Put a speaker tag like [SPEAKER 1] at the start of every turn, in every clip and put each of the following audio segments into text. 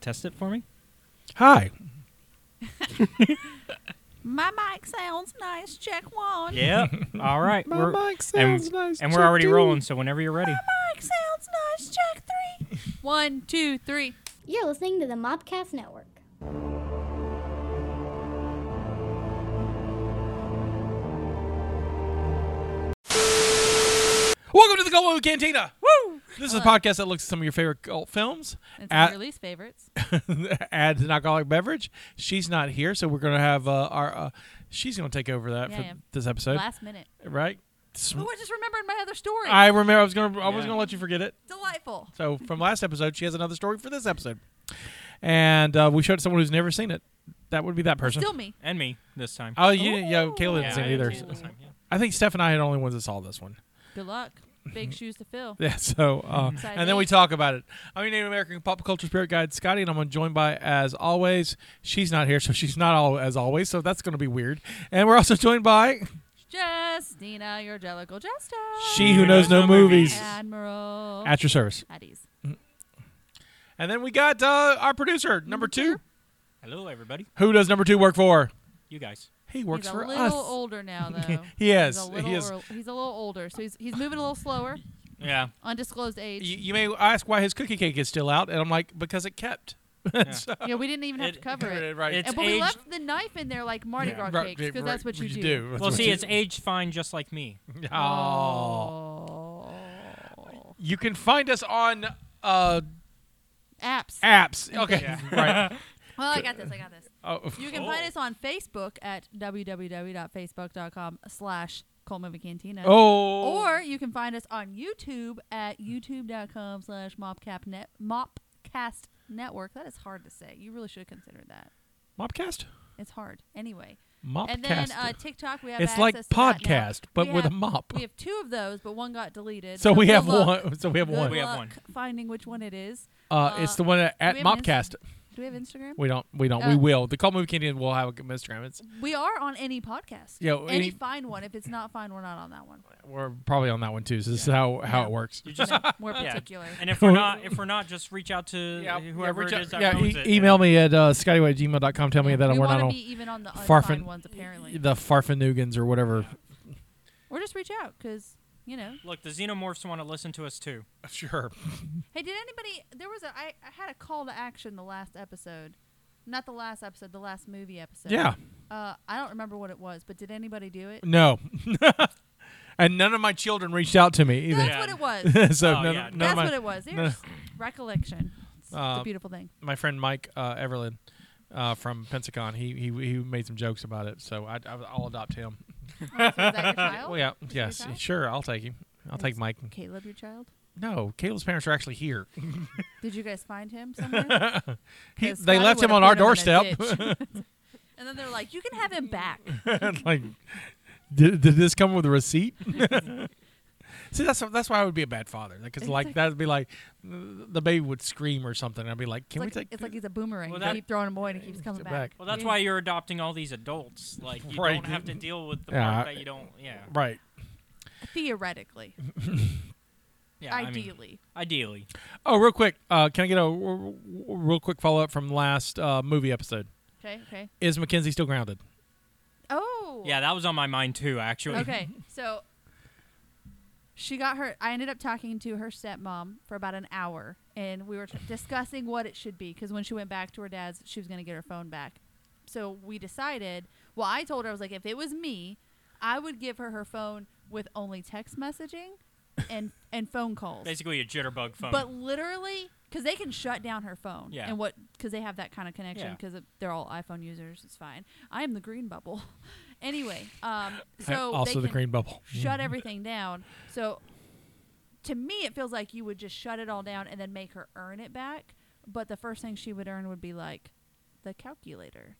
[SPEAKER 1] test it for me?
[SPEAKER 2] Hi.
[SPEAKER 3] My mic sounds nice. Check one.
[SPEAKER 1] Yeah. All right.
[SPEAKER 2] My
[SPEAKER 1] we're-
[SPEAKER 2] mic
[SPEAKER 1] and,
[SPEAKER 2] sounds nice.
[SPEAKER 1] and we're
[SPEAKER 2] Check
[SPEAKER 1] already
[SPEAKER 2] two.
[SPEAKER 1] rolling, so whenever you're ready.
[SPEAKER 3] Mic sounds nice. Check three. One, two, three.
[SPEAKER 4] You're listening to the Mobcast Network.
[SPEAKER 2] Welcome to the Cult Cantina. Woo! This is a podcast that looks at some of your favorite cult films.
[SPEAKER 3] It's
[SPEAKER 2] At-
[SPEAKER 3] my your least favorites.
[SPEAKER 2] adds an alcoholic beverage. She's not here, so we're gonna have uh, our. Uh, she's gonna take over that
[SPEAKER 3] Yeah,
[SPEAKER 2] for
[SPEAKER 3] yeah.
[SPEAKER 2] this episode,
[SPEAKER 3] Last minute.
[SPEAKER 2] right? Sm-
[SPEAKER 3] Oh, I just remembered my other story.
[SPEAKER 2] I remember. I was gonna. I was
[SPEAKER 1] Yeah.
[SPEAKER 2] gonna let you forget it.
[SPEAKER 3] Delightful.
[SPEAKER 2] So from last episode, she has another story for this episode, and uh, we showed it to someone who's never seen it. That would be that person.
[SPEAKER 3] Still me.
[SPEAKER 1] And me this time.
[SPEAKER 2] Oh, you, yeah, Kayla didn't
[SPEAKER 1] Yeah,
[SPEAKER 2] see
[SPEAKER 1] I
[SPEAKER 2] it either.
[SPEAKER 1] didn't see it this time, yeah.
[SPEAKER 2] I think Steph and I are the only ones that saw this one.
[SPEAKER 3] Good luck. Big
[SPEAKER 2] Mm-hmm.
[SPEAKER 3] shoes to fill.
[SPEAKER 2] Yeah, so uh,
[SPEAKER 3] Side
[SPEAKER 2] and then we
[SPEAKER 3] B.
[SPEAKER 2] talk about it. I'm your Native American pop culture spirit guide, Scotty, and I'm joined by, as always, she's not here, so she's not all as always, so that's going to be weird. And we're also joined by
[SPEAKER 3] Justina, your jellicle jester.
[SPEAKER 2] she who knows no movies
[SPEAKER 3] Admiral.
[SPEAKER 2] at your service.
[SPEAKER 3] At ease.
[SPEAKER 2] And then we got uh, our producer number two.
[SPEAKER 1] Hello, everybody.
[SPEAKER 2] Who does number two work for?
[SPEAKER 1] You guys.
[SPEAKER 2] He works
[SPEAKER 3] he's a
[SPEAKER 2] for
[SPEAKER 3] little
[SPEAKER 2] us.
[SPEAKER 3] older now, though.
[SPEAKER 2] He is.
[SPEAKER 3] He's a
[SPEAKER 2] He
[SPEAKER 3] little,
[SPEAKER 2] is.
[SPEAKER 3] earl- he's a little older, so he's, he's moving a little slower.
[SPEAKER 1] Yeah.
[SPEAKER 3] Undisclosed age.
[SPEAKER 2] You, you may ask why his cookie cake is still out, and I'm like, because it kept. So-
[SPEAKER 3] yeah, we didn't even have
[SPEAKER 1] It-
[SPEAKER 3] to cover it.
[SPEAKER 2] Right.
[SPEAKER 1] It's
[SPEAKER 3] And, but we
[SPEAKER 1] aged-
[SPEAKER 3] left the knife in there like Mardi Gras
[SPEAKER 2] Right,
[SPEAKER 3] cakes
[SPEAKER 2] right,
[SPEAKER 3] because that's
[SPEAKER 2] right,
[SPEAKER 3] what you,
[SPEAKER 2] do. That's
[SPEAKER 1] Well,
[SPEAKER 2] what
[SPEAKER 1] see,
[SPEAKER 2] you
[SPEAKER 1] it's
[SPEAKER 2] do.
[SPEAKER 1] aged fine just like me.
[SPEAKER 2] Oh.
[SPEAKER 3] Oh.
[SPEAKER 2] You can find us on uh,
[SPEAKER 3] Apps.
[SPEAKER 2] apps. Okay. right.
[SPEAKER 3] Well, I got this. I got this.
[SPEAKER 2] Oh,
[SPEAKER 3] You can find us on Facebook at www.facebook.com slash Coleman Cantina.
[SPEAKER 2] Oh.
[SPEAKER 3] Or you can find us on YouTube at youtube.com slash mopcap net mopcast network. That is hard to say. You really should have considered that.
[SPEAKER 2] Mopcast.
[SPEAKER 3] It's hard. Anyway.
[SPEAKER 2] Mopcast.
[SPEAKER 3] And then uh, TikTok, we have
[SPEAKER 2] it's like
[SPEAKER 3] access to that now.
[SPEAKER 2] podcast, but
[SPEAKER 3] We
[SPEAKER 2] with
[SPEAKER 3] have-
[SPEAKER 2] a mop.
[SPEAKER 3] We have two of those, but one got deleted.
[SPEAKER 2] so we
[SPEAKER 3] good
[SPEAKER 2] have
[SPEAKER 3] luck.
[SPEAKER 2] one. So we have
[SPEAKER 3] Good
[SPEAKER 2] one.
[SPEAKER 1] We have
[SPEAKER 3] luck
[SPEAKER 1] one.
[SPEAKER 3] Finding which one it is.
[SPEAKER 2] Uh, it's
[SPEAKER 3] uh,
[SPEAKER 2] the one at, at
[SPEAKER 3] we have an
[SPEAKER 2] Mopcast.
[SPEAKER 3] Do we have Instagram?
[SPEAKER 2] We don't. We don't. we
[SPEAKER 3] Uh,
[SPEAKER 2] will. The Call Movie Canadian will have a good Instagram. It's
[SPEAKER 3] We are on any podcast.
[SPEAKER 2] Yeah,
[SPEAKER 3] any,
[SPEAKER 2] any-
[SPEAKER 3] fine one. If it's not fine, we're not on that one.
[SPEAKER 2] we're probably on that one too. So this is how how
[SPEAKER 3] Yeah.
[SPEAKER 2] it works.
[SPEAKER 1] You just.
[SPEAKER 3] No, more
[SPEAKER 1] Yeah.
[SPEAKER 3] particular.
[SPEAKER 1] And if we're not, if we're not, just reach out to whoever
[SPEAKER 2] reach
[SPEAKER 1] it is that
[SPEAKER 2] out- yeah,
[SPEAKER 1] owns
[SPEAKER 2] e-
[SPEAKER 1] it.
[SPEAKER 2] email me at uh, scottyway at gmail.com. Tell me that
[SPEAKER 3] we
[SPEAKER 2] we're not
[SPEAKER 3] wanna
[SPEAKER 2] on
[SPEAKER 3] be even on the
[SPEAKER 2] Farfan-
[SPEAKER 3] unfine ones apparently,
[SPEAKER 2] the Farfanoogans or whatever.
[SPEAKER 3] or just reach out because you know.
[SPEAKER 1] Look, the xenomorphs want to listen to us too.
[SPEAKER 2] Sure.
[SPEAKER 3] Hey, did anybody? There was a. I, I had a call to action the last episode, not the last episode, the last movie episode.
[SPEAKER 2] Yeah.
[SPEAKER 3] Uh, I don't remember what it was, but did anybody do it?
[SPEAKER 2] No. and none of my children reached out to me
[SPEAKER 3] That's
[SPEAKER 2] either.
[SPEAKER 1] Yeah.
[SPEAKER 3] what it was.
[SPEAKER 2] so
[SPEAKER 1] Oh,
[SPEAKER 2] none,
[SPEAKER 1] yeah.
[SPEAKER 2] none
[SPEAKER 3] That's
[SPEAKER 2] of my,
[SPEAKER 3] what it was. There's
[SPEAKER 2] no.
[SPEAKER 3] recollection. It's
[SPEAKER 2] Uh,
[SPEAKER 3] the beautiful thing.
[SPEAKER 2] my friend Mike uh, Everlin uh, from Pensacon, he, he he made some jokes about it, so I, I, I'll adopt him.
[SPEAKER 3] Oh, so is that your child?
[SPEAKER 2] Well, yeah,
[SPEAKER 3] he your
[SPEAKER 2] yes,
[SPEAKER 3] child?
[SPEAKER 2] sure, I'll take him. I'll take
[SPEAKER 3] Yes.
[SPEAKER 2] Mike.
[SPEAKER 3] Caleb, your child.
[SPEAKER 2] No, Caleb's parents are actually here.
[SPEAKER 3] Did you guys find him somewhere?
[SPEAKER 2] He,
[SPEAKER 3] 'Cause
[SPEAKER 2] they
[SPEAKER 3] Scotty
[SPEAKER 2] left
[SPEAKER 3] would've
[SPEAKER 2] him on
[SPEAKER 3] put
[SPEAKER 2] our
[SPEAKER 3] in a
[SPEAKER 2] doorstep.
[SPEAKER 3] ditch. and then they're like, "You can have him back."
[SPEAKER 2] like, did, did this come with a receipt? See, that's that's why I would be a bad father. Because like that'd be like the baby would scream or something. I'd be like,
[SPEAKER 3] It's
[SPEAKER 2] can
[SPEAKER 3] like,
[SPEAKER 2] we take?
[SPEAKER 3] it's like he's a boomerang.
[SPEAKER 1] Well,
[SPEAKER 3] You
[SPEAKER 1] that-
[SPEAKER 3] keep throwing him away, and he keeps coming
[SPEAKER 2] it
[SPEAKER 3] back.
[SPEAKER 2] back.
[SPEAKER 1] Well, that's why you're adopting all these adults. Like you
[SPEAKER 2] Right.
[SPEAKER 1] don't have to deal with the
[SPEAKER 2] Yeah,
[SPEAKER 1] part
[SPEAKER 2] I-
[SPEAKER 1] that you don't. Yeah.
[SPEAKER 2] right.
[SPEAKER 3] Theoretically,
[SPEAKER 1] Yeah. I mean,
[SPEAKER 3] ideally,
[SPEAKER 1] ideally.
[SPEAKER 2] Oh, real quick, uh, can I get a r- r- real quick follow up from last uh, movie episode?
[SPEAKER 3] okay, okay.
[SPEAKER 2] Is Mackenzie still grounded?
[SPEAKER 3] Oh,
[SPEAKER 1] Yeah, that was on my mind too, actually.
[SPEAKER 3] Okay, so she got her. I ended up talking to her stepmom for about an hour, and we were t- discussing what it should be because when she went back to her dad's, she was going to get her phone back. So we decided. Well, I told her I was like, if it was me, I would give her her phone with only text messaging and and phone calls.
[SPEAKER 1] Basically, a jitterbug phone.
[SPEAKER 3] But literally, because they can shut down her phone.
[SPEAKER 1] Yeah.
[SPEAKER 3] And what? Because they have that kind of connection.
[SPEAKER 1] Yeah.
[SPEAKER 3] Because they're all iPhone users. It's fine. I am the green bubble. anyway, um, so
[SPEAKER 2] Uh, also
[SPEAKER 3] they
[SPEAKER 2] the
[SPEAKER 3] can
[SPEAKER 2] green bubble.
[SPEAKER 3] shut everything down. So to me, it feels like you would just shut it all down and then make her earn it back. But the first thing she would earn would be like the calculator.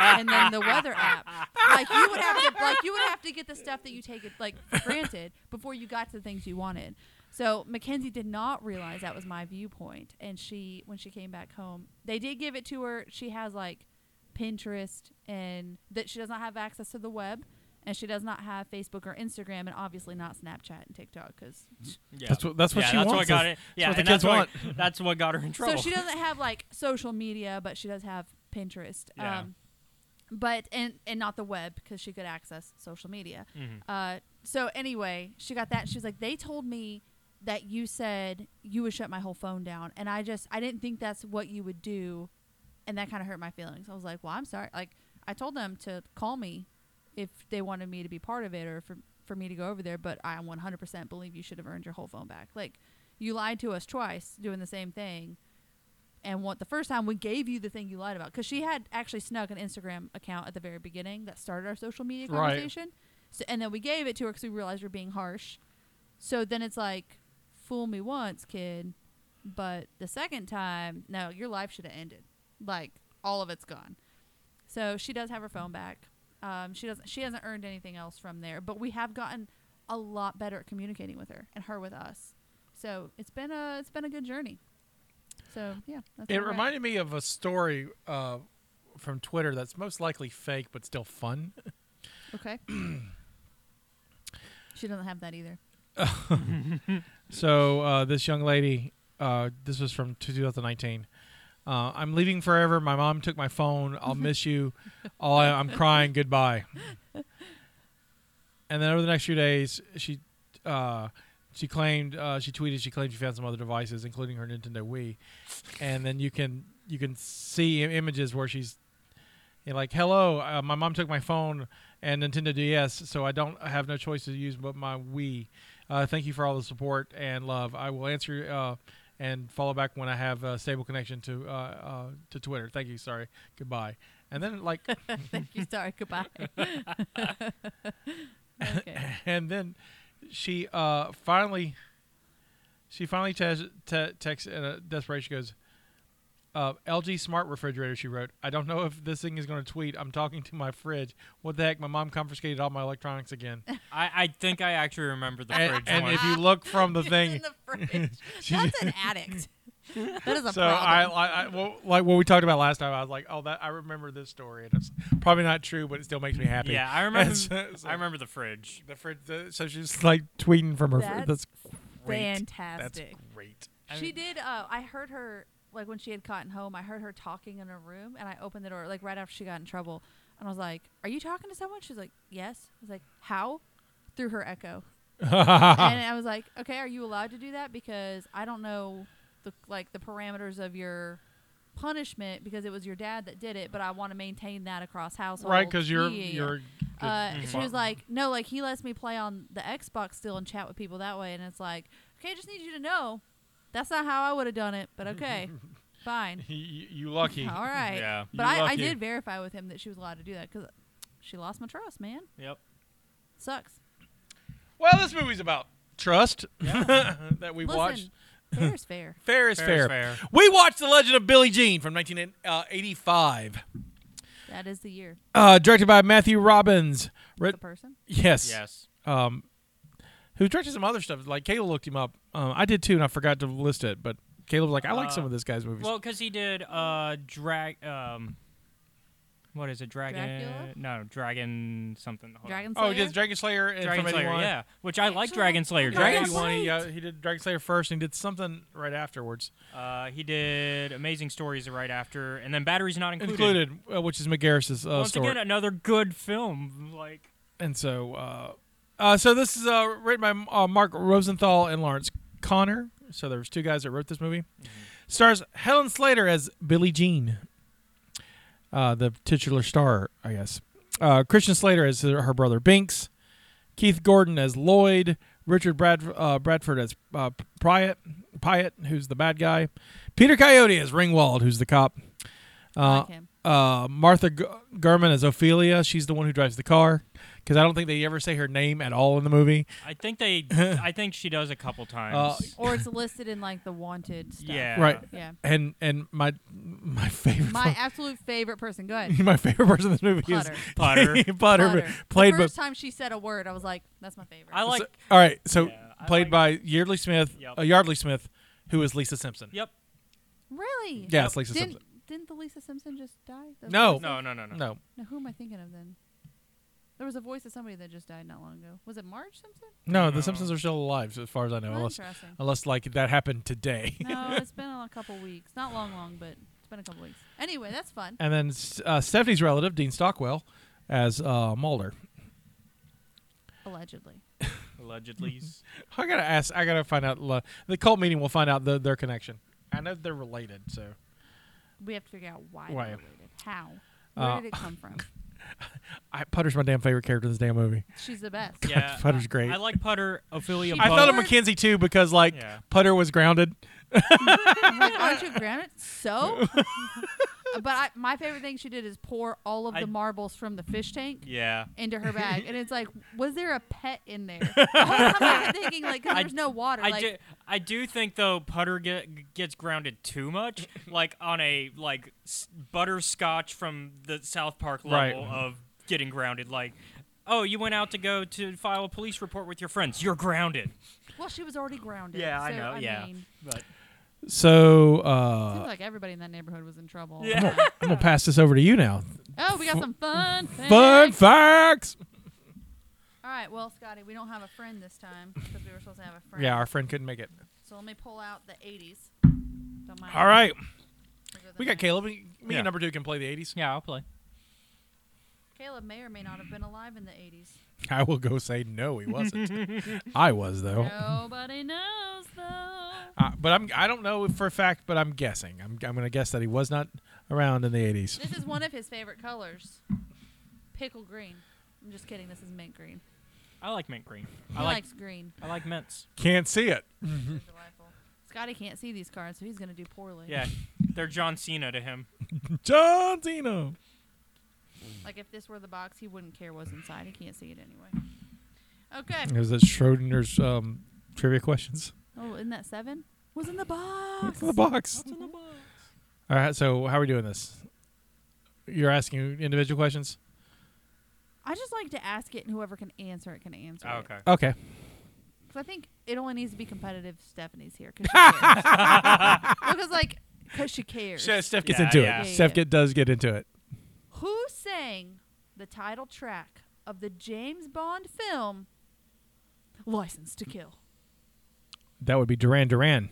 [SPEAKER 3] and then the weather app. Like you would have to like you would have to get the stuff that you take it like for granted before you got to the things you wanted. So Mackenzie did not realize that was my viewpoint and she when she came back home, they did give it to her. She has like Pinterest and that she does not have access to the web and she does not have Facebook or Instagram, and obviously not Snapchat and TikTok because.
[SPEAKER 1] Yeah.
[SPEAKER 2] That's what- that's what
[SPEAKER 1] yeah,
[SPEAKER 2] she
[SPEAKER 1] that's
[SPEAKER 2] wants
[SPEAKER 1] What got
[SPEAKER 2] us.
[SPEAKER 1] it. Yeah,
[SPEAKER 2] what the
[SPEAKER 1] and
[SPEAKER 2] kids
[SPEAKER 1] that's What, that's what got her in trouble.
[SPEAKER 3] So she doesn't have like social media, but she does have Pinterest.
[SPEAKER 1] Yeah.
[SPEAKER 3] Um, but and and not the web because she could access social media.
[SPEAKER 1] Mhm.
[SPEAKER 3] Uh, so anyway, she got that. She was like, "They told me that you said you would shut my whole phone down, and I just I didn't think that's what you would do, and that kind of hurt my feelings. I was like, well, I'm sorry. Like I told them to call me if they wanted me to be part of it or for for me to go over there, but I 100% believe you should have earned your whole phone back. Like you lied to us twice doing the same thing." And what the first time we gave you the thing you lied about because she had actually snuck an Instagram account at the very beginning that started our social media
[SPEAKER 2] Right.
[SPEAKER 3] conversation. So, and then we gave it to her because we realized we we're being harsh. So then it's like, fool me once, kid, but the second time, no, your life should have ended. Like all of it's gone. So she does have her phone back. Um, she doesn't. She hasn't earned anything else from there. But we have gotten a lot better at communicating with her and her with us. So it's been a it's been a good journey. So yeah, that's
[SPEAKER 2] It
[SPEAKER 3] where we're at.
[SPEAKER 2] reminded me of a story uh, from Twitter that's most likely fake but still fun.
[SPEAKER 3] Okay. she doesn't have that either.
[SPEAKER 2] So uh, this young lady, uh, this was from 2019. Uh, I'm leaving forever. My mom took my phone. I'll miss you. All I, I'm crying. Goodbye. And then over the next few days, she uh, she claimed uh, she tweeted she claimed she found some other devices, including her Nintendo Wii. And then you can you can see im- images where she's you know, like, "Hello, uh, my mom took my phone and Nintendo DS, so I don't I have no choice to use but my Wii. Uh, thank you for all the support and love. I will answer uh, and follow back when I have a stable connection to uh, uh, to Twitter. Thank you. Sorry. Goodbye." And then like
[SPEAKER 3] Thank you. Sorry. Goodbye. okay.
[SPEAKER 2] and then she uh, finally she finally te- te- texts in a desperation she goes uh, lg smart refrigerator she wrote i don't know if this thing is going to tweet i'm talking to my fridge what the heck my mom confiscated all my electronics again
[SPEAKER 1] I, I think I actually remember the
[SPEAKER 2] and,
[SPEAKER 1] fridge
[SPEAKER 2] and
[SPEAKER 1] one.
[SPEAKER 2] if you look from the thing
[SPEAKER 3] In the fridge. That's an addict. That is a
[SPEAKER 2] so I,
[SPEAKER 3] problem.
[SPEAKER 2] I, I well, like what we talked about last time i was like oh that i remember this story and it's probably not true but it still makes me happy
[SPEAKER 1] yeah, I remember.
[SPEAKER 2] And so- so
[SPEAKER 1] I remember the fridge.
[SPEAKER 2] the fridge the, so she's like tweeting from her fridge.
[SPEAKER 3] That's
[SPEAKER 2] that's great
[SPEAKER 3] Fantastic.
[SPEAKER 2] that's great
[SPEAKER 1] I
[SPEAKER 3] she
[SPEAKER 1] mean-
[SPEAKER 3] did. Uh, I heard her like when she had gotten home. I heard her talking in her room, and I opened the door like right after she got in trouble, and I was like, "Are you talking to someone?" She was like, "Yes." I was like, "How?" Through her echo, and I was like, "Okay, are you allowed to do that?" Because I don't know the like the parameters of your punishment because it was your dad that did it, but I want to maintain that across household. E
[SPEAKER 2] right because you're
[SPEAKER 3] Yeah, yeah, yeah.
[SPEAKER 2] you're
[SPEAKER 3] uh,
[SPEAKER 2] good
[SPEAKER 3] she was
[SPEAKER 2] spot.
[SPEAKER 3] like, no, like he lets me play on the Xbox still and chat with people that way, and it's like, okay, I just need you to know, that's not how I would have done it, but okay, fine,
[SPEAKER 2] you, you lucky
[SPEAKER 3] all right.
[SPEAKER 1] Yeah.
[SPEAKER 3] But
[SPEAKER 2] You
[SPEAKER 3] I, I
[SPEAKER 2] lucky.
[SPEAKER 3] did verify with him that she was allowed to do that because she lost my trust, man.
[SPEAKER 1] Yep.
[SPEAKER 3] Sucks.
[SPEAKER 2] well this movie's about trust that we
[SPEAKER 3] Listen,
[SPEAKER 2] watched
[SPEAKER 3] fair is fair.
[SPEAKER 2] fair is
[SPEAKER 1] Fair
[SPEAKER 2] fair,
[SPEAKER 1] is fair.
[SPEAKER 2] we watched the legend of billie jean from 1985
[SPEAKER 3] That is the year.
[SPEAKER 2] uh, directed by matthew robbins Writ-
[SPEAKER 3] The person.
[SPEAKER 2] yes
[SPEAKER 1] Yes.
[SPEAKER 2] um, who directed some other stuff like caleb looked him up um, i did too and i forgot to list it but caleb was like i like
[SPEAKER 1] Uh,
[SPEAKER 2] some of this guy's movies
[SPEAKER 1] Well, because he did uh drag um. What is it? Dragon?
[SPEAKER 3] Dracula?
[SPEAKER 1] No, dragon something. Hold on.
[SPEAKER 3] Dragon
[SPEAKER 2] oh he
[SPEAKER 3] Slayer?
[SPEAKER 2] did dragon slayer and
[SPEAKER 1] Dragon
[SPEAKER 2] from
[SPEAKER 1] Slayer.
[SPEAKER 2] 81.
[SPEAKER 1] Yeah, which I like.
[SPEAKER 3] Actually,
[SPEAKER 1] Dragon Slayer.
[SPEAKER 3] okay.
[SPEAKER 1] Dragon
[SPEAKER 3] That's
[SPEAKER 2] Dragon, he,
[SPEAKER 3] right.
[SPEAKER 2] uh, he did Dragon Slayer first, and he did something right afterwards,
[SPEAKER 1] Uh, he did Amazing Stories right after, and then Batteries Not Included.
[SPEAKER 2] included, uh, which is McGarris's uh,
[SPEAKER 1] Once
[SPEAKER 2] story.
[SPEAKER 1] again, another good film. Like,
[SPEAKER 2] And so, uh, uh, so this is uh, written by uh, Mark Rosenthal and Lawrence Connor. So there's two guys that wrote this movie. Stars Helen Slater as Billie Jean, uh, the titular star, I guess. Uh, Christian Slater as her her brother Binks. Keith Gordon as Lloyd. Richard Brad, uh, Bradford as uh, Pyatt, Pyatt, who's the bad guy. Peter Coyote as Ringwald, who's the cop.
[SPEAKER 3] I
[SPEAKER 2] Uh,
[SPEAKER 3] like him.
[SPEAKER 2] uh, Martha G- Gurman as Ophelia. She's the one who drives the car because I don't think they ever say her name at all in the movie.
[SPEAKER 1] I think they. I think she does a couple times.
[SPEAKER 3] Or it's listed in like the wanted stuff.
[SPEAKER 1] yeah.
[SPEAKER 2] Right.
[SPEAKER 3] Yeah.
[SPEAKER 2] And and my my favorite
[SPEAKER 3] My absolute favorite person. Go ahead.
[SPEAKER 2] my, favorite person in this movie
[SPEAKER 3] Putter.
[SPEAKER 2] is
[SPEAKER 1] Putter.
[SPEAKER 2] Putter,
[SPEAKER 3] Butter.
[SPEAKER 2] played
[SPEAKER 3] the
[SPEAKER 2] by
[SPEAKER 3] first time she said a word, I was like, "That's my favorite."
[SPEAKER 1] I like.
[SPEAKER 2] so- all right. So
[SPEAKER 1] Yeah, I
[SPEAKER 2] played
[SPEAKER 1] like-
[SPEAKER 2] by Yeardley Smith,
[SPEAKER 1] Yep.
[SPEAKER 2] uh, Yardley Smith, who is Lisa Simpson.
[SPEAKER 1] Yep.
[SPEAKER 3] Really?
[SPEAKER 2] Yeah, it's Lisa
[SPEAKER 3] Didn't
[SPEAKER 2] Simpson.
[SPEAKER 3] didn't the Lisa Simpson just die? That was
[SPEAKER 2] No.
[SPEAKER 3] Lisa-
[SPEAKER 1] No, no, no, no.
[SPEAKER 2] No,
[SPEAKER 3] Now who am I thinking of then? There was a voice of somebody that just died not long ago. Was it Marge Simpson?
[SPEAKER 2] No,
[SPEAKER 1] No.
[SPEAKER 2] The Simpsons are still alive, as far as I know,
[SPEAKER 3] Oh,
[SPEAKER 2] unless
[SPEAKER 3] interesting.
[SPEAKER 2] unless like that happened today.
[SPEAKER 3] no, it's been a couple weeks. Not long, long, but it's been a couple weeks. Anyway, that's fun.
[SPEAKER 2] and then uh, Stephanie's relative Dean Stockwell as uh, Mulder.
[SPEAKER 3] Allegedly.
[SPEAKER 1] Allegedly.
[SPEAKER 2] I gotta ask. I gotta find out. Uh, the cult meeting will find out the, their connection. I know they're related, so
[SPEAKER 3] We have to figure out why.
[SPEAKER 2] Why?
[SPEAKER 3] Why? Related. How? Where
[SPEAKER 2] Uh,
[SPEAKER 3] did it come from?
[SPEAKER 2] I, Putter's my damn favorite character in this damn movie.
[SPEAKER 3] She's the best.
[SPEAKER 1] yeah.
[SPEAKER 2] Putter's great.
[SPEAKER 1] I like Putter, Ophelia.
[SPEAKER 3] She-
[SPEAKER 2] I thought of
[SPEAKER 1] Butler.
[SPEAKER 3] Putter's-
[SPEAKER 2] Mackenzie too because like
[SPEAKER 1] Yeah.
[SPEAKER 2] Putter was grounded.
[SPEAKER 3] I'm like, aren't you granite? So, but I, my favorite thing she did is pour all of
[SPEAKER 1] I-
[SPEAKER 3] the marbles from the fish tank
[SPEAKER 1] Yeah.
[SPEAKER 3] into her bag, and it's like, was there a pet in there? The whole time I'm thinking like, 'cause
[SPEAKER 1] I-
[SPEAKER 3] there's no water.
[SPEAKER 1] I
[SPEAKER 3] like,
[SPEAKER 1] do, I do think though Putter get, gets grounded too much, like on a like s- butterscotch from the South Park
[SPEAKER 2] Right.
[SPEAKER 1] level of getting grounded. Like, oh, you went out to go to file a police report with your friends. You're grounded.
[SPEAKER 3] well, she was already grounded.
[SPEAKER 1] Yeah, I
[SPEAKER 3] so,
[SPEAKER 1] know, yeah.
[SPEAKER 3] mean,
[SPEAKER 1] But
[SPEAKER 2] So
[SPEAKER 3] seems
[SPEAKER 2] uh,
[SPEAKER 3] like everybody in that neighborhood was in trouble.
[SPEAKER 1] Yeah.
[SPEAKER 2] I'm gonna pass this over to you now.
[SPEAKER 3] Oh, we got some fun.
[SPEAKER 2] Fun facts.
[SPEAKER 3] facts. All right, well, Scotty, we don't have a friend this time because we were supposed to have a friend.
[SPEAKER 2] Yeah, our friend couldn't make it.
[SPEAKER 3] So let me pull out the 80s. Don't mind.
[SPEAKER 2] All right,
[SPEAKER 3] Those are the
[SPEAKER 2] we got
[SPEAKER 3] nineties.
[SPEAKER 2] Caleb. Me
[SPEAKER 1] Yeah.
[SPEAKER 2] and number two can play the '80s.
[SPEAKER 1] yeah, I'll play.
[SPEAKER 3] Caleb may or may not have been alive in the 80s.
[SPEAKER 2] I will go say no, he wasn't. I was though.
[SPEAKER 3] Nobody knows though.
[SPEAKER 2] Uh, but I'm I don't know for a fact, but I'm guessing. I'm I'm gonna guess that he was not around in the eighties.
[SPEAKER 3] This is one of his favorite colors. Pickle green. I'm just kidding. This is mint green.
[SPEAKER 1] I like mint green.
[SPEAKER 3] He
[SPEAKER 1] I like
[SPEAKER 3] likes green.
[SPEAKER 1] I like mints.
[SPEAKER 2] Can't see it.
[SPEAKER 3] They're delightful. Scotty can't see these cards, so he's gonna do poorly.
[SPEAKER 1] Yeah, they're John Cena to him.
[SPEAKER 2] John Cena.
[SPEAKER 3] Like if this were the box, he wouldn't care what's inside. He can't see it anyway. Okay.
[SPEAKER 2] Is that Schrodinger's um, trivia questions?
[SPEAKER 3] Oh, isn't that seven? What's in the box?
[SPEAKER 2] It's in the box. All right. So how are we doing this? You're asking individual questions.
[SPEAKER 3] I just like to ask it, and whoever can answer it can answer it.
[SPEAKER 1] Oh, okay.
[SPEAKER 2] Okay.
[SPEAKER 3] Because I think it only needs to be competitive. if Stephanie's here because she cares. because like, because she cares.
[SPEAKER 2] Steph gets
[SPEAKER 1] Yeah,
[SPEAKER 2] into
[SPEAKER 1] yeah.
[SPEAKER 2] it.
[SPEAKER 3] Yeah, yeah,
[SPEAKER 2] Steph
[SPEAKER 3] yeah.
[SPEAKER 2] Get, does get into it.
[SPEAKER 3] Who sang the title track of the James Bond film License to Kill?
[SPEAKER 2] That would be Duran Duran.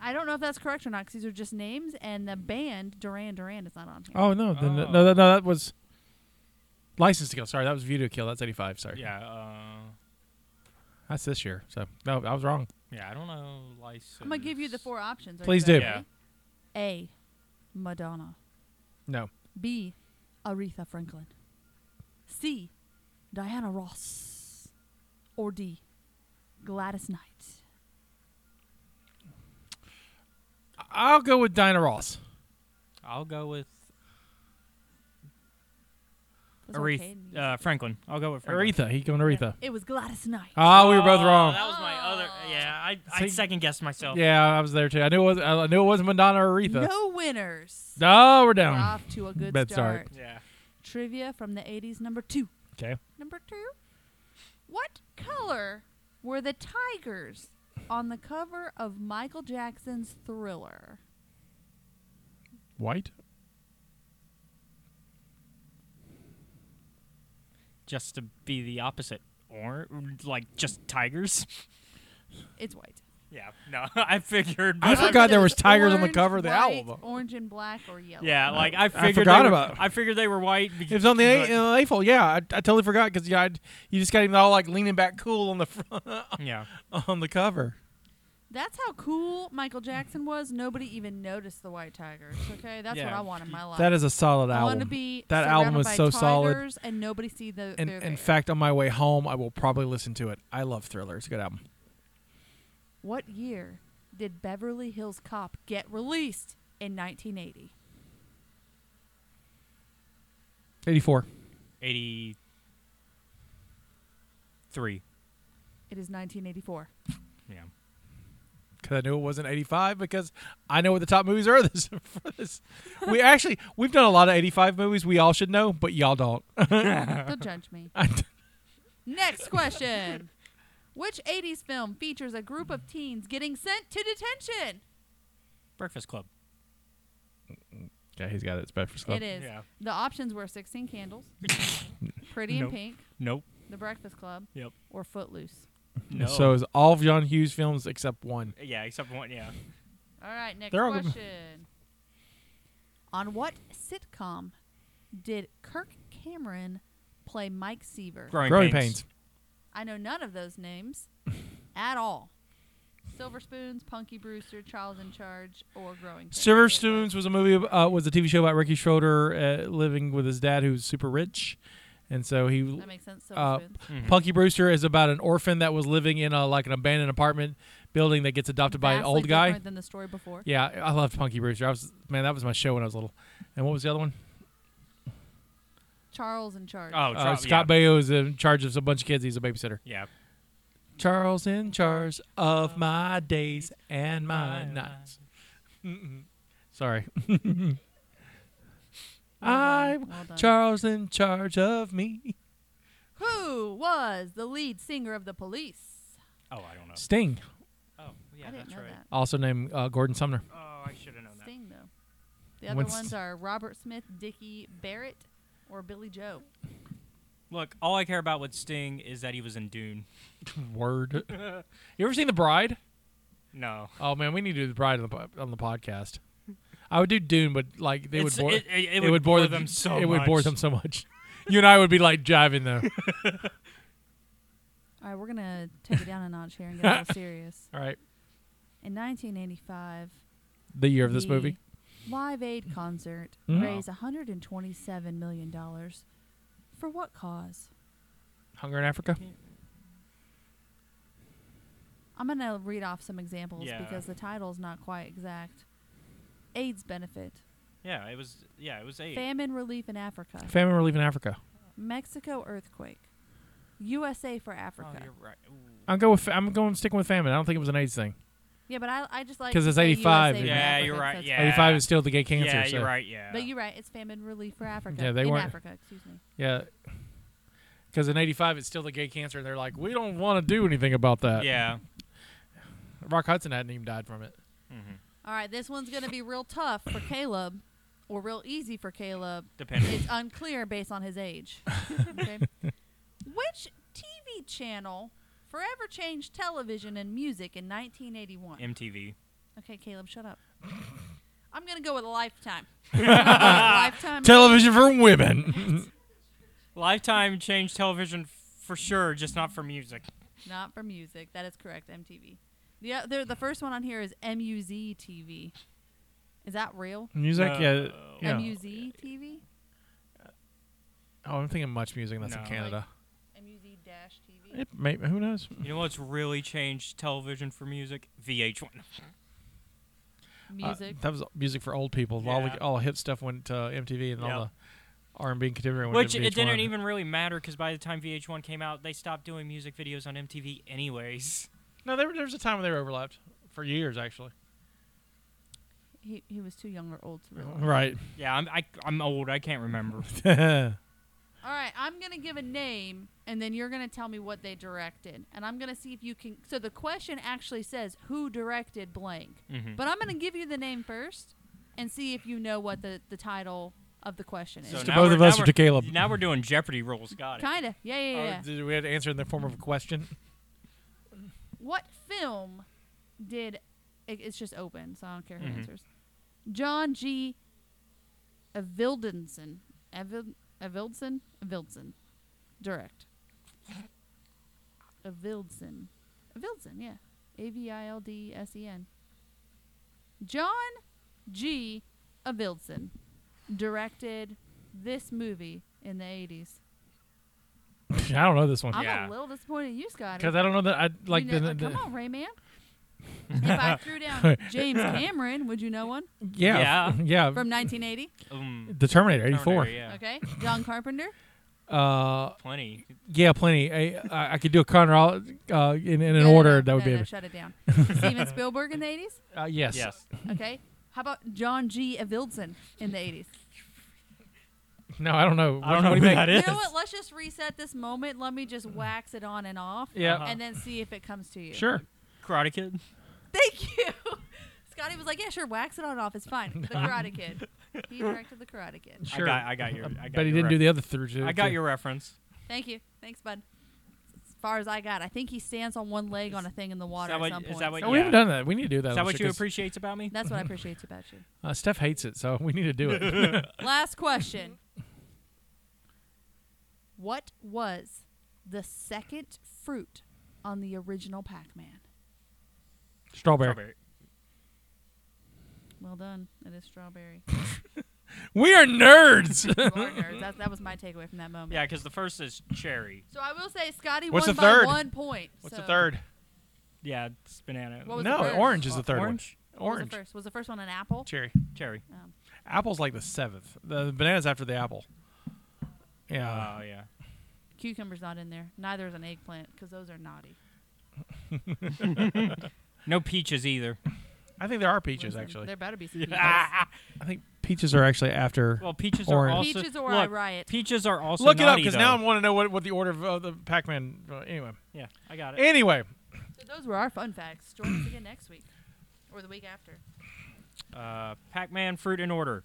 [SPEAKER 3] I don't know if that's correct or not 'cause these are just names, and the band Duran Duran is not on here.
[SPEAKER 2] Oh no, then
[SPEAKER 1] Oh.
[SPEAKER 2] no, no, no, that was License to Kill. Sorry, that was View to Kill. That's eighty-five. Sorry.
[SPEAKER 1] Yeah. Uh,
[SPEAKER 2] That's this year. So no, I was wrong.
[SPEAKER 1] yeah. I don't know. License.
[SPEAKER 3] I'm going to give you the four options. Are you
[SPEAKER 2] Please
[SPEAKER 3] ready?
[SPEAKER 2] do.
[SPEAKER 1] Yeah.
[SPEAKER 3] A. Madonna.
[SPEAKER 2] No.
[SPEAKER 3] B. Aretha Franklin. C. Diana Ross. Or D. Gladys Knight.
[SPEAKER 2] I'll go with Dinah Ross.
[SPEAKER 1] I'll go with
[SPEAKER 3] That's arcade
[SPEAKER 1] Aretha
[SPEAKER 3] music.
[SPEAKER 1] uh, Franklin. I'll go with Franklin.
[SPEAKER 2] Aretha. He going Aretha.
[SPEAKER 3] It was Gladys Knight.
[SPEAKER 2] Oh, we were both
[SPEAKER 1] Oh,
[SPEAKER 2] wrong.
[SPEAKER 1] That was my other. Yeah, I, I
[SPEAKER 2] See-
[SPEAKER 1] second guessed myself.
[SPEAKER 2] Yeah, I was there too. I knew it was. I knew it wasn't Madonna or Aretha.
[SPEAKER 3] No winners.
[SPEAKER 2] No, we're
[SPEAKER 3] We're
[SPEAKER 2] down.
[SPEAKER 3] off to a good
[SPEAKER 2] Bad
[SPEAKER 3] start.
[SPEAKER 2] start.
[SPEAKER 1] Yeah.
[SPEAKER 3] Trivia from the 80s, number two.
[SPEAKER 2] Okay.
[SPEAKER 3] Number two. What color were the tigers on the cover of Michael Jackson's Thriller?
[SPEAKER 2] White.
[SPEAKER 1] Just to be the opposite, or like just tigers.
[SPEAKER 3] It's white.
[SPEAKER 1] Yeah. No, I figured.
[SPEAKER 2] I
[SPEAKER 1] but
[SPEAKER 2] forgot there was tigers on the
[SPEAKER 3] orange,
[SPEAKER 2] cover of the
[SPEAKER 3] white,
[SPEAKER 2] album.
[SPEAKER 3] Orange and black or yellow.
[SPEAKER 1] Yeah, like I figured.
[SPEAKER 2] forgot
[SPEAKER 1] they were,
[SPEAKER 2] about-
[SPEAKER 1] I figured they were white.
[SPEAKER 2] It was on the
[SPEAKER 1] but-
[SPEAKER 2] eight, uh, eightfold. Yeah, I, I totally forgot because yeah, I'd- you just got him all like leaning back, cool on the front,
[SPEAKER 1] Yeah.
[SPEAKER 2] on the cover.
[SPEAKER 3] That's how cool Michael Jackson was. Nobody even noticed the white tigers. Okay, that's what
[SPEAKER 1] Yeah.
[SPEAKER 3] I want in my life.
[SPEAKER 2] That is a solid
[SPEAKER 3] I want to
[SPEAKER 2] album.
[SPEAKER 3] be
[SPEAKER 2] that
[SPEAKER 3] surrounded
[SPEAKER 2] album was
[SPEAKER 3] by
[SPEAKER 2] so solid.
[SPEAKER 3] tigers and nobody see the.
[SPEAKER 2] And
[SPEAKER 3] they're
[SPEAKER 2] in
[SPEAKER 3] there.
[SPEAKER 2] fact, on my way home, I will probably listen to it. I love Thriller. It's a good album.
[SPEAKER 3] What year did Beverly Hills Cop get released in 1980?
[SPEAKER 2] Eighty-four.
[SPEAKER 1] Eighty-three.
[SPEAKER 3] It is 1984.
[SPEAKER 1] Yeah.
[SPEAKER 2] because I knew it wasn't 85 because I know what the top movies are this for this. We actually we've done a lot of 85 movies we all should know, but y'all don't.
[SPEAKER 3] Don't judge me. Next question. Which 80s film features a group of teens getting sent to detention?
[SPEAKER 1] Breakfast Club.
[SPEAKER 2] Okay, he's got it. It's Breakfast Club.
[SPEAKER 3] It is.
[SPEAKER 1] Yeah.
[SPEAKER 3] The options were 16 Candles, Pretty
[SPEAKER 1] Nope.
[SPEAKER 3] in Pink,
[SPEAKER 1] Nope.
[SPEAKER 3] The Breakfast Club,
[SPEAKER 1] Yep.
[SPEAKER 3] or Footloose.
[SPEAKER 1] No.
[SPEAKER 2] So is all of John Hughes films except one.
[SPEAKER 1] yeah, except one. Yeah.
[SPEAKER 3] All right, next
[SPEAKER 2] They're all good.
[SPEAKER 3] question. On what sitcom did Kirk Cameron play Mike Seaver?
[SPEAKER 1] Growing,
[SPEAKER 2] Growing
[SPEAKER 1] pains.
[SPEAKER 2] Pains.
[SPEAKER 3] I know none of those names at all. Silver Spoons, Punky Brewster, Charles in Charge, or Growing Pains.
[SPEAKER 2] Silver Spoons was a movie, uh, was a TV show about Ricky Schroeder uh, living with his dad who's super rich, and so he.
[SPEAKER 3] That makes sense. Silver
[SPEAKER 2] Uh,
[SPEAKER 3] Spoons.
[SPEAKER 1] Mhm.
[SPEAKER 2] Punky Brewster is about an orphan that was living in a like an abandoned apartment building that gets adopted by an
[SPEAKER 3] Vastly
[SPEAKER 2] old guy.
[SPEAKER 3] different than the story before.
[SPEAKER 2] Yeah, I loved Punky Brewster. I was man, that was my show when I was little. And what was the other one?
[SPEAKER 3] Charles in Charge.
[SPEAKER 1] Oh,
[SPEAKER 2] Uh,
[SPEAKER 1] Charles-
[SPEAKER 2] Scott
[SPEAKER 1] yeah.
[SPEAKER 2] Baio is in charge of a bunch of kids. He's a babysitter.
[SPEAKER 1] Yeah.
[SPEAKER 2] Charles in charge of my days and my nights. Mm-mm. Sorry.
[SPEAKER 3] Well done,
[SPEAKER 2] I'm
[SPEAKER 3] well done.
[SPEAKER 2] Charles in charge of me.
[SPEAKER 3] Who was the lead singer of the police?
[SPEAKER 1] Oh, I don't know.
[SPEAKER 2] Sting,
[SPEAKER 1] Oh, yeah,
[SPEAKER 3] I didn't
[SPEAKER 1] that's
[SPEAKER 3] know
[SPEAKER 1] right.
[SPEAKER 3] that.
[SPEAKER 2] also named uh, Gordon Sumner.
[SPEAKER 1] Oh, I should have known that.
[SPEAKER 3] Sting, though. The other
[SPEAKER 2] When's-
[SPEAKER 3] ones are Robert Smith, Dickie Barrett, or Billy Joe.
[SPEAKER 1] Look, all I care about with Sting is that he was in Dune.
[SPEAKER 2] Word. you ever seen The Bride?
[SPEAKER 1] No,
[SPEAKER 2] Oh man, we need to do The Bride on the, po- on the podcast. I would do Dune, but like they
[SPEAKER 1] It's-
[SPEAKER 2] would bore
[SPEAKER 1] it, it- it
[SPEAKER 2] it would bore
[SPEAKER 1] them so.
[SPEAKER 2] It would bore
[SPEAKER 1] much.
[SPEAKER 2] them so much. You and I would be like jiving though.
[SPEAKER 3] All right, we're going to take it down a notch here and get a little serious.
[SPEAKER 2] All right,
[SPEAKER 3] In 1985,
[SPEAKER 2] the year of this
[SPEAKER 3] the
[SPEAKER 2] movie.
[SPEAKER 3] Live Aid concert
[SPEAKER 1] Mm.
[SPEAKER 2] Mhm.
[SPEAKER 3] raised $127 million. For what cause?
[SPEAKER 2] Hunger in Africa.
[SPEAKER 3] I'm going to read off some examples
[SPEAKER 1] Yeah.
[SPEAKER 3] because the title's not quite exact. AIDS benefit,
[SPEAKER 1] Yeah, it was. Yeah, it was eight.
[SPEAKER 3] famine relief in Africa,
[SPEAKER 2] Famine relief in Africa.
[SPEAKER 3] Mexico earthquake, USA for
[SPEAKER 1] Oh,
[SPEAKER 3] Africa.
[SPEAKER 1] you're right. Ooh.
[SPEAKER 2] I'm going. With, fa- I'm going. Sticking with famine. I don't think it was an AIDS thing.
[SPEAKER 3] Yeah, but I, I just like
[SPEAKER 2] 'Cause
[SPEAKER 3] to
[SPEAKER 2] it's
[SPEAKER 3] say
[SPEAKER 2] 85,
[SPEAKER 3] USA for
[SPEAKER 2] isn't it?
[SPEAKER 1] Yeah,
[SPEAKER 3] Africa,
[SPEAKER 1] you're
[SPEAKER 3] so
[SPEAKER 1] right,
[SPEAKER 3] it's-
[SPEAKER 1] yeah.
[SPEAKER 2] Eighty-five is still the gay cancer.
[SPEAKER 1] yeah,
[SPEAKER 2] so-
[SPEAKER 1] you're right. Yeah.
[SPEAKER 3] But you're right. It's famine relief for Africa.
[SPEAKER 2] Yeah, they
[SPEAKER 3] in
[SPEAKER 2] weren't-
[SPEAKER 3] Africa. Excuse me.
[SPEAKER 2] Yeah. Because in '85 it's still the gay cancer, and they're like, we don't want to do anything about that.
[SPEAKER 1] Yeah.
[SPEAKER 2] Rock Hudson hadn't even died from it.
[SPEAKER 1] Mhm.
[SPEAKER 3] All right, this one's gonna be real tough for Caleb, or real easy for Caleb.
[SPEAKER 1] Depending.
[SPEAKER 3] It's unclear based on his age. Okay. Which TV channel forever changed television and music in 1981?
[SPEAKER 1] MTV.
[SPEAKER 3] okay, Caleb, shut up. I'm gonna go with Lifetime. Lifetime.
[SPEAKER 2] Television for women.
[SPEAKER 1] Lifetime changed television f- for sure, just not for music.
[SPEAKER 3] Not for music. That is correct. MTV. The other, the first one on here is MUZ TV. Is that real?
[SPEAKER 2] Music. Yeah.
[SPEAKER 1] No.
[SPEAKER 2] yeah.
[SPEAKER 3] MUZ TV.
[SPEAKER 2] Oh, I'm thinking much music. and That's
[SPEAKER 1] No.
[SPEAKER 2] in Canada.
[SPEAKER 3] MUZ dash TV.
[SPEAKER 2] It may, who knows?
[SPEAKER 1] You know what's really changed television for music? VH1.
[SPEAKER 2] Uh,
[SPEAKER 3] Music.
[SPEAKER 2] that was music for old people. All
[SPEAKER 1] Yeah.
[SPEAKER 2] the all the hip stuff went to MTV, and
[SPEAKER 1] Yeah.
[SPEAKER 2] all the R and B and contemporary. went
[SPEAKER 1] Which
[SPEAKER 2] to
[SPEAKER 1] it
[SPEAKER 2] VH1.
[SPEAKER 1] didn't even really matter because by the time VH1 came out, they stopped doing music videos on MTV anyways.
[SPEAKER 2] No, there, there was a time when they were overlapped for years, actually.
[SPEAKER 3] he he was too young or old to realize.
[SPEAKER 2] Right.
[SPEAKER 1] Yeah, I'm I, I'm old. I can't remember.
[SPEAKER 3] All right, I'm gonna give a name, and then you're gonna tell me what they directed, and I'm gonna see if you can. So the question actually says who directed blank,
[SPEAKER 1] mm-hmm.
[SPEAKER 3] but I'm gonna give you the name first, and see if you know what the the title of the question is.
[SPEAKER 1] So
[SPEAKER 2] to
[SPEAKER 1] now
[SPEAKER 2] both
[SPEAKER 1] we're-
[SPEAKER 2] of
[SPEAKER 1] now
[SPEAKER 2] us or
[SPEAKER 1] we're-
[SPEAKER 2] to Caleb?
[SPEAKER 1] Now we're doing Jeopardy rules. Got it.
[SPEAKER 3] Kinda. Yeah, yeah, yeah.
[SPEAKER 2] did we had to answer in the form of a question?
[SPEAKER 3] What film did it, it's just open, so I don't care who
[SPEAKER 1] Mhm.
[SPEAKER 3] answers. John G. Avildsen, Avil- Avildsen, Avildsen, direct. Avildsen, Avildsen, yeah, A V I L D S E N. John G. Avildsen directed this movie in the 80s.
[SPEAKER 2] I don't know this one
[SPEAKER 3] I'm
[SPEAKER 1] Yeah.
[SPEAKER 3] a little disappointed you, Scotty.
[SPEAKER 2] because I don't know that I like
[SPEAKER 3] You know-
[SPEAKER 2] the, the,
[SPEAKER 3] uh, come on, Rayman. if I threw down James Cameron, would you know one
[SPEAKER 2] yeah
[SPEAKER 1] Yeah.
[SPEAKER 2] yeah
[SPEAKER 3] from 1980?
[SPEAKER 1] Um,
[SPEAKER 2] the Terminator eighty
[SPEAKER 1] Terminator,
[SPEAKER 2] four.
[SPEAKER 1] Yeah.
[SPEAKER 3] Okay, John Carpenter.
[SPEAKER 2] Uh,
[SPEAKER 1] Plenty.
[SPEAKER 2] yeah, plenty. I, I, I could do a Connor all, uh, in, in an
[SPEAKER 3] No, no,
[SPEAKER 2] order.
[SPEAKER 3] no,
[SPEAKER 2] that would
[SPEAKER 3] no,
[SPEAKER 2] be
[SPEAKER 3] no,
[SPEAKER 2] it.
[SPEAKER 3] shut it down. Steven Spielberg in the 80s.
[SPEAKER 2] Uh, yes.
[SPEAKER 1] Yes.
[SPEAKER 3] Okay, how about John G. Avildsen in the 80s?
[SPEAKER 2] No, I don't know.
[SPEAKER 1] I don't know
[SPEAKER 2] What
[SPEAKER 1] who
[SPEAKER 2] do you think?
[SPEAKER 1] that
[SPEAKER 3] You
[SPEAKER 1] is.
[SPEAKER 3] know what? Let's just reset this moment. Let me just wax it on and off,
[SPEAKER 2] Yeah.
[SPEAKER 1] Uh-huh.
[SPEAKER 3] and then see if it comes to you.
[SPEAKER 2] Sure.
[SPEAKER 1] Karate Kid.
[SPEAKER 3] Thank you. Scotty was like, "Yeah, sure, wax it on and off. It's fine." The Karate Kid. He directed the Karate Kid.
[SPEAKER 2] Sure.
[SPEAKER 1] I got, I got your. I got
[SPEAKER 2] but he
[SPEAKER 1] your
[SPEAKER 2] didn't do
[SPEAKER 1] ref-
[SPEAKER 2] the other through two.
[SPEAKER 1] I got
[SPEAKER 2] too.
[SPEAKER 1] your reference.
[SPEAKER 3] Thank you. Thanks, bud. As far as I got, I think he stands on one leg on a thing in the water
[SPEAKER 1] that what-
[SPEAKER 3] at some
[SPEAKER 1] is
[SPEAKER 3] point.
[SPEAKER 1] that what
[SPEAKER 2] No,
[SPEAKER 3] so-
[SPEAKER 2] we haven't
[SPEAKER 1] Yeah.
[SPEAKER 2] done that. We need to do that.
[SPEAKER 1] Is that
[SPEAKER 2] Alicia,
[SPEAKER 1] what you
[SPEAKER 2] 'cause,
[SPEAKER 1] appreciate about me?
[SPEAKER 3] That's what I appreciate about you.
[SPEAKER 2] Uh, Steph hates it, so we need to do it.
[SPEAKER 5] Uh,
[SPEAKER 3] Last question. What was the second fruit on the original Pac-Man?
[SPEAKER 2] Strawberry.
[SPEAKER 1] Strawberry.
[SPEAKER 3] Well done. It is strawberry.
[SPEAKER 2] We are nerds.
[SPEAKER 3] You are nerds. that, that was my takeaway from that moment.
[SPEAKER 1] Yeah, because the first is cherry.
[SPEAKER 3] So I will say Scotty
[SPEAKER 5] What's
[SPEAKER 3] won
[SPEAKER 5] the
[SPEAKER 3] by
[SPEAKER 5] third?
[SPEAKER 3] one point.
[SPEAKER 5] What's
[SPEAKER 3] so
[SPEAKER 5] the third?
[SPEAKER 1] Yeah, it's banana.
[SPEAKER 3] What was the
[SPEAKER 2] no,
[SPEAKER 3] first?
[SPEAKER 2] orange is the third
[SPEAKER 1] Orange?
[SPEAKER 2] one.
[SPEAKER 3] What was
[SPEAKER 2] Orange.
[SPEAKER 3] the first? Was the first one an apple?
[SPEAKER 2] Cherry.
[SPEAKER 1] Cherry.
[SPEAKER 3] Um,
[SPEAKER 2] Apple's like the seventh. The banana's after the apple.
[SPEAKER 1] Oh,
[SPEAKER 2] Yeah.
[SPEAKER 3] Uh,
[SPEAKER 1] yeah.
[SPEAKER 3] cucumber's not in there. Neither is an eggplant because those are naughty.
[SPEAKER 1] No peaches either.
[SPEAKER 2] I think there are peaches,
[SPEAKER 3] Listen,
[SPEAKER 2] actually.
[SPEAKER 3] There better be some peaches.
[SPEAKER 1] Ah,
[SPEAKER 2] I think peaches are actually after.
[SPEAKER 1] well, peaches
[SPEAKER 2] Orange.
[SPEAKER 1] are also.
[SPEAKER 3] Peaches or I
[SPEAKER 1] look,
[SPEAKER 3] riot.
[SPEAKER 1] Peaches are also.
[SPEAKER 2] Look it up
[SPEAKER 1] naughty,
[SPEAKER 2] because now I
[SPEAKER 1] though.
[SPEAKER 2] want to know what, what the order of uh, the Pac Man. Uh, anyway.
[SPEAKER 1] Yeah, I got it.
[SPEAKER 2] Anyway.
[SPEAKER 3] So those were our fun facts. Join us again next week or the week after.
[SPEAKER 1] uh, Pac-Man fruit in order: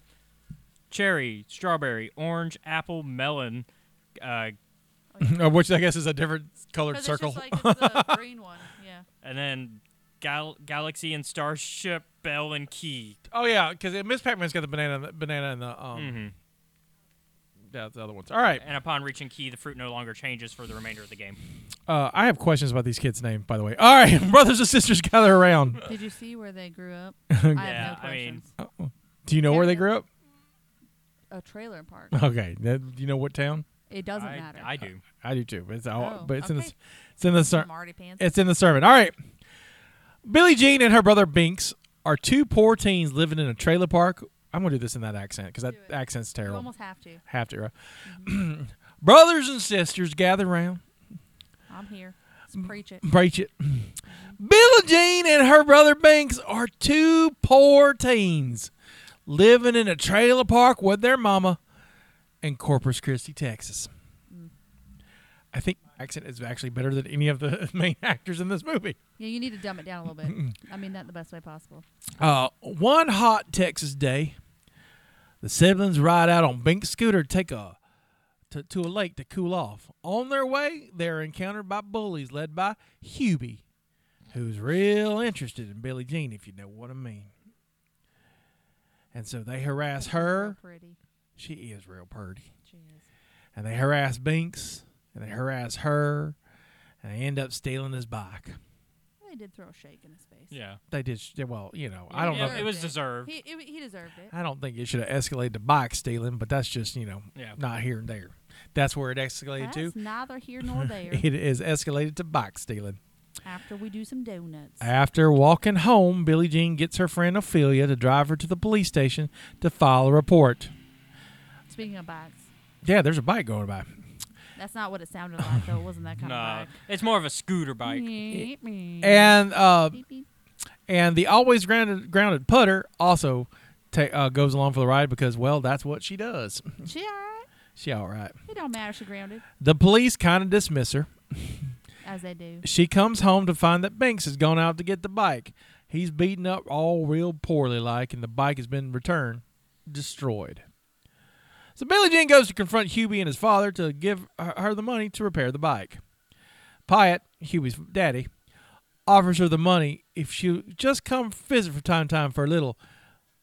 [SPEAKER 1] cherry, strawberry, orange, apple, melon, uh,
[SPEAKER 2] Which I guess is a different colored
[SPEAKER 3] 'Cause it's
[SPEAKER 2] circle.
[SPEAKER 3] just like it's the green one. Yeah.
[SPEAKER 1] and then gal- galaxy and starship, bell and key.
[SPEAKER 2] oh, yeah, because Miss Pac Man's got the banana, banana and the. Um,
[SPEAKER 3] Mm-hmm.
[SPEAKER 1] hmm
[SPEAKER 2] Yeah, the other ones. All right.
[SPEAKER 1] And upon reaching key, the fruit no longer changes for the remainder of the game.
[SPEAKER 2] Uh, I have questions about these kids' names, by the way. All right, brothers and sisters, gather around.
[SPEAKER 3] Did you see where they grew up? I have
[SPEAKER 1] Yeah,
[SPEAKER 3] no
[SPEAKER 1] I mean-
[SPEAKER 3] questions.
[SPEAKER 2] Do you know where they grew up?
[SPEAKER 1] Oh.
[SPEAKER 3] a trailer park.
[SPEAKER 2] Okay. that- Do you know what town?
[SPEAKER 3] It doesn't
[SPEAKER 1] I,
[SPEAKER 3] matter.
[SPEAKER 1] I do.
[SPEAKER 2] I do too. But it's, all,
[SPEAKER 3] Oh,
[SPEAKER 2] but it's in the
[SPEAKER 3] okay.
[SPEAKER 2] it's in the
[SPEAKER 3] Some
[SPEAKER 2] ser-
[SPEAKER 3] Marty pants.
[SPEAKER 2] it's in the sermon. All right. Billie Jean and her brother Binks are two poor teens living in a trailer park. I'm gonna do this in that accent because that
[SPEAKER 3] Do it.
[SPEAKER 2] accent's
[SPEAKER 3] you
[SPEAKER 2] terrible.
[SPEAKER 3] almost have to.
[SPEAKER 2] have to. Right? brothers and sisters, gather round.
[SPEAKER 3] I'm here.
[SPEAKER 2] Mm.
[SPEAKER 3] Let's preach it.
[SPEAKER 2] Preach it. Billie Jean and her brother Binks are two poor teens living in a trailer park with their mama in Corpus Christi, Texas.
[SPEAKER 3] Mm.
[SPEAKER 2] I think my accent is actually better than any of the main actors in this movie.
[SPEAKER 3] Yeah, you need to dumb it down a little bit. I mean that the best way possible.
[SPEAKER 2] Uh, one hot Texas day, the siblings ride out on Bink's scooter to take a to, to a lake to cool off. On their way, they're encountered by bullies led by Hubie, who's real interested in Billie Jean, if you know what I mean. And so they harass her.
[SPEAKER 3] Pretty.
[SPEAKER 2] She is real purty.
[SPEAKER 3] She is.
[SPEAKER 2] And they harass Binks, and they harass her, and they end up stealing his bike.
[SPEAKER 3] They did throw a shake in his face.
[SPEAKER 1] Yeah,
[SPEAKER 2] They did, well, you know, I don't
[SPEAKER 1] Yeah,
[SPEAKER 2] know.
[SPEAKER 1] It was deserved.
[SPEAKER 3] He, it, he deserved it.
[SPEAKER 2] I don't think it should have escalated to bike stealing, but that's just, you know,
[SPEAKER 1] Yeah.
[SPEAKER 2] not here and there. That's where it escalated to.
[SPEAKER 3] That's neither here nor there.
[SPEAKER 2] It is escalated to bike stealing.
[SPEAKER 3] after we do some donuts.
[SPEAKER 2] After walking home, Billie Jean gets her friend Ophelia to drive her to the police station to file a report.
[SPEAKER 3] Speaking of bikes,
[SPEAKER 2] Yeah, there's a bike going by.
[SPEAKER 3] that's not what it sounded like though. It wasn't that kind
[SPEAKER 1] Nah,
[SPEAKER 3] of bike.
[SPEAKER 1] it's more of a scooter bike.
[SPEAKER 3] Meep, meep.
[SPEAKER 2] And uh,
[SPEAKER 3] Beep, beep.
[SPEAKER 2] and the always grounded grounded putter also ta- uh, goes along for the ride because well that's what she does.
[SPEAKER 3] She all right.
[SPEAKER 2] She all right.
[SPEAKER 3] It don't matter. She grounded
[SPEAKER 2] The police kind of dismiss her.
[SPEAKER 3] as they do.
[SPEAKER 2] She comes home to find that Binks has gone out to get the bike. He's beaten up all real poorly, like, and the bike has been returned, destroyed. So Billie Jean goes to confront Hubie and his father to give her her the money to repair the bike. Pyatt, Hubie's daddy, offers her the money if she'll just come visit from time to time for a little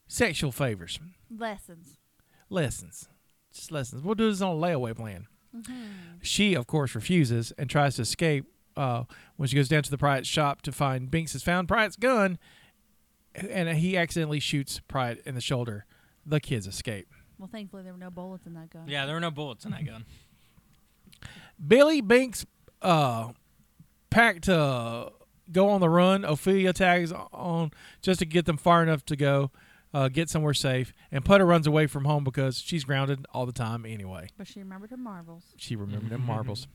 [SPEAKER 2] sexual favors,
[SPEAKER 3] Lessons.
[SPEAKER 2] lessons, just lessons. We'll do this on a layaway plan. She, of course, refuses and tries to escape uh, when she goes down to the Pryatt shop to find Binks has found Pryatt's gun, and he accidentally shoots Pryatt in the shoulder. The kids escape.
[SPEAKER 3] Well, thankfully there were no bullets in that gun.
[SPEAKER 1] Yeah, there were no bullets in that gun.
[SPEAKER 2] Billy Binks uh, packed to go on the run. Ophelia tags on just to get them far enough to go uh, get somewhere safe. And Putter runs away from home because she's grounded all the time anyway.
[SPEAKER 3] But she remembered her marbles.
[SPEAKER 2] She remembered them marbles.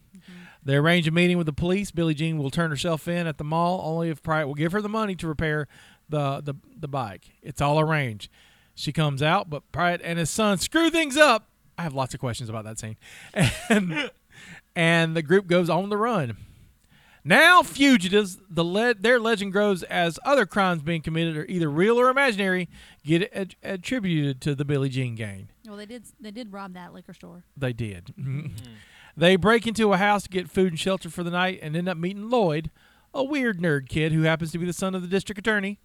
[SPEAKER 2] They arrange a meeting with the police. Billie Jean will turn herself in at the mall only if Pryor will give her the money to repair the, the, the bike. It's all arranged. She comes out, but Pryor and his son screw things up. I have lots of questions about that scene. And, and the group goes on the run. Now fugitives, the le- their legend grows as other crimes being committed are either real or imaginary get ad- attributed to the Billie Jean gang.
[SPEAKER 3] Well, they did. They did rob that liquor store.
[SPEAKER 2] They did. They break into a house to get food and shelter for the night and end up meeting Lloyd, a weird nerd kid who happens to be the son of the district attorney.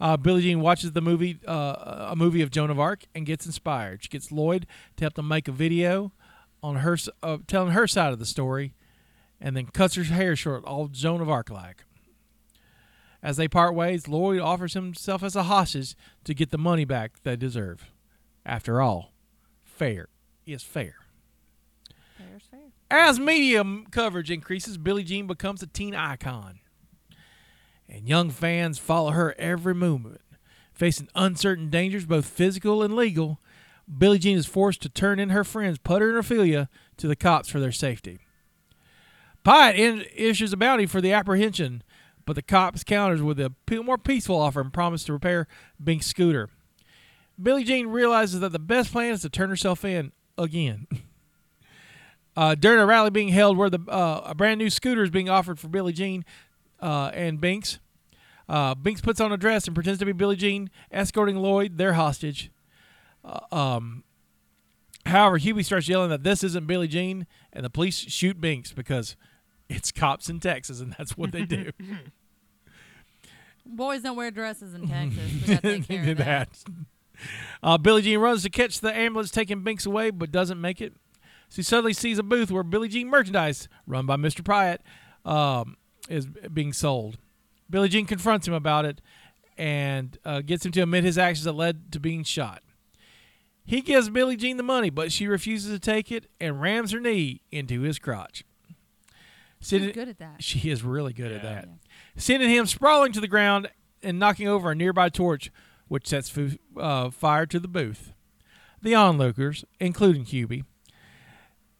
[SPEAKER 2] Uh, Billie Jean watches the movie, uh, a movie of Joan of Arc, and gets inspired. She gets Lloyd to help them make a video on her s- uh, telling her side of the story, and then cuts her hair short, all Joan of Arc like. As they part ways, Lloyd offers himself as a hostage to get the money back they deserve. After all, fair is fair.
[SPEAKER 3] Fair's fair.
[SPEAKER 2] As media m- coverage increases, Billie Jean becomes a teen icon. And young fans follow her every movement. Facing uncertain dangers, both physical and legal, Billie Jean is forced to turn in her friends, Putter and Ophelia, to the cops for their safety. Pyatt in- issues a bounty for the apprehension, but the cops counters with a pe- more peaceful offer and promise to repair Bink's scooter. Billie Jean realizes that the best plan is to turn herself in again. Uh, during a rally being held where the uh, a brand new scooter is being offered for Billie Jean uh, and Binks. Uh, Binks puts on a dress and pretends to be Billie Jean, escorting Lloyd, their hostage. Uh, um, however, Hubie starts yelling that this isn't Billie Jean, and the police shoot Binks because it's cops in Texas, and that's what they do.
[SPEAKER 3] Boys don't wear dresses in Texas. We gotta take care
[SPEAKER 2] They did
[SPEAKER 3] of that.
[SPEAKER 2] that. Uh, Billie Jean runs to catch the ambulance taking Binks away, but doesn't make it. She suddenly sees a booth where Billie Jean merchandise, run by Mr. Pyatt, um, is being sold. Billie Jean confronts him about it and uh, gets him to admit his actions that led to being shot. He gives Billie Jean the money, but she refuses to take it and rams her knee into his crotch.
[SPEAKER 3] She's
[SPEAKER 2] Sitting-
[SPEAKER 3] good at that.
[SPEAKER 2] she is really good at that.
[SPEAKER 3] Yeah.
[SPEAKER 2] Sending him sprawling to the ground and knocking over a nearby torch, which sets fu- uh, fire to the booth. The onlookers, including Hubie,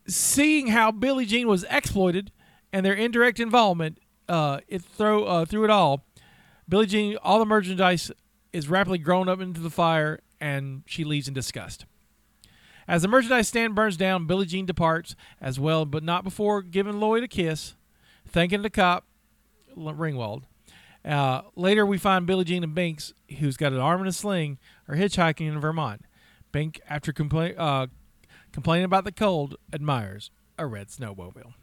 [SPEAKER 2] seeing how Billie Jean was exploited and their indirect involvement uh, it throw, uh, through it all, Billie Jean, all the merchandise is rapidly grown up into the fire and she leaves in disgust. As the merchandise stand burns down, Billie Jean departs as well, but not before giving Lloyd a kiss, thanking the cop, L- Ringwald. Uh, later, we find Billie Jean and Binks, who's got an arm in a sling, are hitchhiking in Vermont. Bink, after compla- uh, complaining about the cold, admires a red snowmobile.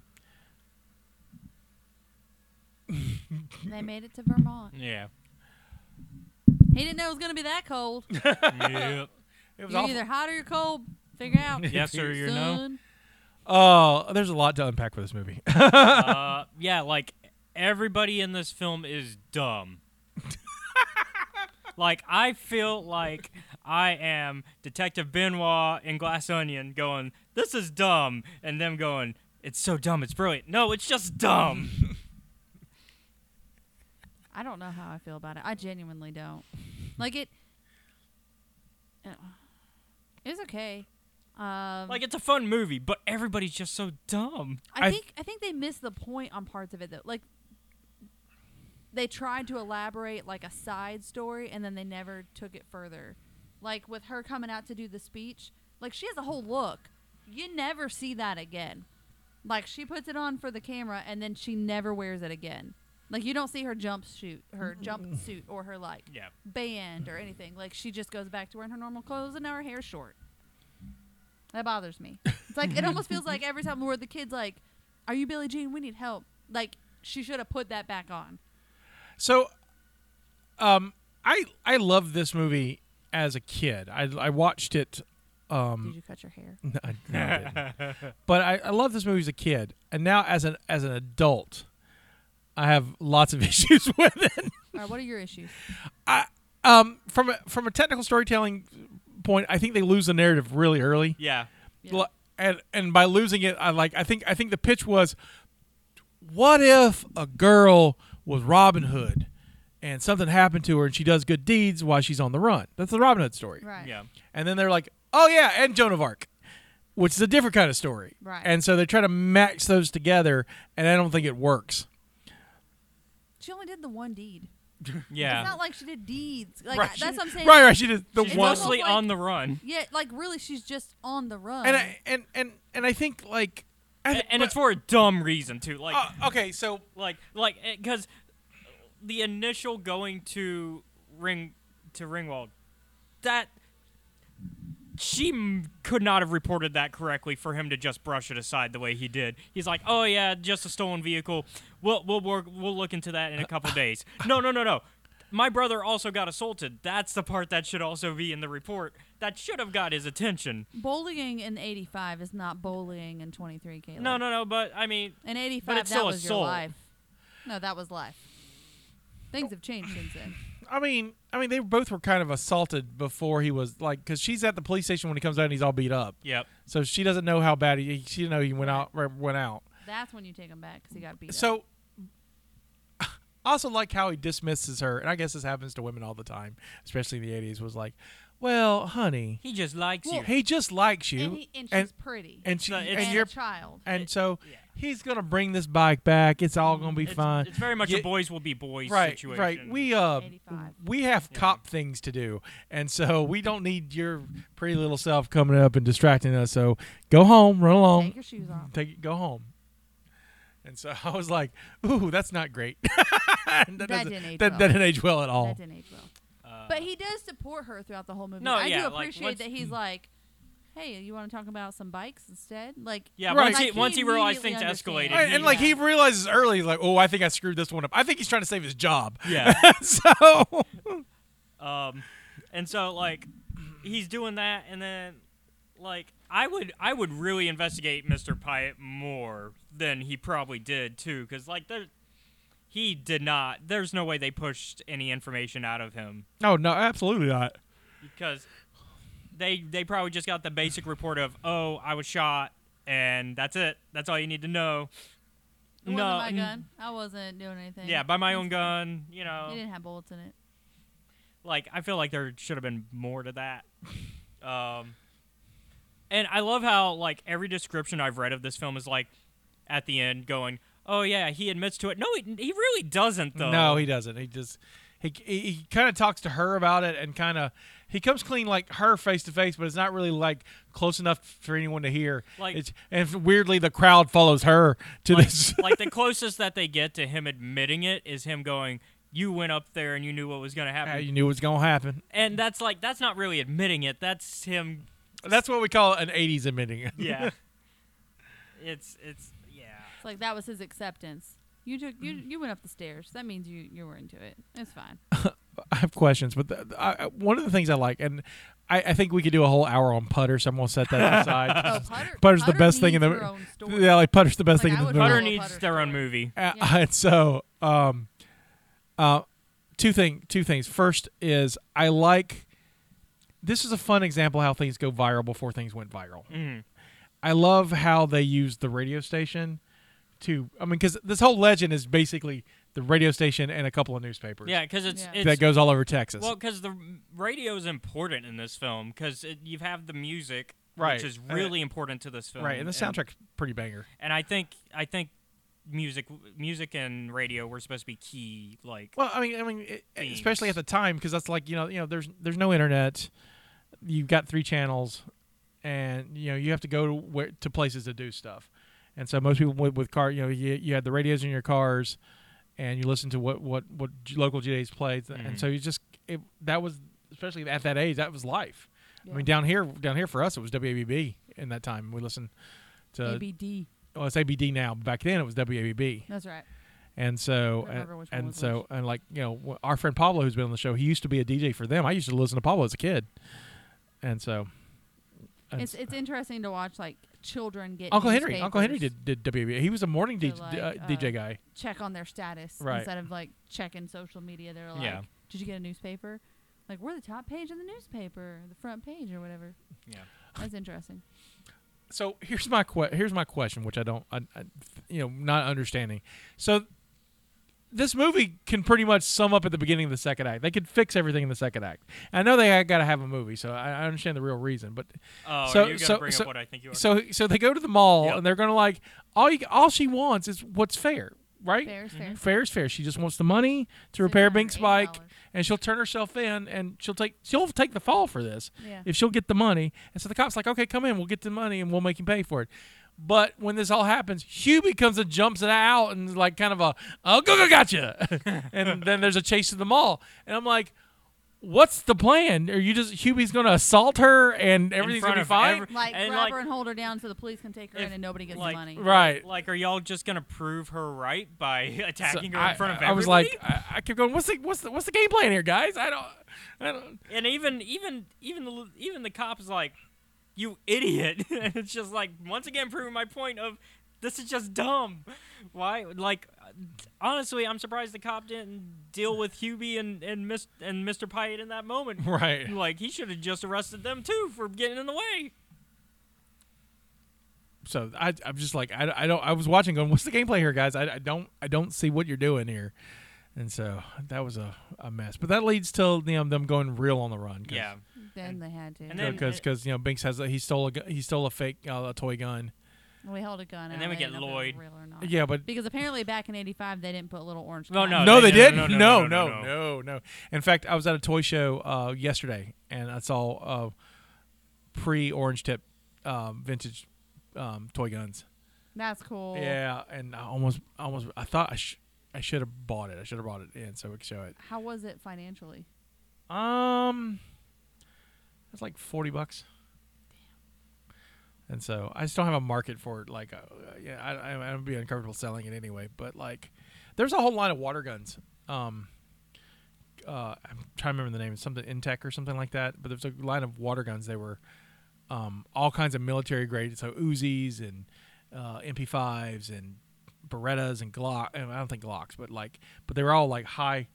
[SPEAKER 3] They made it to Vermont.
[SPEAKER 1] Yeah.
[SPEAKER 3] He didn't know it was gonna be that cold.
[SPEAKER 1] yep.
[SPEAKER 2] It
[SPEAKER 3] You're either hot or you're cold. Figure out.
[SPEAKER 1] Yes or you no.
[SPEAKER 3] son.
[SPEAKER 2] Oh, there's a lot to unpack with this movie.
[SPEAKER 1] Uh, yeah, like everybody in this film is dumb. like I feel like I am Detective Benoit in Glass Onion going, "This is dumb," and them going, "It's so dumb, it's brilliant." No, it's just dumb.
[SPEAKER 3] I don't know how I feel about it. I genuinely don't. Like it. uh, It's okay. Um,
[SPEAKER 1] like it's a fun movie, but everybody's just so dumb.
[SPEAKER 3] I
[SPEAKER 2] I-
[SPEAKER 3] think I think they missed the point on parts of it though. Like they tried to elaborate like a side story and then they never took it further. Like with her coming out to do the speech, like she has a whole look. You never see that again. Like she puts it on for the camera and then she never wears it again. Like you don't see her jumpsuit, her jumpsuit or her like
[SPEAKER 1] Yeah.
[SPEAKER 3] band or anything. Like she just goes back to wearing her normal clothes and now her hair's short. That bothers me. It's like it almost feels like every time where the kid's like, "Are you Billie Jean? We need help." Like she should have put that back on.
[SPEAKER 2] So, um, I I loved this movie as a kid. I I watched it. Um,
[SPEAKER 3] Did you cut your hair?
[SPEAKER 2] No, I- no, I didn't. but I, I love this movie as a kid, and now as an as an adult, I have lots of issues with it.
[SPEAKER 3] Or what are your issues?
[SPEAKER 2] I, um, from a, from a technical storytelling point, I think they lose the narrative really early.
[SPEAKER 1] Yeah.
[SPEAKER 3] Yeah.
[SPEAKER 2] L- And and by losing it, I like I think I think the pitch was, what if a girl was Robin Hood, and something happened to her, and she does good deeds while she's on the run. That's the Robin Hood story.
[SPEAKER 3] Right.
[SPEAKER 1] Yeah.
[SPEAKER 2] And then they're like, oh, yeah, and Joan of Arc, which is a different kind of story.
[SPEAKER 3] Right.
[SPEAKER 2] And so they try to match those together, and I don't think it works.
[SPEAKER 3] She only did the one deed. It's
[SPEAKER 1] Yeah.
[SPEAKER 3] not like she did deeds. Like
[SPEAKER 2] right.
[SPEAKER 3] I-
[SPEAKER 2] she
[SPEAKER 3] that's
[SPEAKER 2] did-
[SPEAKER 3] what I'm saying.
[SPEAKER 2] Right, right. She did the
[SPEAKER 1] She's
[SPEAKER 2] one.
[SPEAKER 1] mostly
[SPEAKER 3] like-
[SPEAKER 1] on the run.
[SPEAKER 3] Yeah, like really, she's just on the run.
[SPEAKER 2] And I, and and and I think like
[SPEAKER 1] and, and it's for a dumb reason too. Like
[SPEAKER 2] Uh, okay, so
[SPEAKER 1] like like because the initial going to ring to Ringwald that she m- could not have reported that correctly for him to just brush it aside the way he did. He's like, "Oh yeah, just a stolen vehicle. We'll we'll work, we'll look into that in a couple days." No, no, no, no. My brother also got assaulted. That's the part that should also be in the report. That should have got his attention.
[SPEAKER 3] Bullying in 85 is not bullying in 23, Caleb.
[SPEAKER 1] No, no, no. But I mean,
[SPEAKER 3] In 85,
[SPEAKER 1] But it's
[SPEAKER 3] that
[SPEAKER 1] still
[SPEAKER 3] was your
[SPEAKER 1] assault.
[SPEAKER 3] life. No, that was life. Things have changed since then.
[SPEAKER 2] I mean, I mean, they both were kind of assaulted before he was like, because she's at the police station when he comes out and he's all beat up.
[SPEAKER 1] yep.
[SPEAKER 2] So she doesn't know how bad he. She didn't know he went out. Went out.
[SPEAKER 3] That's when you take him back because he got beat up.
[SPEAKER 2] So I also like how he dismisses her, and I guess this happens to women all the time, especially in the '80s. Was like, well, honey,
[SPEAKER 1] He just likes you.
[SPEAKER 2] he just likes you,
[SPEAKER 3] and, he, and she's
[SPEAKER 2] and
[SPEAKER 3] pretty.
[SPEAKER 2] and she,
[SPEAKER 1] So
[SPEAKER 2] and,
[SPEAKER 1] it's-
[SPEAKER 3] And
[SPEAKER 2] you're,
[SPEAKER 3] a child.
[SPEAKER 2] and so
[SPEAKER 1] yeah.
[SPEAKER 2] he's gonna bring this bike back. It's all gonna be
[SPEAKER 1] it's,
[SPEAKER 2] fine.
[SPEAKER 1] It's very much
[SPEAKER 2] Yeah,
[SPEAKER 1] a boys will be boys
[SPEAKER 2] right,
[SPEAKER 1] situation.
[SPEAKER 2] right. We uh,
[SPEAKER 3] 85.
[SPEAKER 2] we have
[SPEAKER 1] Yeah.
[SPEAKER 2] cop things to do, and so we don't need your pretty little self coming up and distracting us. So go home, run along,
[SPEAKER 3] Take your shoes off.
[SPEAKER 2] take it, go home. And so I was like, "Ooh, that's not great. that, doesn't-
[SPEAKER 3] didn't age
[SPEAKER 2] that,
[SPEAKER 3] well.
[SPEAKER 2] that didn't age well at all."
[SPEAKER 3] That didn't age well.
[SPEAKER 1] Uh,
[SPEAKER 3] But he does support her throughout the whole movie.
[SPEAKER 1] No,
[SPEAKER 3] I
[SPEAKER 1] yeah,
[SPEAKER 3] do
[SPEAKER 1] like,
[SPEAKER 3] appreciate
[SPEAKER 1] once-
[SPEAKER 3] that he's like, "Hey, you want to talk about some bikes instead?" Like,
[SPEAKER 1] yeah,
[SPEAKER 2] Right.
[SPEAKER 1] once he,
[SPEAKER 3] Like, he
[SPEAKER 1] once he realized things
[SPEAKER 3] immediately
[SPEAKER 1] escalated,
[SPEAKER 3] understands.
[SPEAKER 2] Right, and
[SPEAKER 1] he-
[SPEAKER 2] like he realizes early, like, "Oh, I think I screwed this one up." I think he's trying to save his job.
[SPEAKER 1] yeah.
[SPEAKER 2] so
[SPEAKER 1] Um, and so like he's doing that, and then like I would I would really investigate Mr. Pyatt more than he probably did too, because like there he did not. There's no way they pushed any information out of him
[SPEAKER 2] Oh, no, no, absolutely not.
[SPEAKER 1] because they they probably just got the basic report of oh I was shot and that's it. That's all you need to know.
[SPEAKER 3] it wasn't
[SPEAKER 1] no,
[SPEAKER 3] my
[SPEAKER 1] n-
[SPEAKER 3] gun. I wasn't doing anything.
[SPEAKER 1] Yeah, by my own gun, you know.
[SPEAKER 3] It didn't have bullets in it.
[SPEAKER 1] like I feel like there should have been more to that. Um, and I love how like every description I've read of this film is like at the end going, "Oh yeah, he admits to it." No, he, he really doesn't though.
[SPEAKER 2] No, he doesn't. He just he he, he kind of talks to her about it and kind of he comes clean like her face to face, but it's not really like close enough for anyone to hear.
[SPEAKER 1] Like-
[SPEAKER 2] it's, and weirdly, the crowd follows her to
[SPEAKER 1] like,
[SPEAKER 2] this.
[SPEAKER 1] like the closest that they get to him admitting it is him going, "You went up there and you knew what was going to
[SPEAKER 2] Yeah,
[SPEAKER 1] happen,"
[SPEAKER 2] you knew what's gonna happen.
[SPEAKER 1] and that's like that's not really admitting it. That's him.
[SPEAKER 2] That's what we call an '80s admitting.
[SPEAKER 1] Yeah. it's it's yeah.
[SPEAKER 3] It's like that was his acceptance. You took you you went up the stairs. That means you you were into it. It's fine.
[SPEAKER 2] I have questions, but the, the- I, I- one of the things I like, and I, I think we could do a whole hour on putter, so I'm gonna set that
[SPEAKER 3] Oh,
[SPEAKER 2] aside.
[SPEAKER 3] putter,
[SPEAKER 2] Putter's the best thing in
[SPEAKER 3] needs
[SPEAKER 2] the-
[SPEAKER 3] her own story.
[SPEAKER 2] yeah, like putter's the best
[SPEAKER 3] Like,
[SPEAKER 2] thing in
[SPEAKER 3] I
[SPEAKER 2] the
[SPEAKER 3] would
[SPEAKER 2] movie.
[SPEAKER 1] Butter
[SPEAKER 3] Little
[SPEAKER 1] needs
[SPEAKER 3] Butter's
[SPEAKER 1] their own
[SPEAKER 3] story.
[SPEAKER 1] movie.
[SPEAKER 2] Uh,
[SPEAKER 3] Yeah.
[SPEAKER 2] and so um uh two thing two things first is i like this is a fun example how things go viral before things went viral
[SPEAKER 1] Mhm.
[SPEAKER 2] i love how they use the radio station to i mean because this whole legend is basically the radio station and a couple of newspapers
[SPEAKER 1] Yeah, because it's
[SPEAKER 3] Yeah.
[SPEAKER 1] it's
[SPEAKER 2] that goes all over texas
[SPEAKER 1] Well, because the radio is important in this film because you have the music,
[SPEAKER 2] Right.
[SPEAKER 1] which is
[SPEAKER 2] And it-
[SPEAKER 1] really important to this film,
[SPEAKER 2] right Um, and the soundtrack's pretty banger
[SPEAKER 1] And, I think I think music, music and radio were supposed to be key. Like,
[SPEAKER 2] Well, I mean, I mean, it,
[SPEAKER 1] Themes.
[SPEAKER 2] especially at the time, because that's like you know, you know, there's there's no internet. You've got three channels, and you know you have to go to where, to places to do stuff, and so most people with, with car, you know, you, you had the radios in your cars, and you listened to what what what j- local GDAs played, and
[SPEAKER 1] Mhm.
[SPEAKER 2] so you just it, that was especially at that age that was life. I
[SPEAKER 3] Yeah.
[SPEAKER 2] mean, down here down here for us it was WABB in that time we listened to
[SPEAKER 3] ABD.
[SPEAKER 2] well it's ABD now, but back then it was WABB.
[SPEAKER 3] That's right.
[SPEAKER 2] And so,
[SPEAKER 3] Couldn't remember which one
[SPEAKER 2] and
[SPEAKER 3] was
[SPEAKER 2] so, and like you know, wh- our friend Pablo, who's been on the show, he used to be a DJ for them. I used to listen to Pablo as a kid, and so, and
[SPEAKER 3] It's it's interesting to watch like children get
[SPEAKER 2] Uncle Henry, Uncle Henry
[SPEAKER 3] newspapers,
[SPEAKER 2] did did WB. He was a morning
[SPEAKER 3] So,
[SPEAKER 2] DJ,
[SPEAKER 3] like,
[SPEAKER 2] uh,
[SPEAKER 3] uh,
[SPEAKER 2] DJ guy.
[SPEAKER 3] check on their status
[SPEAKER 2] Right.
[SPEAKER 3] instead of like checking social media. They're like,
[SPEAKER 1] Yeah.
[SPEAKER 3] "Did you get a newspaper?" Like we're the top page in the newspaper, the front page or whatever.
[SPEAKER 1] yeah,
[SPEAKER 3] That's interesting.
[SPEAKER 2] So here's my que- here's my question, which I don't, I, I, you know, not understanding. So this movie can pretty much sum up at the beginning of the second act. They could fix everything in the second act. I know they got to have a movie, so I, I understand the real reason. But
[SPEAKER 1] oh,
[SPEAKER 2] So-
[SPEAKER 1] are you gonna
[SPEAKER 2] so-
[SPEAKER 1] bring
[SPEAKER 2] so-
[SPEAKER 1] up what I think you are?
[SPEAKER 2] So so they go to the mall
[SPEAKER 1] Yep.
[SPEAKER 2] and they're gonna like all you, all she wants is what's fair, right?
[SPEAKER 3] Fair is fair.
[SPEAKER 1] mm-hmm.
[SPEAKER 2] Fair is fair. She just wants the money to repair Bink's bike,
[SPEAKER 3] $680.
[SPEAKER 2] and she'll turn herself in, and she'll take she'll take the fall for this
[SPEAKER 3] Yeah.
[SPEAKER 2] if she'll get the money. And so the cops like, okay, come in, we'll get the money, and we'll make you pay for it. But when this all happens, Hubie comes and jumps it out and is like kind of a oh go go gotcha, and then there's a chase to the mall, and I'm like, what's the plan? Are you just Hubie's gonna assault her and everything's
[SPEAKER 1] front
[SPEAKER 2] gonna be
[SPEAKER 1] of
[SPEAKER 2] fine?
[SPEAKER 1] every-
[SPEAKER 3] Like
[SPEAKER 1] And,
[SPEAKER 3] grab
[SPEAKER 1] like-
[SPEAKER 3] her and hold her down so the police can take her
[SPEAKER 1] If,
[SPEAKER 3] in and nobody gets
[SPEAKER 1] like-
[SPEAKER 3] the money.
[SPEAKER 2] right.
[SPEAKER 1] Like, are y'all just gonna prove her right by
[SPEAKER 2] So
[SPEAKER 1] attacking her
[SPEAKER 2] I,
[SPEAKER 1] in front of
[SPEAKER 2] I
[SPEAKER 1] everybody?
[SPEAKER 2] was like, I, I kept going. What's the what's the what's the game plan here, guys? I don't, I don't.
[SPEAKER 1] and even even even the even the cop is like, "You idiot!" and it's just like once again proving my point of this is just dumb. Why? Like, honestly, I'm surprised the cop didn't deal with Hubie and and Miss and Mr. Pyatt in that moment.
[SPEAKER 2] Right.
[SPEAKER 1] Like he should have just arrested them too for getting in the way.
[SPEAKER 2] So I, I'm just like, I, I don't. I was watching, going, what's the game plan here, guys? I, I don't, I don't see what you're doing here. And so that was a, a mess. But that leads to you know, them going real on the run. Cause,
[SPEAKER 1] Yeah.
[SPEAKER 3] Then they had to.
[SPEAKER 1] And then-
[SPEAKER 2] Because you know Binks has a, he stole a gu- he stole a fake uh, a toy gun.
[SPEAKER 3] we held a gun.
[SPEAKER 1] And then we
[SPEAKER 3] out,
[SPEAKER 1] get
[SPEAKER 3] I don't know if it was
[SPEAKER 1] Lloyd.
[SPEAKER 3] real or not.
[SPEAKER 2] Yeah, but
[SPEAKER 3] Because apparently back in '85 they didn't put little orange.
[SPEAKER 1] No,
[SPEAKER 3] cotton-
[SPEAKER 2] no,
[SPEAKER 1] they
[SPEAKER 2] they
[SPEAKER 1] didn't.
[SPEAKER 2] didn't.
[SPEAKER 1] No, no,
[SPEAKER 2] No, no,
[SPEAKER 1] no,
[SPEAKER 2] no, no, no. In fact, I was at a toy show uh, yesterday, and I saw uh, pre-orange tip um, vintage um, toy guns.
[SPEAKER 3] That's cool.
[SPEAKER 2] Yeah, and I almost, I almost, I thought I, sh- I should have bought it. I should have brought it in so we could show it.
[SPEAKER 3] How was it financially?
[SPEAKER 2] Um, it's like forty bucks. And so I just don't have a market for it. Like, uh, yeah, I, I, I'm be uncomfortable selling it anyway. But like, there's a whole line of water guns. Um, uh, I'm trying to remember the name. It's something Intech or something like that. But there's a line of water guns. They were um, all kinds of military grade. So Uzis and uh, MP5s and Berettas and Glock. and I don't think Glocks, but like, but they were all like high,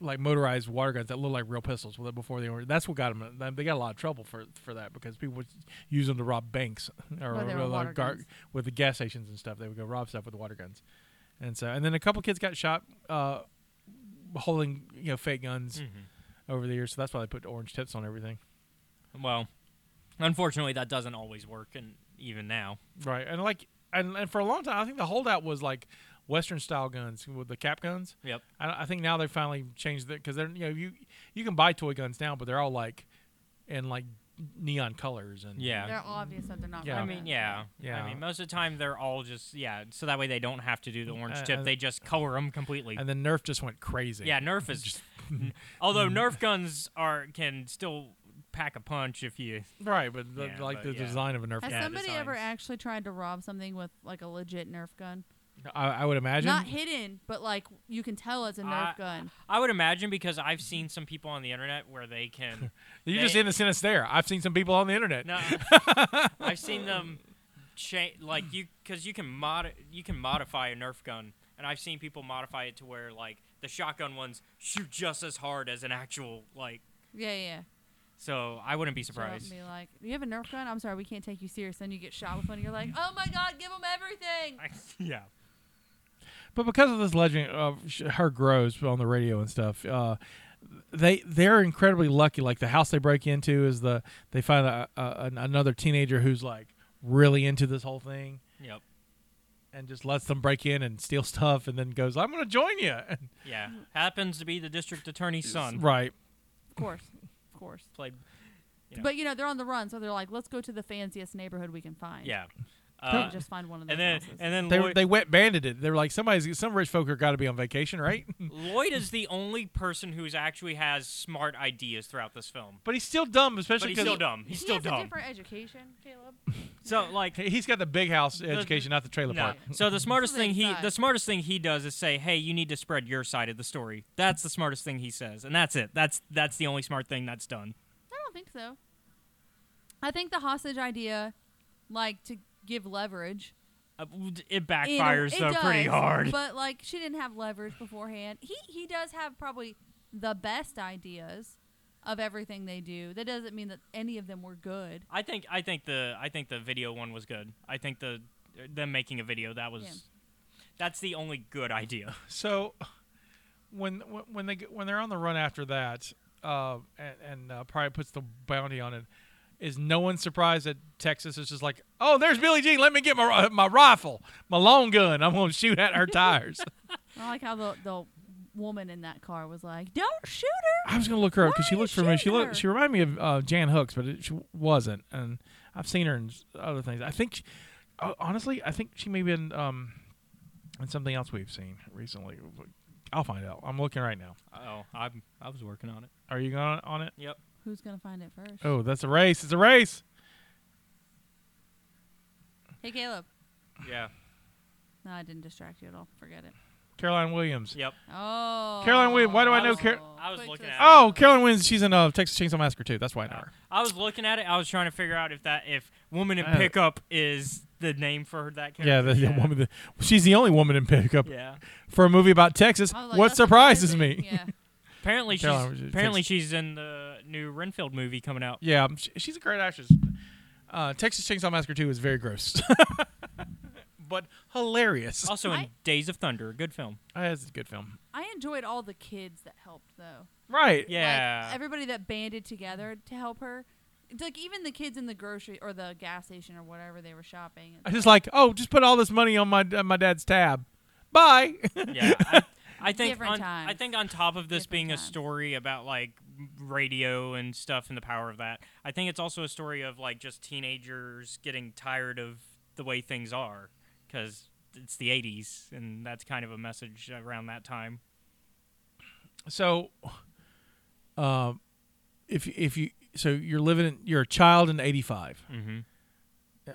[SPEAKER 2] like motorized water guns that look like real pistols. Well, before they were, that's what got them. They got a lot of trouble for for that because people would use them to rob banks or,
[SPEAKER 3] Well, they
[SPEAKER 2] or,
[SPEAKER 3] were water
[SPEAKER 2] like, gar-
[SPEAKER 3] guns.
[SPEAKER 2] with the gas stations and stuff. They would go rob stuff with water guns, and so and then a couple kids got shot uh, holding you know fake guns
[SPEAKER 1] Mm-hmm.
[SPEAKER 2] over the years. So that's why they put orange tips on everything.
[SPEAKER 1] Well, unfortunately, that doesn't always work, and even now.
[SPEAKER 2] Right, and like, and, and for a long time, I think the holdout was like Western style guns with the cap guns.
[SPEAKER 1] Yep.
[SPEAKER 2] I, I think now they finally changed it because they're you know you you can buy toy guns now, but they're all like in like neon colors and
[SPEAKER 1] Yeah.
[SPEAKER 3] They're obvious that they're not.
[SPEAKER 2] Yeah.
[SPEAKER 1] I
[SPEAKER 3] real
[SPEAKER 1] mean,
[SPEAKER 3] guns.
[SPEAKER 1] yeah.
[SPEAKER 2] Yeah.
[SPEAKER 1] I mean, most of the time they're all just yeah. So that way they don't have to do the orange
[SPEAKER 2] Uh,
[SPEAKER 1] tip.
[SPEAKER 2] uh,
[SPEAKER 1] they just color them completely.
[SPEAKER 2] And then Nerf just went crazy.
[SPEAKER 1] yeah, Nerf is. n- although Nerf guns are can still pack a punch if you.
[SPEAKER 2] right, but the,
[SPEAKER 1] Yeah,
[SPEAKER 2] like
[SPEAKER 1] but
[SPEAKER 2] the
[SPEAKER 1] yeah.
[SPEAKER 2] design of a Nerf gun,
[SPEAKER 3] Has
[SPEAKER 1] Yeah,
[SPEAKER 3] somebody ever
[SPEAKER 1] designs.
[SPEAKER 3] actually tried to rob something with like a legit Nerf gun?
[SPEAKER 2] I, I would imagine.
[SPEAKER 3] Not hidden, but like you can tell it's a
[SPEAKER 1] I-
[SPEAKER 3] Nerf gun.
[SPEAKER 1] I would imagine because I've seen some people on the internet where they can.
[SPEAKER 2] you just
[SPEAKER 1] they-
[SPEAKER 2] in the sentence there. I've seen some people on the internet.
[SPEAKER 1] no, I've seen them. Cha- like you, because you can mod you can modify a Nerf gun, and I've seen people modify it to where like the shotgun ones shoot just as hard as an actual like.
[SPEAKER 3] Yeah, yeah.
[SPEAKER 1] So I wouldn't be
[SPEAKER 3] Show up and
[SPEAKER 1] surprised.
[SPEAKER 3] Be like, you have a Nerf gun? I'm sorry, we can't take you serious. Then you get shot with one. and You're like, oh my god, give them everything.
[SPEAKER 1] yeah.
[SPEAKER 2] But because of this legend of sh- her grows on the radio and stuff, uh, they they're incredibly lucky. Like the house they break into is the they find a, a, an- another teenager who's like really into this whole thing
[SPEAKER 1] Yep.
[SPEAKER 2] and just lets them break in and steal stuff and then goes, "I'm going to join you."
[SPEAKER 1] Yeah. Happens to be the district attorney's son.
[SPEAKER 2] right.
[SPEAKER 3] Of course, of course.
[SPEAKER 1] Played. Yeah.
[SPEAKER 3] But you know they're on the run, so they're like, let's go to the fanciest neighborhood we can find.
[SPEAKER 1] Yeah.
[SPEAKER 3] And
[SPEAKER 1] Uh,
[SPEAKER 3] just find one of those
[SPEAKER 1] and then
[SPEAKER 3] houses.
[SPEAKER 1] and then
[SPEAKER 2] They
[SPEAKER 1] Lloyd,
[SPEAKER 2] they wet banded it. They're like somebody's some rich folk are got to be on vacation, right?
[SPEAKER 1] Lloyd is the only person who's actually has smart ideas throughout this film.
[SPEAKER 2] but he's still dumb,
[SPEAKER 1] But
[SPEAKER 2] especially
[SPEAKER 1] he's still
[SPEAKER 2] because
[SPEAKER 1] dumb. He's
[SPEAKER 3] he
[SPEAKER 1] still
[SPEAKER 3] has a
[SPEAKER 1] dumb.
[SPEAKER 3] different education, Caleb.
[SPEAKER 1] So like
[SPEAKER 2] he's got the big house education, not the trailer
[SPEAKER 1] no.
[SPEAKER 2] park.
[SPEAKER 1] So the smartest
[SPEAKER 3] Something
[SPEAKER 1] thing he
[SPEAKER 3] inside.
[SPEAKER 1] the smartest thing he does is say, "Hey, you need to spread your side of the story." That's the smartest thing he says, and that's it. That's that's the only smart thing that's done.
[SPEAKER 3] I don't think so. I think the hostage idea, like to give leverage,
[SPEAKER 1] Uh, w- it
[SPEAKER 3] in a-
[SPEAKER 1] backfires
[SPEAKER 3] it
[SPEAKER 1] though pretty
[SPEAKER 3] does,
[SPEAKER 1] hard.
[SPEAKER 3] But like she didn't have leverage beforehand. He he does have probably the best ideas of everything they do. That doesn't mean that any of them were good.
[SPEAKER 1] I think I think the I think the video one was good. I think the them making a video that was
[SPEAKER 3] Yeah.
[SPEAKER 1] that's the only good idea.
[SPEAKER 2] So when when- when they get- when they're on the run after that, uh, and, and uh, probably puts the bounty on it, is no one surprised that Texas is just like, oh, there's Billie Jean. Let me get my ri- my rifle, my long gun. I'm gonna shoot at her tires.
[SPEAKER 3] I like how the the woman in that car was like, "Don't shoot her."
[SPEAKER 2] I was gonna look her up because
[SPEAKER 3] Why
[SPEAKER 2] she
[SPEAKER 3] are
[SPEAKER 2] looked
[SPEAKER 3] you
[SPEAKER 2] familiar. She
[SPEAKER 3] shooting
[SPEAKER 2] looked
[SPEAKER 3] her?
[SPEAKER 2] she reminded me of uh, Jan Hooks, but it, she wasn't. And I've seen her in s- other things. I think, she, uh, honestly, I think she may be in um, in something else we've seen recently. I'll find out. I'm looking right now.
[SPEAKER 1] Oh, I I was working on it.
[SPEAKER 2] Are you going on it?
[SPEAKER 1] Yep.
[SPEAKER 3] Who's gonna find it first?
[SPEAKER 2] Oh, that's a race. It's a race.
[SPEAKER 3] Hey, Caleb.
[SPEAKER 1] Yeah.
[SPEAKER 3] No, I didn't distract you at all. Forget it.
[SPEAKER 2] Caroline Williams.
[SPEAKER 1] Yep.
[SPEAKER 3] Oh.
[SPEAKER 2] Caroline Williams, why do I know Car-
[SPEAKER 1] I was
[SPEAKER 3] Quick
[SPEAKER 1] looking
[SPEAKER 3] to
[SPEAKER 1] at
[SPEAKER 3] the-
[SPEAKER 1] it.
[SPEAKER 2] Oh, Caroline Williams. She's in uh, Texas Chainsaw Massacre too. That's why I know
[SPEAKER 1] Uh,
[SPEAKER 2] her.
[SPEAKER 1] I was looking at it. I was trying to figure out if that if woman in
[SPEAKER 2] Uh,
[SPEAKER 1] pickup is the name for that character.
[SPEAKER 2] Yeah, the, the woman. That, she's the only woman in pickup
[SPEAKER 1] Yeah.
[SPEAKER 2] for a movie about Texas.
[SPEAKER 3] I was Oh, like,
[SPEAKER 2] what
[SPEAKER 3] that's not
[SPEAKER 2] surprises
[SPEAKER 3] Disney.
[SPEAKER 2] me?
[SPEAKER 3] Yeah.
[SPEAKER 1] Apparently she's
[SPEAKER 2] Caroline, it
[SPEAKER 1] apparently
[SPEAKER 2] takes-
[SPEAKER 1] she's in the new Renfield movie coming out.
[SPEAKER 2] Yeah, um, sh she's a great actress. Uh, Texas Chainsaw Massacre 2 is very gross, but hilarious.
[SPEAKER 1] Also in
[SPEAKER 3] I-
[SPEAKER 1] Days of Thunder, a good film.
[SPEAKER 2] Uh, it's a good film.
[SPEAKER 3] I enjoyed all the kids that helped though.
[SPEAKER 2] Right.
[SPEAKER 3] Like,
[SPEAKER 1] Yeah.
[SPEAKER 3] everybody that banded together to help her. It's Like even the kids in the grocery or the gas station or whatever they were shopping.
[SPEAKER 2] I just like, oh, just put all this money on my on my dad's tab. Bye.
[SPEAKER 1] yeah. I, I think
[SPEAKER 3] Different
[SPEAKER 1] on, I
[SPEAKER 3] times.
[SPEAKER 1] think on top of this
[SPEAKER 3] Different
[SPEAKER 1] being a
[SPEAKER 3] times.
[SPEAKER 1] story about like m- radio and stuff and the power of that, I think it's also a story of like just teenagers getting tired of the way things are because it's the 80s and that's kind of a message around that time.
[SPEAKER 2] so, um, if you- if you so you're living in, you're a child in '85,
[SPEAKER 1] Mm-hmm.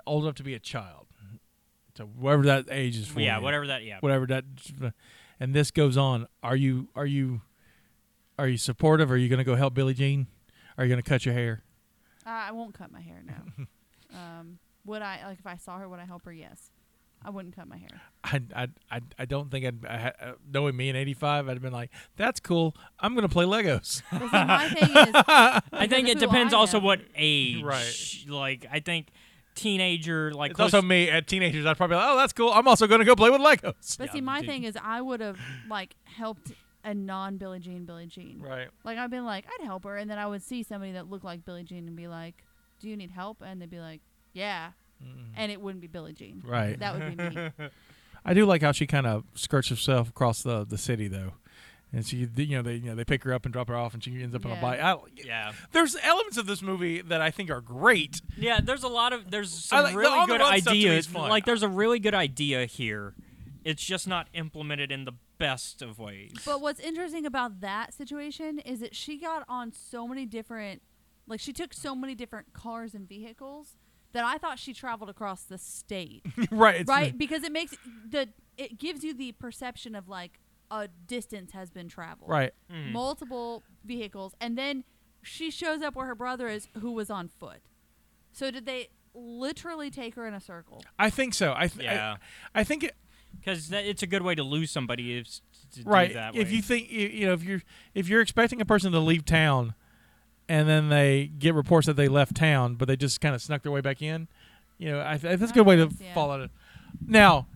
[SPEAKER 2] old enough to be a child, so whatever that age is for.
[SPEAKER 1] Yeah,
[SPEAKER 2] you.
[SPEAKER 1] whatever that. Yeah,
[SPEAKER 2] whatever that and this goes on are you are you are you supportive are you going to go help billie jean are you going to cut your hair
[SPEAKER 3] Uh, I won't cut my hair no. um, would I like if I saw her? Would I help her? Yes. I wouldn't cut my hair.
[SPEAKER 2] i i i, I don't think i'd I, ha- knowing me in 85 i'd have been like that's cool i'm going to play legos
[SPEAKER 3] Listen, my thing is,
[SPEAKER 1] I think
[SPEAKER 3] of
[SPEAKER 1] it
[SPEAKER 3] who
[SPEAKER 1] depends
[SPEAKER 3] I
[SPEAKER 1] also
[SPEAKER 3] am.
[SPEAKER 1] what age.
[SPEAKER 2] Right.
[SPEAKER 1] Like I think teenager like
[SPEAKER 2] it's
[SPEAKER 1] close-
[SPEAKER 2] also me at teenagers i'd probably be like oh that's cool i'm also going to go play with legos
[SPEAKER 3] but
[SPEAKER 1] Yeah,
[SPEAKER 3] see, my
[SPEAKER 1] dude.
[SPEAKER 3] thing is, I would have like helped a non Billie Jean Billie Jean.
[SPEAKER 2] right
[SPEAKER 3] Like I've been like, I'd help her, and then I would see somebody that looked like Billie Jean and be like, "Do you need help?" And they'd be like, "Yeah," and it wouldn't be Billie Jean.
[SPEAKER 2] Mm-hmm. right
[SPEAKER 3] That would be me.
[SPEAKER 2] i do like how she kind of skirts herself across the the city though and she you know they you know they pick her up and drop her off and she ends up on a
[SPEAKER 3] Yeah.
[SPEAKER 2] bike I,
[SPEAKER 1] yeah.
[SPEAKER 2] there's elements of this movie that i think are great
[SPEAKER 1] Yeah, there's a lot of there's some
[SPEAKER 2] like- the
[SPEAKER 1] really
[SPEAKER 2] on the
[SPEAKER 1] good
[SPEAKER 2] run stuff to me is
[SPEAKER 1] ideas.
[SPEAKER 2] fun.
[SPEAKER 1] Like there's a really good idea here. It's just not implemented in the best of ways.
[SPEAKER 3] But what's interesting about that situation is that she got on so many different, like she took so many different cars and vehicles that I thought she traveled across the state,
[SPEAKER 2] right it's-
[SPEAKER 3] right? Because it makes the it gives you the perception of like a distance has been traveled,
[SPEAKER 2] right
[SPEAKER 1] Hmm.
[SPEAKER 3] multiple vehicles, and then she shows up where her brother is, who was on foot. So did they literally take her in a circle?
[SPEAKER 2] I think so. I th-
[SPEAKER 1] Yeah.
[SPEAKER 2] I, I think it,
[SPEAKER 1] Because it's a good way to lose somebody if to do
[SPEAKER 2] right.
[SPEAKER 1] that
[SPEAKER 2] if
[SPEAKER 1] way.
[SPEAKER 2] you think you, you know if you're if you're expecting a person to leave town, and then they get reports that they left town, but they just kind of snuck their way back in, you know, I, th- that's a good way to
[SPEAKER 3] guess, yeah.
[SPEAKER 2] fall out of. Now,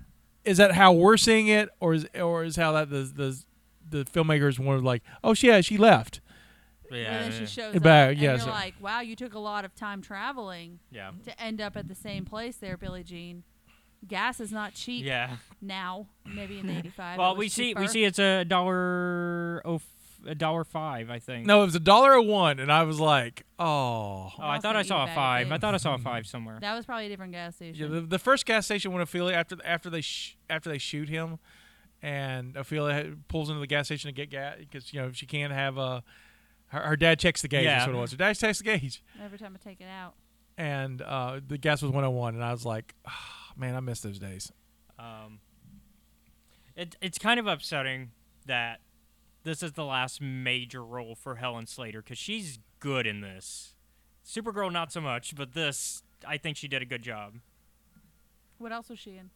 [SPEAKER 2] is that how we're seeing it, or is or is how that the the the filmmakers were like, oh yeah, she left.
[SPEAKER 1] yeah,
[SPEAKER 3] and then she
[SPEAKER 1] yeah,
[SPEAKER 3] shows
[SPEAKER 2] Yeah,
[SPEAKER 3] up,
[SPEAKER 2] but,
[SPEAKER 3] and
[SPEAKER 2] yeah,
[SPEAKER 3] you're
[SPEAKER 2] so-
[SPEAKER 3] like, "Wow, you took a lot of time traveling
[SPEAKER 1] yeah,
[SPEAKER 3] to end up at the same place there, Billie Jean. Gas is not cheap
[SPEAKER 1] yeah.
[SPEAKER 3] now. Maybe in '85.
[SPEAKER 1] Well, we see we see it's a dollar oh f- a dollar five, I think.
[SPEAKER 2] No, it was a dollar a one, and I was like, oh.
[SPEAKER 1] Oh, I thought I
[SPEAKER 3] Also
[SPEAKER 1] saw a
[SPEAKER 3] eat a bag of
[SPEAKER 1] five. I thought I saw a five somewhere.
[SPEAKER 3] That was probably a different gas
[SPEAKER 2] Yeah,
[SPEAKER 3] station.
[SPEAKER 2] the, the first gas station when Ophelia after after they sh- after they shoot him, and Ophelia ha- pulls into the gas station to get gas because you know she can't have a. Her, her dad checks the gauge.
[SPEAKER 1] Yeah.
[SPEAKER 2] That's what it was. Her dad checks the gauge,
[SPEAKER 3] Every time I take it out,
[SPEAKER 2] and uh, the gas was 101, and I was like, "Ah, man, I miss those days.
[SPEAKER 1] Um, it, it's kind of upsetting that this is the last major role for Helen Slater because she's good in this. Supergirl, not so much, but this, I think she did a good job.
[SPEAKER 3] what else was she in?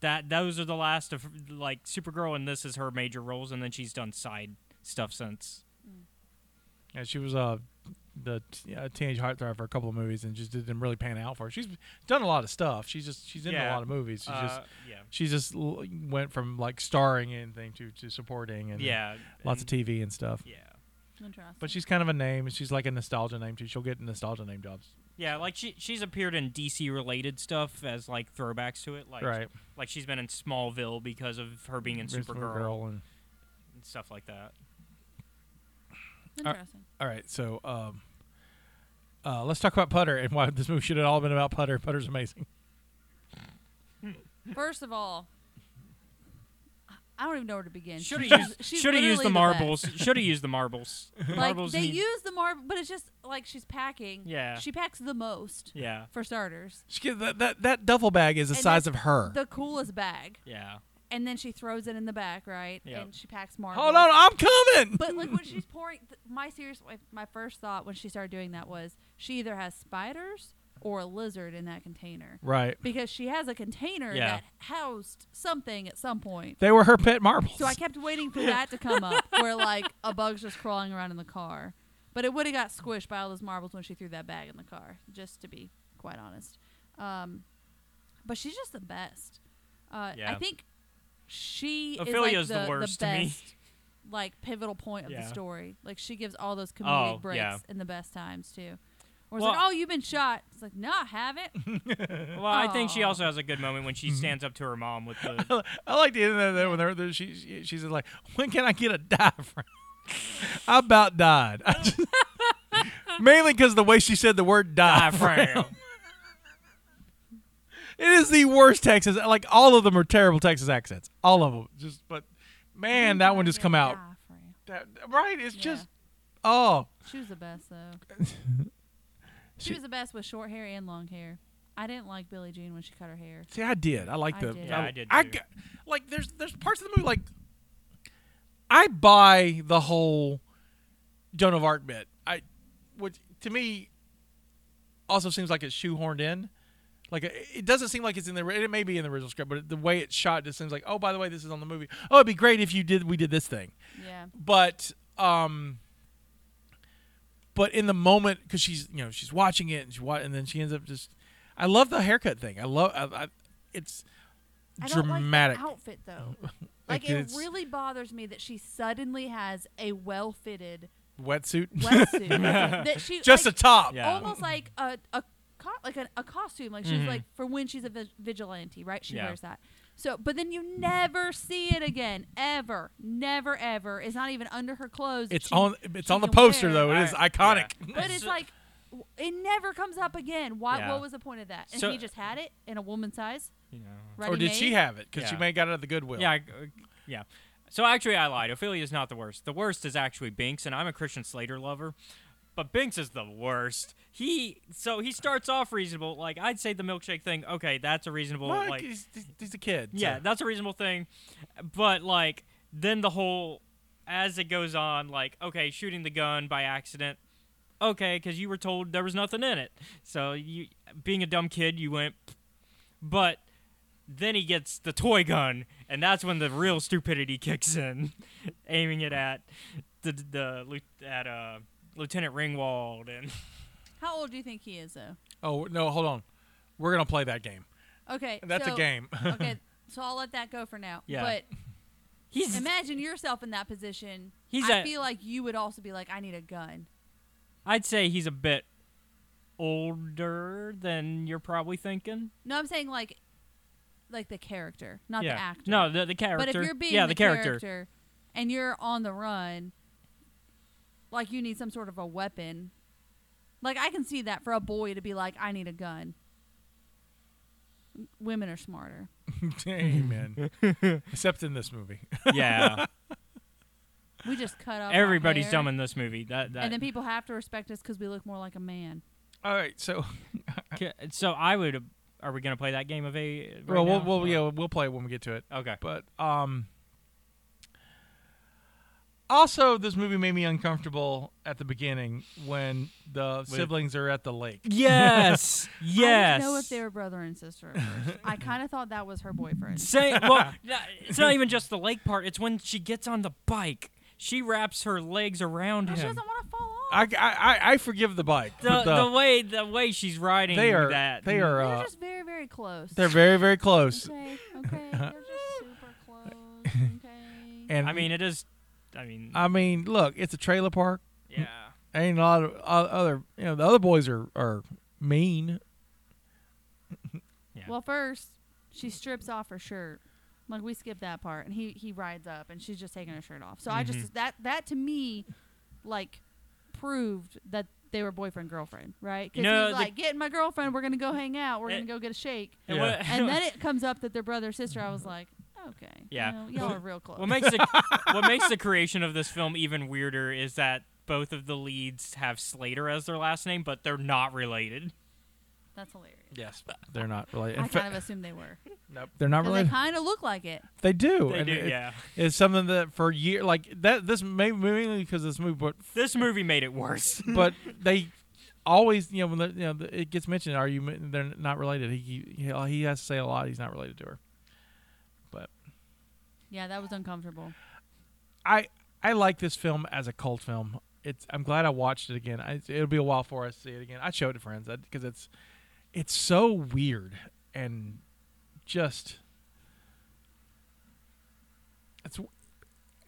[SPEAKER 1] That those are the last of like Supergirl, and this is her major roles, and then she's done side stuff since.
[SPEAKER 2] And she was uh, the t- uh, teenage heartthrob for a couple of movies, and just didn't really pan out for her. She's done a lot of stuff. She's just she's in a
[SPEAKER 1] Yeah.
[SPEAKER 2] lot of movies. She just
[SPEAKER 1] Uh, yeah,
[SPEAKER 2] she just l- went from like starring in thing to to supporting and
[SPEAKER 1] yeah,
[SPEAKER 2] lots of
[SPEAKER 1] and-
[SPEAKER 2] TV and stuff.
[SPEAKER 1] Yeah,
[SPEAKER 3] Interesting.
[SPEAKER 2] But she's kind of a name. and She's like a nostalgia name too. She'll get nostalgia name jobs.
[SPEAKER 1] yeah. Like she she's appeared in DC related stuff as like throwbacks to it, like
[SPEAKER 2] right.
[SPEAKER 1] like she's been in Smallville because of her being in
[SPEAKER 2] There's
[SPEAKER 1] Supergirl
[SPEAKER 2] and,
[SPEAKER 1] and stuff like that.
[SPEAKER 3] Interesting.
[SPEAKER 2] all right. So um, Uh, let's talk about Putter and why this movie should have all been about Putter. Putter's amazing.
[SPEAKER 3] First of all, I don't even know where to begin.
[SPEAKER 1] Should
[SPEAKER 3] She's
[SPEAKER 1] have used,
[SPEAKER 3] just- she's
[SPEAKER 1] should have used
[SPEAKER 3] literally
[SPEAKER 1] the
[SPEAKER 3] best.
[SPEAKER 1] marbles. Should have used the marbles.
[SPEAKER 3] Like
[SPEAKER 1] marbles
[SPEAKER 3] they
[SPEAKER 1] need-
[SPEAKER 3] use the marble, but it's just like she's packing.
[SPEAKER 1] Yeah.
[SPEAKER 3] she packs the most
[SPEAKER 1] Yeah,
[SPEAKER 3] for starters.
[SPEAKER 2] She, that, that that duffel bag is the
[SPEAKER 3] And
[SPEAKER 2] size
[SPEAKER 3] that's
[SPEAKER 2] of her.
[SPEAKER 3] The coolest bag,
[SPEAKER 1] yeah.
[SPEAKER 3] and then she throws it in the back, right?
[SPEAKER 1] Yeah.
[SPEAKER 3] And she packs marbles.
[SPEAKER 2] Hold on, I'm coming.
[SPEAKER 3] But like when she's pouring, th- my serious, my- my first thought when she started doing that was she either has spiders or a lizard in that container
[SPEAKER 2] right.
[SPEAKER 3] because she has a container
[SPEAKER 1] Yeah.
[SPEAKER 3] that housed something at some point.
[SPEAKER 2] They were her pet marbles.
[SPEAKER 3] So I kept waiting for that to come up, where like a bug's just crawling around in the car. But it would have got squished by all those marbles when she threw that bag in the car. Just to be quite honest, um, but she's just the best. Uh, I
[SPEAKER 1] Yeah.
[SPEAKER 3] think she
[SPEAKER 1] Ophelia's
[SPEAKER 3] is
[SPEAKER 1] the
[SPEAKER 3] like, the,
[SPEAKER 1] worst
[SPEAKER 3] the
[SPEAKER 1] to me.
[SPEAKER 3] best, Like pivotal point of the
[SPEAKER 1] Yeah.
[SPEAKER 3] story. Like she gives all those comedic
[SPEAKER 1] Oh,
[SPEAKER 3] breaks
[SPEAKER 1] yeah.
[SPEAKER 3] in the best times too. Or it's
[SPEAKER 1] Well-
[SPEAKER 3] like, oh, you've been shot. It's like, no, I haven't.
[SPEAKER 1] Well, I think she
[SPEAKER 3] Aw.
[SPEAKER 1] also has a good moment when she stands up to her mom with the
[SPEAKER 2] I like the end of that when they're, they're, she, she, she's like, when can I get a dive? I about died. I just- mainly because the way she said the word diaphragm.
[SPEAKER 1] diaphragm.
[SPEAKER 2] It is the worst Texas. Like all of them are terrible Texas accents. All of them. Just but man, that one just come out.
[SPEAKER 3] Diaphragm.
[SPEAKER 2] That, right? It's
[SPEAKER 3] Yeah.
[SPEAKER 2] just oh.
[SPEAKER 3] She was the best though. she, was the best with short hair and long hair. I didn't like Billie Jean when she cut her hair.
[SPEAKER 2] See, I did. I like
[SPEAKER 3] I
[SPEAKER 2] the.
[SPEAKER 3] did.
[SPEAKER 1] Yeah, I did too.
[SPEAKER 2] got- like there's there's parts of the movie like I buy the whole Joan of Arc bit. I, which to me also seems like it's shoehorned in. Like it it doesn't seem like it's in the. ri- It may be in the original script, but the way it's shot just seems like. Oh, by the way, this is on the movie. Oh, it'd be great if you did. We did this thing.
[SPEAKER 3] Yeah.
[SPEAKER 2] but um but in the moment because she's you know she's watching it and she wa- and then she ends up just i love the haircut thing i love I, I, it's dramatic
[SPEAKER 3] I don't like the outfit though.
[SPEAKER 2] Like,
[SPEAKER 3] Like it
[SPEAKER 2] it's-
[SPEAKER 3] really bothers me that she suddenly has a well fitted
[SPEAKER 2] wetsuit
[SPEAKER 3] wetsuit that she
[SPEAKER 2] just
[SPEAKER 3] like,
[SPEAKER 2] a top
[SPEAKER 1] Yeah.
[SPEAKER 3] almost like a a co- like a, a costume like she's
[SPEAKER 2] Mm-hmm.
[SPEAKER 3] like for when she's a vi- vigilante right she
[SPEAKER 1] Yeah.
[SPEAKER 3] wears that so but then you never see it again ever never ever it's not even under her clothes that
[SPEAKER 2] it's
[SPEAKER 3] she-
[SPEAKER 2] on
[SPEAKER 3] she
[SPEAKER 2] it's on the
[SPEAKER 3] can
[SPEAKER 2] poster
[SPEAKER 3] wear.
[SPEAKER 2] though it is
[SPEAKER 1] I-
[SPEAKER 2] iconic
[SPEAKER 1] yeah.
[SPEAKER 3] But it's
[SPEAKER 1] So-
[SPEAKER 3] like w- it never comes up again. Why?
[SPEAKER 1] Yeah.
[SPEAKER 3] What was the point of that? And
[SPEAKER 1] So-
[SPEAKER 3] he just had it in a woman's size,
[SPEAKER 1] You know.
[SPEAKER 3] ready
[SPEAKER 2] or did she
[SPEAKER 3] made?
[SPEAKER 2] have it because she
[SPEAKER 1] Yeah.
[SPEAKER 2] may have got it at the goodwill
[SPEAKER 1] Yeah, I, uh, yeah. So actually, I lied. Ophelia is not the worst. The worst is actually Binks, and I'm a Christian Slater lover. But Binks is the worst. He so he starts off reasonable. Like I'd say the milkshake thing. Okay, that's a reasonable.
[SPEAKER 2] Mike,
[SPEAKER 1] like
[SPEAKER 2] he's, he's a kid so-
[SPEAKER 1] yeah, that's a reasonable thing. But like then the whole as it goes on, like okay, shooting the gun by accident. Okay, because you were told there was nothing in it. So you being a dumb kid, you went. "Pfft." But then he gets the toy gun, and that's when the real stupidity kicks in, aiming it at the the lieu- at uh, Lieutenant Ringwald and
[SPEAKER 3] How old do you think he is, though?
[SPEAKER 2] oh no hold on we're gonna play that game
[SPEAKER 3] Okay,
[SPEAKER 2] that's
[SPEAKER 3] so-
[SPEAKER 2] a game
[SPEAKER 3] okay, so I'll let that go for now.
[SPEAKER 1] Yeah.
[SPEAKER 3] But
[SPEAKER 1] he's
[SPEAKER 3] imagine yourself in that position.
[SPEAKER 1] He's
[SPEAKER 3] I
[SPEAKER 1] a-
[SPEAKER 3] feel like you would also be like, I need a gun.
[SPEAKER 1] I'd say he's a bit older than you're probably thinking.
[SPEAKER 3] No, I'm saying like, like the character, not
[SPEAKER 1] yeah.
[SPEAKER 3] the actor.
[SPEAKER 1] No, the, the character.
[SPEAKER 3] But if you're being
[SPEAKER 1] yeah,
[SPEAKER 3] the,
[SPEAKER 1] the, character.
[SPEAKER 3] and you're on the run, like you need some sort of a weapon. Like I can see that for a boy to be like, I need a gun. Women are smarter.
[SPEAKER 2] amen except in this movie
[SPEAKER 1] yeah,
[SPEAKER 3] We just cut off. our
[SPEAKER 1] everybody's
[SPEAKER 3] hair,
[SPEAKER 1] dumb in this movie. That, that
[SPEAKER 3] And then people have to respect us because we look more like a man.
[SPEAKER 2] all right so
[SPEAKER 1] K- so I would. Are we gonna play that game of a? right
[SPEAKER 2] well,
[SPEAKER 1] now?
[SPEAKER 2] we'll, we'll yeah we'll play it when we get to it
[SPEAKER 1] Okay.
[SPEAKER 2] but um also this movie made me uncomfortable at the beginning when the siblings are at the lake
[SPEAKER 1] Yes.
[SPEAKER 3] I
[SPEAKER 1] yes.
[SPEAKER 3] didn't know if they were brother and sister. at first. I kind of thought that was her boyfriend.
[SPEAKER 1] Say, well, no, it's not even just the lake part. It's when she gets on the bike. She wraps her legs around
[SPEAKER 3] She
[SPEAKER 1] him.
[SPEAKER 3] doesn't want to fall off.
[SPEAKER 2] I, I- I i forgive the bike
[SPEAKER 1] The,
[SPEAKER 2] but the-
[SPEAKER 1] the way the way she's riding
[SPEAKER 2] they are
[SPEAKER 1] that
[SPEAKER 2] they are uh,
[SPEAKER 3] They're just very, very close.
[SPEAKER 2] they're very very close
[SPEAKER 3] okay. Okay, they're just super close. Okay.
[SPEAKER 2] and
[SPEAKER 1] I mean it is I mean
[SPEAKER 2] i mean look it's a trailer park
[SPEAKER 1] yeah
[SPEAKER 2] ain't a lot of o- other you know the other boys are are mean
[SPEAKER 1] Yeah.
[SPEAKER 3] Well, first she strips off her shirt. Like we skip that part, and he he rides up, and she's just taking her shirt off. So I just that that to me, like, proved that they were boyfriend girlfriend, right? Because
[SPEAKER 1] No,
[SPEAKER 3] he's
[SPEAKER 1] the-
[SPEAKER 3] like, getting my girlfriend. We're gonna go hang out. We're
[SPEAKER 1] Eh.
[SPEAKER 3] gonna go get a shake.
[SPEAKER 1] And
[SPEAKER 2] Yeah.
[SPEAKER 1] what-
[SPEAKER 3] And then it comes up that they're brother and sister. I was like, okay,
[SPEAKER 1] Yeah.
[SPEAKER 3] you know, y'all are real close.
[SPEAKER 1] What makes the what makes the creation of this film even weirder is that both of the leads have Slater as their last name, but they're not related.
[SPEAKER 3] That's hilarious.
[SPEAKER 2] Yes, they're not related. In
[SPEAKER 3] I
[SPEAKER 2] fa-
[SPEAKER 3] kind of assumed they were.
[SPEAKER 2] nope, they're not
[SPEAKER 3] 'Cause They
[SPEAKER 2] related.
[SPEAKER 3] kind of look like it.
[SPEAKER 2] They do.
[SPEAKER 1] They
[SPEAKER 2] and
[SPEAKER 1] do,
[SPEAKER 2] it-
[SPEAKER 1] yeah.
[SPEAKER 2] It's something that for year like that. This may mainly because this movie, but
[SPEAKER 1] This movie made it worse.
[SPEAKER 2] but they always you know when the, you know the- it gets mentioned. Are you? men- They're not related. He he he has to say a lot. He's not related to her. But
[SPEAKER 3] Yeah, that was uncomfortable.
[SPEAKER 2] I I like this film as a cult film. It's I'm glad I watched it again. I, it'll be a while before I see it again. I showed it to friends because it's it's so weird and just it's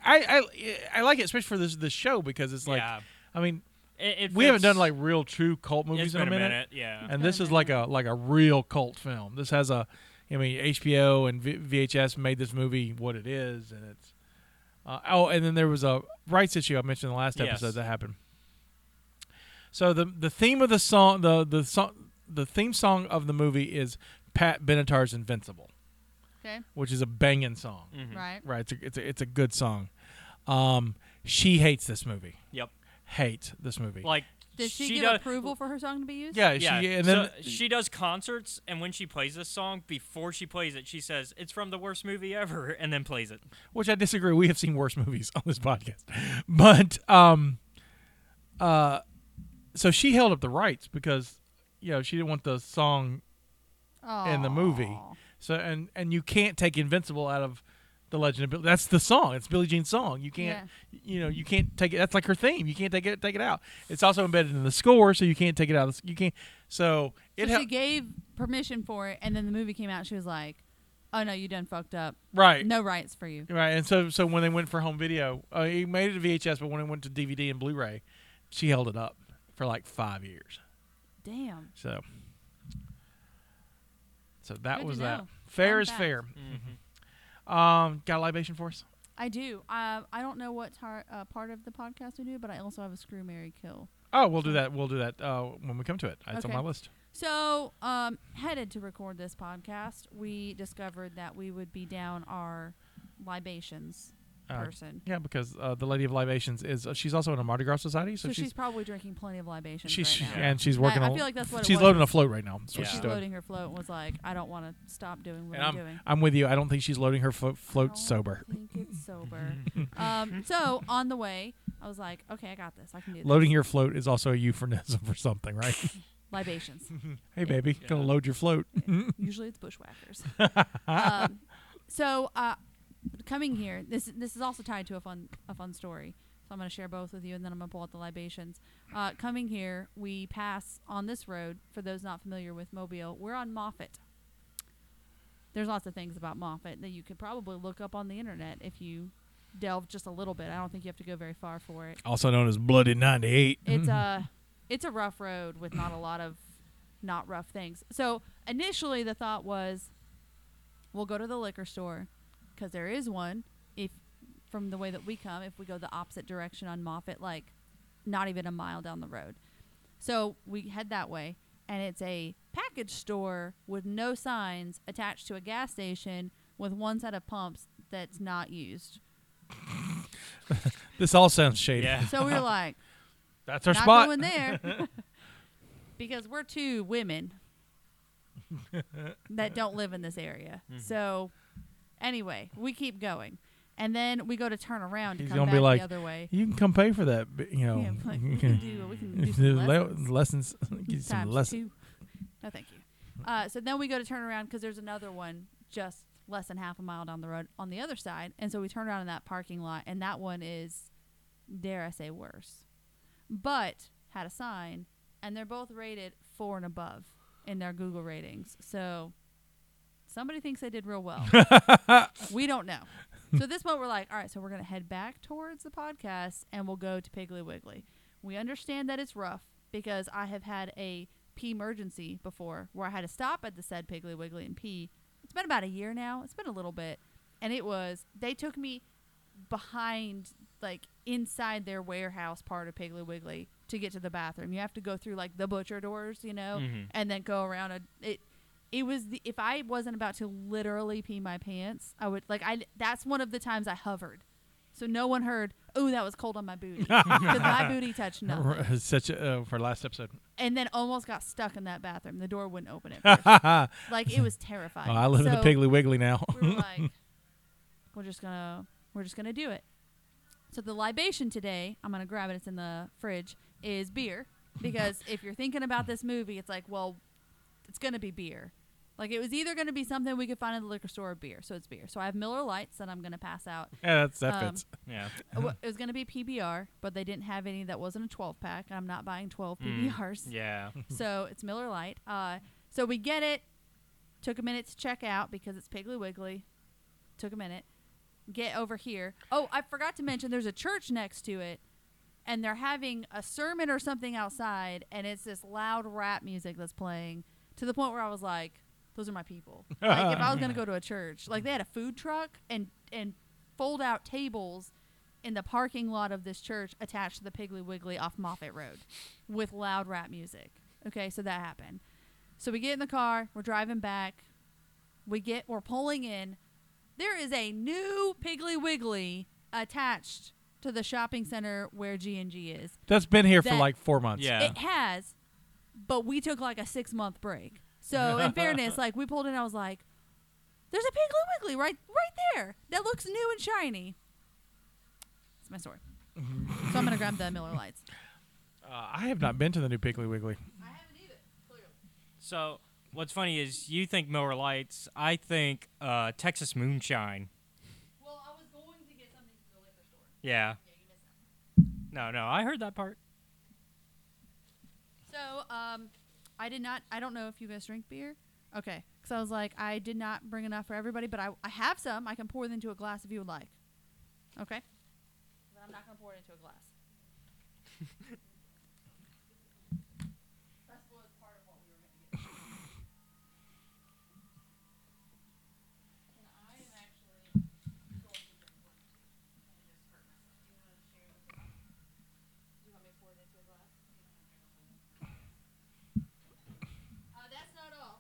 [SPEAKER 2] I I I like it especially for this this show because it's like
[SPEAKER 1] yeah,
[SPEAKER 2] I mean
[SPEAKER 1] it, it
[SPEAKER 2] we haven't
[SPEAKER 1] fits-
[SPEAKER 2] done like real true cult movies
[SPEAKER 1] it's
[SPEAKER 2] in
[SPEAKER 1] been
[SPEAKER 2] a minute,
[SPEAKER 1] Yeah,
[SPEAKER 2] and this is like a like a real cult film. This has a I mean HBO and v- VHS made this movie what it is, and it's uh, oh, and then there was a rights issue I mentioned in the last
[SPEAKER 1] Yes.
[SPEAKER 2] episode that happened. So the the theme of the song the the song the theme song of the movie is Pat Benatar's Invincible,
[SPEAKER 3] Okay,
[SPEAKER 2] which is a banging song.
[SPEAKER 1] Mhm.
[SPEAKER 3] right.
[SPEAKER 2] Right, it's a, it's a, it's a good song. Um, she hates this movie.
[SPEAKER 1] Yep.
[SPEAKER 2] Hates this movie.
[SPEAKER 1] Like
[SPEAKER 3] Did she, give
[SPEAKER 1] does,
[SPEAKER 3] approval for her song to be used?
[SPEAKER 2] yeah,
[SPEAKER 1] Yeah,
[SPEAKER 2] she and then
[SPEAKER 1] so she does concerts, and when she plays this song, before she plays it, she says it's from the worst movie ever, and then plays it.
[SPEAKER 2] which I disagree. We have seen worse movies on this podcast, but um, uh, so she held up the rights because you know she didn't want the song in the movie.
[SPEAKER 3] Aw.
[SPEAKER 2] So and and you can't take Invincible out of the Legend of Billy. That's the song. It's Billie Jean's song. You can't you know you can't take it. That's like her theme. You can't take it take it out. It's also embedded in the score, so you can't take it out. Of the, you can't. So it
[SPEAKER 3] so
[SPEAKER 2] hel-
[SPEAKER 3] she gave permission for it, and then the movie came out. She was like, "Oh no, you done fucked up.
[SPEAKER 2] right.
[SPEAKER 3] No rights for you."
[SPEAKER 2] Right, and so so when they went for home video, uh, he made it to VHS, but when it went to DVD and Blu-ray, she held it up for like five years.
[SPEAKER 3] Damn.
[SPEAKER 2] So, so that
[SPEAKER 3] Good to
[SPEAKER 2] was that.
[SPEAKER 3] know.
[SPEAKER 2] Fair
[SPEAKER 3] Fun
[SPEAKER 2] is
[SPEAKER 3] fact.
[SPEAKER 2] fair. Um, got a libation for us?
[SPEAKER 3] I do. Um, I don't know what tar- uh, part of the podcast we do, but I also have a screw, Mary kill.
[SPEAKER 2] Oh, we'll do that. We'll do that uh, when we come to it. It's
[SPEAKER 3] Okay.
[SPEAKER 2] on my list.
[SPEAKER 3] So, um, headed to record this podcast, we discovered that we would be down our libations
[SPEAKER 2] Uh,
[SPEAKER 3] person.
[SPEAKER 2] yeah, because uh, the lady of libations is uh, she's also in a Mardi Gras society, so,
[SPEAKER 3] So, she's,
[SPEAKER 2] she's
[SPEAKER 3] probably drinking plenty of libations.
[SPEAKER 2] she's
[SPEAKER 3] right now.
[SPEAKER 2] and she's
[SPEAKER 3] I-
[SPEAKER 2] working.
[SPEAKER 3] I
[SPEAKER 2] a-
[SPEAKER 3] feel like that's what it
[SPEAKER 2] she's
[SPEAKER 3] was.
[SPEAKER 2] loading a float right now. That's what
[SPEAKER 1] Yeah.
[SPEAKER 2] she's
[SPEAKER 3] She's
[SPEAKER 2] doing.
[SPEAKER 3] loading her float and was like, I don't want to stop doing what
[SPEAKER 2] And
[SPEAKER 3] I'm,
[SPEAKER 2] I'm,
[SPEAKER 3] doing.
[SPEAKER 2] I'm with you. I don't think she's loading her float,
[SPEAKER 3] Oh.
[SPEAKER 2] float sober.
[SPEAKER 3] I think it's sober. um, so on the way, I was like, okay, I got this. I can do this.
[SPEAKER 2] Loading your float is also a euphemism for something, right?
[SPEAKER 3] libations.
[SPEAKER 2] hey, baby, gonna load your float.
[SPEAKER 3] Usually it's bushwhackers. um, so uh, coming here, this this is also tied to a fun a fun story. So I'm going to share both with you, and then I'm going to pull out the libations. Uh, coming here, we pass on this road. For those not familiar with Mobile, we're on Moffat. There's lots of things about Moffat that you could probably look up on the internet if you delve just a little bit. I don't think you have to go very far for it.
[SPEAKER 2] Also known as Bloody Mm-hmm. 98.
[SPEAKER 3] It's uh, a it's a rough road with not a lot of not rough things. So initially the thought was we'll go to the liquor store because there is one if from the way that we come if we go the opposite direction on Moffat like not even a mile down the road. So we head that way and it's a package store with no signs attached to a gas station with one set of pumps that's not used.
[SPEAKER 2] This all sounds shady.
[SPEAKER 1] Yeah.
[SPEAKER 3] So we were like
[SPEAKER 2] That's our
[SPEAKER 3] not
[SPEAKER 2] spot.
[SPEAKER 3] going there because we're two women that don't live in this area.
[SPEAKER 2] Mm-hmm.
[SPEAKER 3] So anyway, we keep going, and then we go to turn around to
[SPEAKER 2] He's
[SPEAKER 3] come
[SPEAKER 2] gonna
[SPEAKER 3] back
[SPEAKER 2] be like,
[SPEAKER 3] the other way.
[SPEAKER 2] You can come pay for that, but, you know.
[SPEAKER 3] Yeah, but we can do we can do
[SPEAKER 2] do
[SPEAKER 3] some
[SPEAKER 2] le-
[SPEAKER 3] lessons
[SPEAKER 2] lessons. Get you some
[SPEAKER 3] times
[SPEAKER 2] lessons.
[SPEAKER 3] two. No, thank you. Uh, so then we go to turn around because there's another one just less than half a mile down the road on the other side, and so we turn around in that parking lot, and that one is, dare I say, worse, but had a sign, and they're both rated four and above in their Google ratings. So somebody thinks they did real well. we don't know. So at this point, we're like, all right, so we're gonna head back towards the podcast, and we'll go to Piggly Wiggly. We understand that it's rough because I have had a pee emergency before where I had to stop at the said Piggly Wiggly and pee. It's been about a year now. It's been a little bit. And it was, they took me behind, like inside their warehouse part of Piggly Wiggly to get to the bathroom. You have to go through like the butcher doors, you know,
[SPEAKER 2] Mm-hmm.
[SPEAKER 1] Mhm.
[SPEAKER 3] and then go around. A, it it was the, if I wasn't about to literally pee my pants, I would like I that's one of the times I hovered. So no one heard, "Oh, that was cold on my booty." 'Cause my booty touched nothing
[SPEAKER 2] Such a, uh, for last episode.
[SPEAKER 3] and then almost got stuck in that bathroom. The door wouldn't open at first.
[SPEAKER 2] oh,
[SPEAKER 3] like it was terrifying.
[SPEAKER 2] I live in the
[SPEAKER 3] So
[SPEAKER 2] Piggly Wiggly now.
[SPEAKER 3] We were like, we're just gonna we're just gonna do it. So the libation today, I'm gonna grab it. It's in the fridge. Is beer because if you're thinking about this movie, it's like, well, it's gonna be beer. Like it was either gonna be something we could find in the liquor store or beer. So it's beer. So I have Miller Lights that I'm gonna pass out.
[SPEAKER 2] yeah, that's, that
[SPEAKER 3] Um,
[SPEAKER 2] fits.
[SPEAKER 1] Yeah.
[SPEAKER 3] Well, it was gonna be PBR, but they didn't have any that wasn't a 12 pack, and I'm not buying 12
[SPEAKER 1] Mm.
[SPEAKER 3] PBRs.
[SPEAKER 1] Yeah.
[SPEAKER 3] So it's Miller Lite. Uh, so we get it. Took a minute to check out because it's Piggly Wiggly. Took a minute. Get over here. Oh, I forgot to mention there's a church next to it, and they're having a sermon or something outside, and it's this loud rap music that's playing to the point where I was like, "Those are my people." Like if I was gonna go to a church, like they had a food truck and and fold out tables in the parking lot of this church attached to the Piggly Wiggly off Moffat Road with loud rap music. Okay, so that happened. So we get in the car, we're driving back, we get we're pulling in. There is a new Piggly Wiggly attached to the shopping center where G and G is.
[SPEAKER 2] That's been here for
[SPEAKER 3] that-
[SPEAKER 2] like four months.
[SPEAKER 1] Yeah.
[SPEAKER 3] It has, but we took like a six month break. So in fairness, like we pulled in, I was like, "There's a Piggly Wiggly right right there that looks new and shiny." It's my story. so I'm gonna grab the Miller Lights.
[SPEAKER 2] Uh, I have not been to the new Piggly Wiggly.
[SPEAKER 3] I haven't either. Clearly.
[SPEAKER 1] So what's funny is you think Miller Lights, I think uh, Texas Moonshine.
[SPEAKER 3] Well, I was going to get something from the liquor store.
[SPEAKER 1] Yeah.
[SPEAKER 3] Yeah, you missed
[SPEAKER 1] No,
[SPEAKER 3] that.
[SPEAKER 1] no, I heard that part.
[SPEAKER 3] So, um, I did not. I don't know if you guys drink beer. Okay, because I was like, I did not bring enough for everybody, but I, I have some. I can pour it into a glass if you would like. Okay. But I'm not gonna pour it into a glass. That's what was part of what we were gonna get. And I am actually going to drink one. I just hurt myself. Do you want to share with me? Do you want me to pour it into a glass? Uh, that's not all.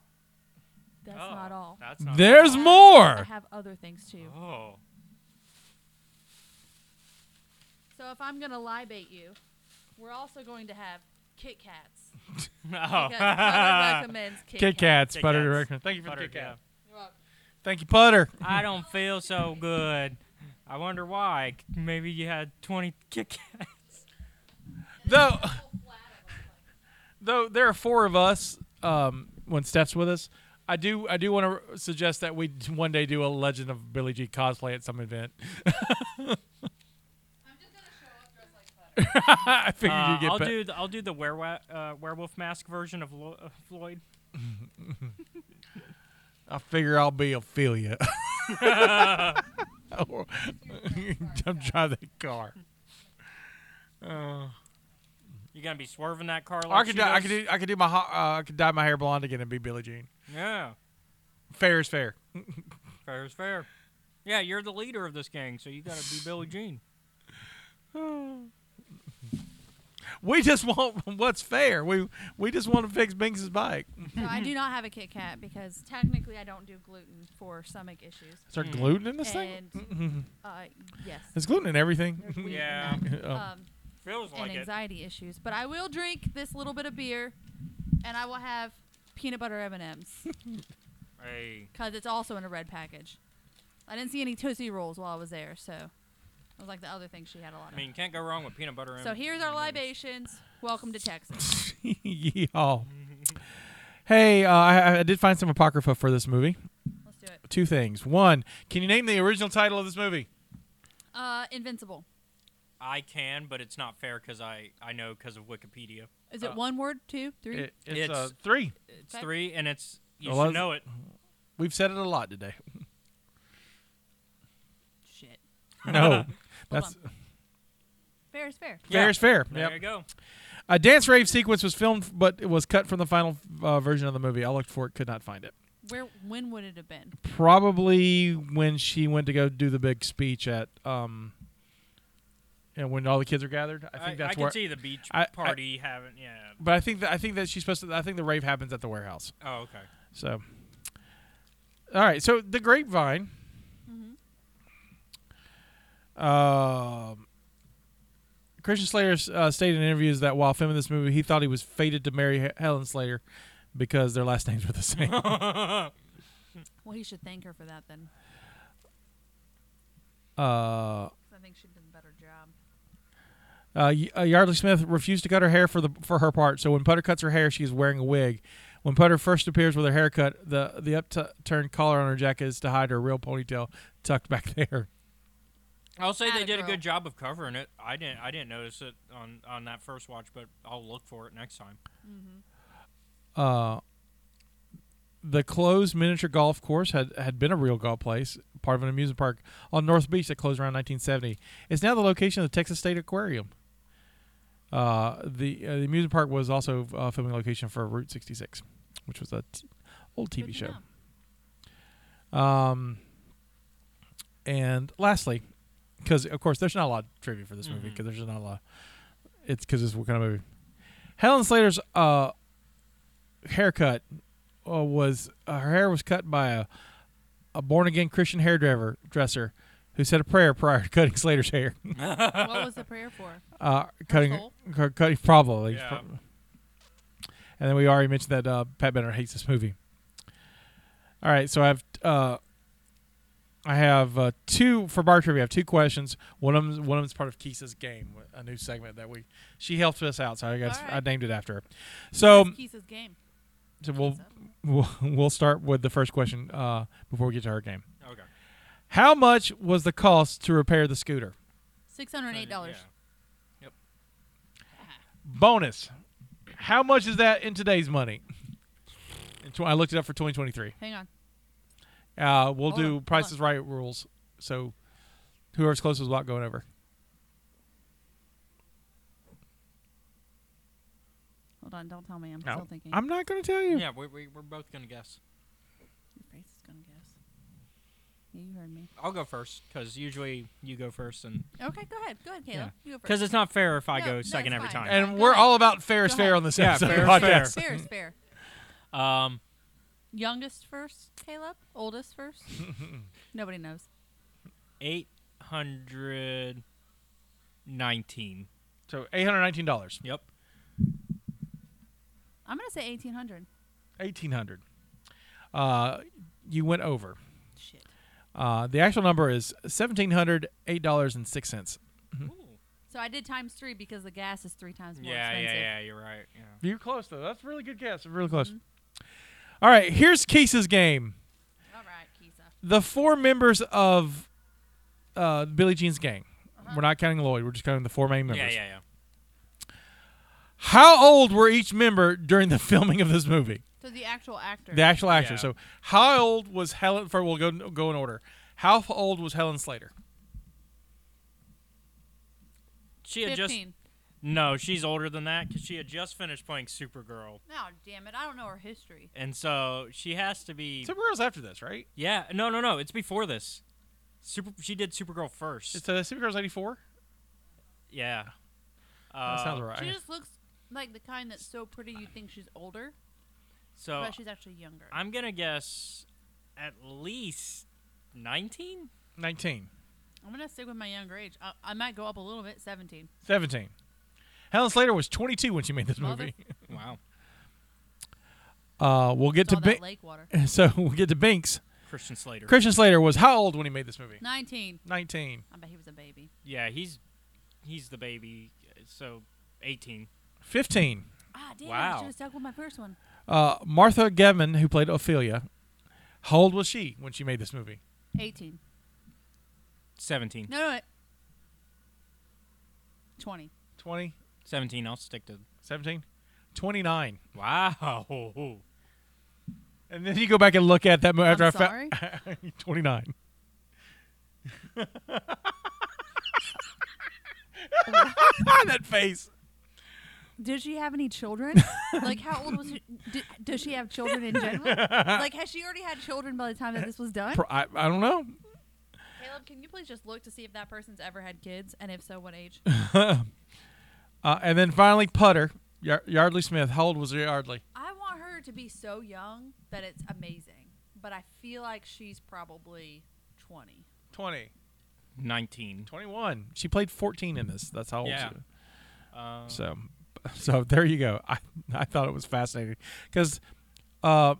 [SPEAKER 3] That's not
[SPEAKER 2] Oh,
[SPEAKER 3] all.
[SPEAKER 1] That's not
[SPEAKER 2] There's more.
[SPEAKER 3] I have other things too.
[SPEAKER 1] Oh.
[SPEAKER 3] So if I'm gonna libate you, we're also going to have Kit Kats.
[SPEAKER 1] Oh.
[SPEAKER 3] Because Tyler
[SPEAKER 1] No.
[SPEAKER 3] recommends Kit,
[SPEAKER 2] Kit Kats,
[SPEAKER 1] Kit
[SPEAKER 2] Butter
[SPEAKER 1] Kats.
[SPEAKER 2] Direction. Thank you for
[SPEAKER 1] Butter,
[SPEAKER 2] the Kit Kat.
[SPEAKER 1] yeah.
[SPEAKER 3] You're welcome.
[SPEAKER 2] Thank you, Putter.
[SPEAKER 1] I don't feel so good. I wonder why. Maybe you had 20 Kit Kats.
[SPEAKER 2] Though, though there are four of us um, when Steph's with us, I do I do want to suggest that we one day do a Legend of Billy G cosplay at some event.
[SPEAKER 3] I'm just gonna show up dressed like Butter.
[SPEAKER 2] I figured
[SPEAKER 1] Uh,
[SPEAKER 2] you'd get
[SPEAKER 1] I'll
[SPEAKER 2] pa-
[SPEAKER 1] do the, I'll do the werewa- uh, werewolf mask version of Lo- uh, Floyd.
[SPEAKER 2] I figure I'll be Ophelia. I'm driving the car. Uh,
[SPEAKER 1] You're gonna be swerving that car. Like
[SPEAKER 2] I could
[SPEAKER 1] she
[SPEAKER 2] do, I
[SPEAKER 1] does?
[SPEAKER 2] could do I could do my ho- uh, I could dye my hair blonde again and be Billie Jean.
[SPEAKER 1] Yeah,
[SPEAKER 2] Fair is fair.
[SPEAKER 1] fair is fair. Yeah, you're the leader of this gang, so you gotta be Billy Jean.
[SPEAKER 2] We just want what's fair. We we just want to fix Binks's bike.
[SPEAKER 3] So I do not have a Kit Kat because technically I don't do gluten for stomach issues.
[SPEAKER 2] Is there gluten in this thing?
[SPEAKER 3] And uh, yes,
[SPEAKER 2] Is gluten in
[SPEAKER 3] there's
[SPEAKER 2] everything?
[SPEAKER 3] wheat in
[SPEAKER 1] Yeah.
[SPEAKER 3] that.
[SPEAKER 2] Oh.
[SPEAKER 3] Um,
[SPEAKER 1] Feels
[SPEAKER 3] and
[SPEAKER 1] like it.
[SPEAKER 3] anxiety issues. But I will drink this little bit of beer, and I will have peanut butter M and M's.
[SPEAKER 1] Hey,
[SPEAKER 3] because it's also in a red package. I didn't see any Tootsie Rolls while I was there, so it was like the other thing she had a lot of.
[SPEAKER 1] I mean, can't go wrong with peanut butter.
[SPEAKER 3] so
[SPEAKER 1] and-
[SPEAKER 3] here's our libations. Welcome to Texas.
[SPEAKER 2] Yeehaw. Hey, uh, I, I did find some apocrypha for this movie.
[SPEAKER 3] Let's do it.
[SPEAKER 2] Two things. One, can you name the original title of this movie?
[SPEAKER 3] Uh, Invincible.
[SPEAKER 1] I can, but it's not fair because I I know because of Wikipedia.
[SPEAKER 3] Is it
[SPEAKER 2] Oh.
[SPEAKER 1] Uh,
[SPEAKER 3] one word, two, three?
[SPEAKER 1] it's, uh, It's-
[SPEAKER 2] three.
[SPEAKER 1] It's
[SPEAKER 3] Okay.
[SPEAKER 1] three, and it's you
[SPEAKER 2] Well,
[SPEAKER 1] should
[SPEAKER 2] that's-
[SPEAKER 1] know it.
[SPEAKER 2] We've said it a lot today.
[SPEAKER 3] Shit.
[SPEAKER 2] No, that's
[SPEAKER 3] Fair is fair.
[SPEAKER 1] Yeah.
[SPEAKER 2] fair is fair.
[SPEAKER 1] There you
[SPEAKER 2] Yep.
[SPEAKER 1] go.
[SPEAKER 2] A dance rave sequence was filmed, but it was cut from the final uh, version of the movie. I looked for it, could not find it.
[SPEAKER 3] Where? When would it have been?
[SPEAKER 2] Probably when she went to go do the big speech at um, and when all the kids are gathered. I think that's
[SPEAKER 1] I
[SPEAKER 2] where.
[SPEAKER 1] can see the beach
[SPEAKER 2] I- I-
[SPEAKER 1] party having. Yeah.
[SPEAKER 2] But I think that I think that she's supposed to. I think the rave happens at the warehouse.
[SPEAKER 1] Oh, okay.
[SPEAKER 2] So, all right. So the grapevine. Um, Christian Slater uh, stated in interviews that while filming this movie, he thought he was fated to marry He- Helen Slater because their last names were the same.
[SPEAKER 3] Well, he should thank her for that then.
[SPEAKER 2] uh,
[SPEAKER 3] 'cause I think she did a better job.
[SPEAKER 2] Uh, Y- uh, Yardley Smith refused to cut her hair for the for her part, so when Putter cuts her hair, she is wearing a wig. When Putter first appears with her haircut, the the upturned collar on her jacket is to hide her real ponytail tucked back there.
[SPEAKER 1] I'll say they
[SPEAKER 3] Atta
[SPEAKER 1] did a
[SPEAKER 3] girl.
[SPEAKER 1] good job of covering it. I didn't. I didn't notice it on on that first watch, but I'll look for it next time.
[SPEAKER 2] Uh, the closed miniature golf course had, had been a real golf place, part of an amusement park on North Beach that closed around 1970. It's now the location of the Texas State Aquarium. Uh, the, uh, the amusement park was also uh, filming location for Route 66, which was a t- old TV
[SPEAKER 3] Good to
[SPEAKER 2] show.
[SPEAKER 3] know.
[SPEAKER 2] Um, and lastly, because of course there's not a lot of trivia for this
[SPEAKER 1] Mhm.
[SPEAKER 2] movie because there's not a lot. It's because it's what kind of movie? Helen Slater's uh haircut uh, was uh, her hair was cut by a a born again Christian hairdresser dresser who said a prayer prior to cutting Slater's hair.
[SPEAKER 3] what was the prayer for?
[SPEAKER 2] Uh, cutting,
[SPEAKER 3] soul?
[SPEAKER 2] cu- cutting probably.
[SPEAKER 1] Yeah.
[SPEAKER 2] And then we already mentioned that uh, Pat Benner hates this movie. All right, so I have uh, I have uh, two for bar trivia. I have two questions. One of them, one of them's part of Kisa's game, a new segment that we she helped us out, so I guess
[SPEAKER 3] All
[SPEAKER 2] I
[SPEAKER 3] right.
[SPEAKER 2] named it after her. So,
[SPEAKER 3] Keith's game.
[SPEAKER 2] so we'll,
[SPEAKER 3] Kisa.
[SPEAKER 2] we'll we'll start with the first question uh, before we get to her game.
[SPEAKER 1] Okay.
[SPEAKER 2] How much was the cost to repair the scooter?
[SPEAKER 3] Six hundred eight dollars.
[SPEAKER 2] Bonus. How much is that in today's money? In tw- I looked it up for 2023.
[SPEAKER 3] Hang on.
[SPEAKER 2] Uh, we'll
[SPEAKER 3] Hold on,
[SPEAKER 2] do
[SPEAKER 3] hold
[SPEAKER 2] Price
[SPEAKER 3] on.
[SPEAKER 2] is Right rules. So whoever's closest lot going over.
[SPEAKER 3] Hold on. Don't tell me. I'm
[SPEAKER 2] No.
[SPEAKER 3] still thinking.
[SPEAKER 2] I'm not going to tell
[SPEAKER 1] Yeah.
[SPEAKER 2] you.
[SPEAKER 1] Yeah. We, we we're both gonna guess.
[SPEAKER 3] Your face is gonna guess. Yeah, you heard me.
[SPEAKER 1] I'll go first because usually you go first, and
[SPEAKER 3] Okay, go ahead. Go ahead, Caleb. You go first.
[SPEAKER 1] because it's not fair if I
[SPEAKER 3] No,
[SPEAKER 1] go
[SPEAKER 3] no,
[SPEAKER 1] second
[SPEAKER 3] it's
[SPEAKER 1] every
[SPEAKER 3] fine.
[SPEAKER 1] time.
[SPEAKER 2] And
[SPEAKER 3] Go
[SPEAKER 2] we're
[SPEAKER 3] ahead.
[SPEAKER 2] all about fair is
[SPEAKER 3] Go
[SPEAKER 2] fair
[SPEAKER 3] ahead.
[SPEAKER 2] on this
[SPEAKER 1] Yeah,
[SPEAKER 2] episode
[SPEAKER 1] fair
[SPEAKER 2] of
[SPEAKER 1] is
[SPEAKER 2] the
[SPEAKER 1] fair.
[SPEAKER 2] podcast.
[SPEAKER 3] fair is fair.
[SPEAKER 2] Eh.
[SPEAKER 1] Um,
[SPEAKER 3] Youngest first, Caleb. Oldest first. Nobody knows.
[SPEAKER 1] eight hundred nineteen.
[SPEAKER 2] So $819.
[SPEAKER 1] Yep.
[SPEAKER 3] I'm gonna say eighteen hundred.
[SPEAKER 2] 1800 uh, You went over.
[SPEAKER 3] Shit.
[SPEAKER 2] Uh, the actual number is $1,708.06.
[SPEAKER 3] So I did times three because the gas is three times more
[SPEAKER 1] Yeah, yeah,
[SPEAKER 3] expensive.
[SPEAKER 1] yeah. You're right. Yeah.
[SPEAKER 2] You're close, though. That's a really good guess. Really close. All right, here's Keese's game.
[SPEAKER 3] All right, Kisa.
[SPEAKER 2] the four members of uh, Billie Jean's gang. We're not counting Lloyd. We're just counting the four main members.
[SPEAKER 1] Uh-huh. Yeah, yeah, yeah.
[SPEAKER 2] How old were each member during the filming of this movie?
[SPEAKER 3] So the actual actor.
[SPEAKER 2] The actual actor.
[SPEAKER 1] Yeah.
[SPEAKER 2] So how old was Helen? For we'll go go in order. How old was Helen Slater?
[SPEAKER 1] She had just
[SPEAKER 3] Fifteen.
[SPEAKER 1] no. She's older than that because she had just finished playing Supergirl,
[SPEAKER 3] No, damn it! I don't know her history.
[SPEAKER 1] and so she has to be.
[SPEAKER 2] Supergirl's after this, right?
[SPEAKER 1] Yeah, no, no, no. It's before this. Super. She did Supergirl first.
[SPEAKER 2] It's uh, Supergirl's eighty four.
[SPEAKER 1] yeah. Uh,
[SPEAKER 2] That sounds right.
[SPEAKER 3] She just looks like the kind that's so pretty you think she's older,
[SPEAKER 1] So
[SPEAKER 3] but she's actually younger.
[SPEAKER 1] I'm gonna guess at least nineteen.
[SPEAKER 2] Nineteen.
[SPEAKER 3] I'm gonna stick with my younger age. I, I might go up a little bit. Seventeen.
[SPEAKER 2] 17. Helen Slater was 22 when she made this
[SPEAKER 3] Mother-
[SPEAKER 2] movie.
[SPEAKER 1] Wow.
[SPEAKER 2] Uh, we'll get
[SPEAKER 3] It's all
[SPEAKER 2] to
[SPEAKER 3] that
[SPEAKER 2] Bin-
[SPEAKER 3] lake water.
[SPEAKER 2] so we'll get to Binks.
[SPEAKER 1] Christian Slater.
[SPEAKER 2] Christian Slater was how old when he made this movie?
[SPEAKER 3] Nineteen.
[SPEAKER 2] 19.
[SPEAKER 3] I bet he was a baby.
[SPEAKER 1] yeah, he's he's the baby. So eighteen.
[SPEAKER 2] 15.
[SPEAKER 3] Ah, damn! I
[SPEAKER 1] Wow.
[SPEAKER 3] should have stuck with my first one.
[SPEAKER 2] Uh, Martha Gevin, who played Ophelia, how old was she when she made this movie?
[SPEAKER 3] Eighteen.
[SPEAKER 1] Seventeen.
[SPEAKER 3] No, no. wait. Twenty.
[SPEAKER 2] 20,
[SPEAKER 1] Seventeen. I'll stick to.
[SPEAKER 2] 17, 29.
[SPEAKER 1] Wow.
[SPEAKER 2] And then you go back and look at that movie after
[SPEAKER 3] I'm
[SPEAKER 2] I found 29. that face.
[SPEAKER 3] Did she have any children? like, how old was she? Did, does she have children in general? like, has she already had children by the time that this was done?
[SPEAKER 2] Pro- I, I don't know.
[SPEAKER 3] Caleb, Caleb, can you please just look to see if that person's ever had kids, and if so, what age?
[SPEAKER 2] Uh, and then finally, Putter Yar- Yardley Smith. How old was Yardley?
[SPEAKER 3] I want her to be so young that it's amazing, but I feel like she's probably twenty.
[SPEAKER 2] 20,
[SPEAKER 1] 19.
[SPEAKER 2] 21. She played 14 in this. That's how old
[SPEAKER 1] Yeah.
[SPEAKER 2] she was.
[SPEAKER 1] Uh,
[SPEAKER 2] So, so there you go. I, I thought it was fascinating because uh,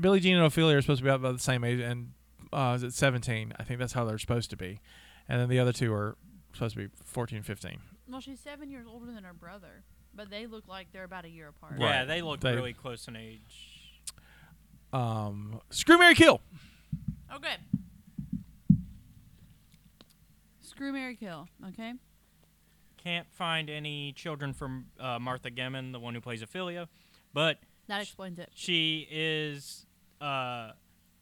[SPEAKER 2] Billie Jean and Ophelia are supposed to be about the same age, and uh, is it 17? I think that's how they're supposed to be. And then the other two are supposed to be 14, 15.
[SPEAKER 3] Well, she's seven years older than her brother, but they look like they're about a year apart.
[SPEAKER 1] yeah,
[SPEAKER 2] Right.
[SPEAKER 1] they look
[SPEAKER 2] They-
[SPEAKER 1] really close in age.
[SPEAKER 2] Um, screw Mary Kill.
[SPEAKER 3] Okay. Screw Mary Kill, okay?
[SPEAKER 1] Can't find any children from uh, Martha Gemmon, the one who plays Ophelia, but
[SPEAKER 3] That explains it.
[SPEAKER 1] she is. Uh,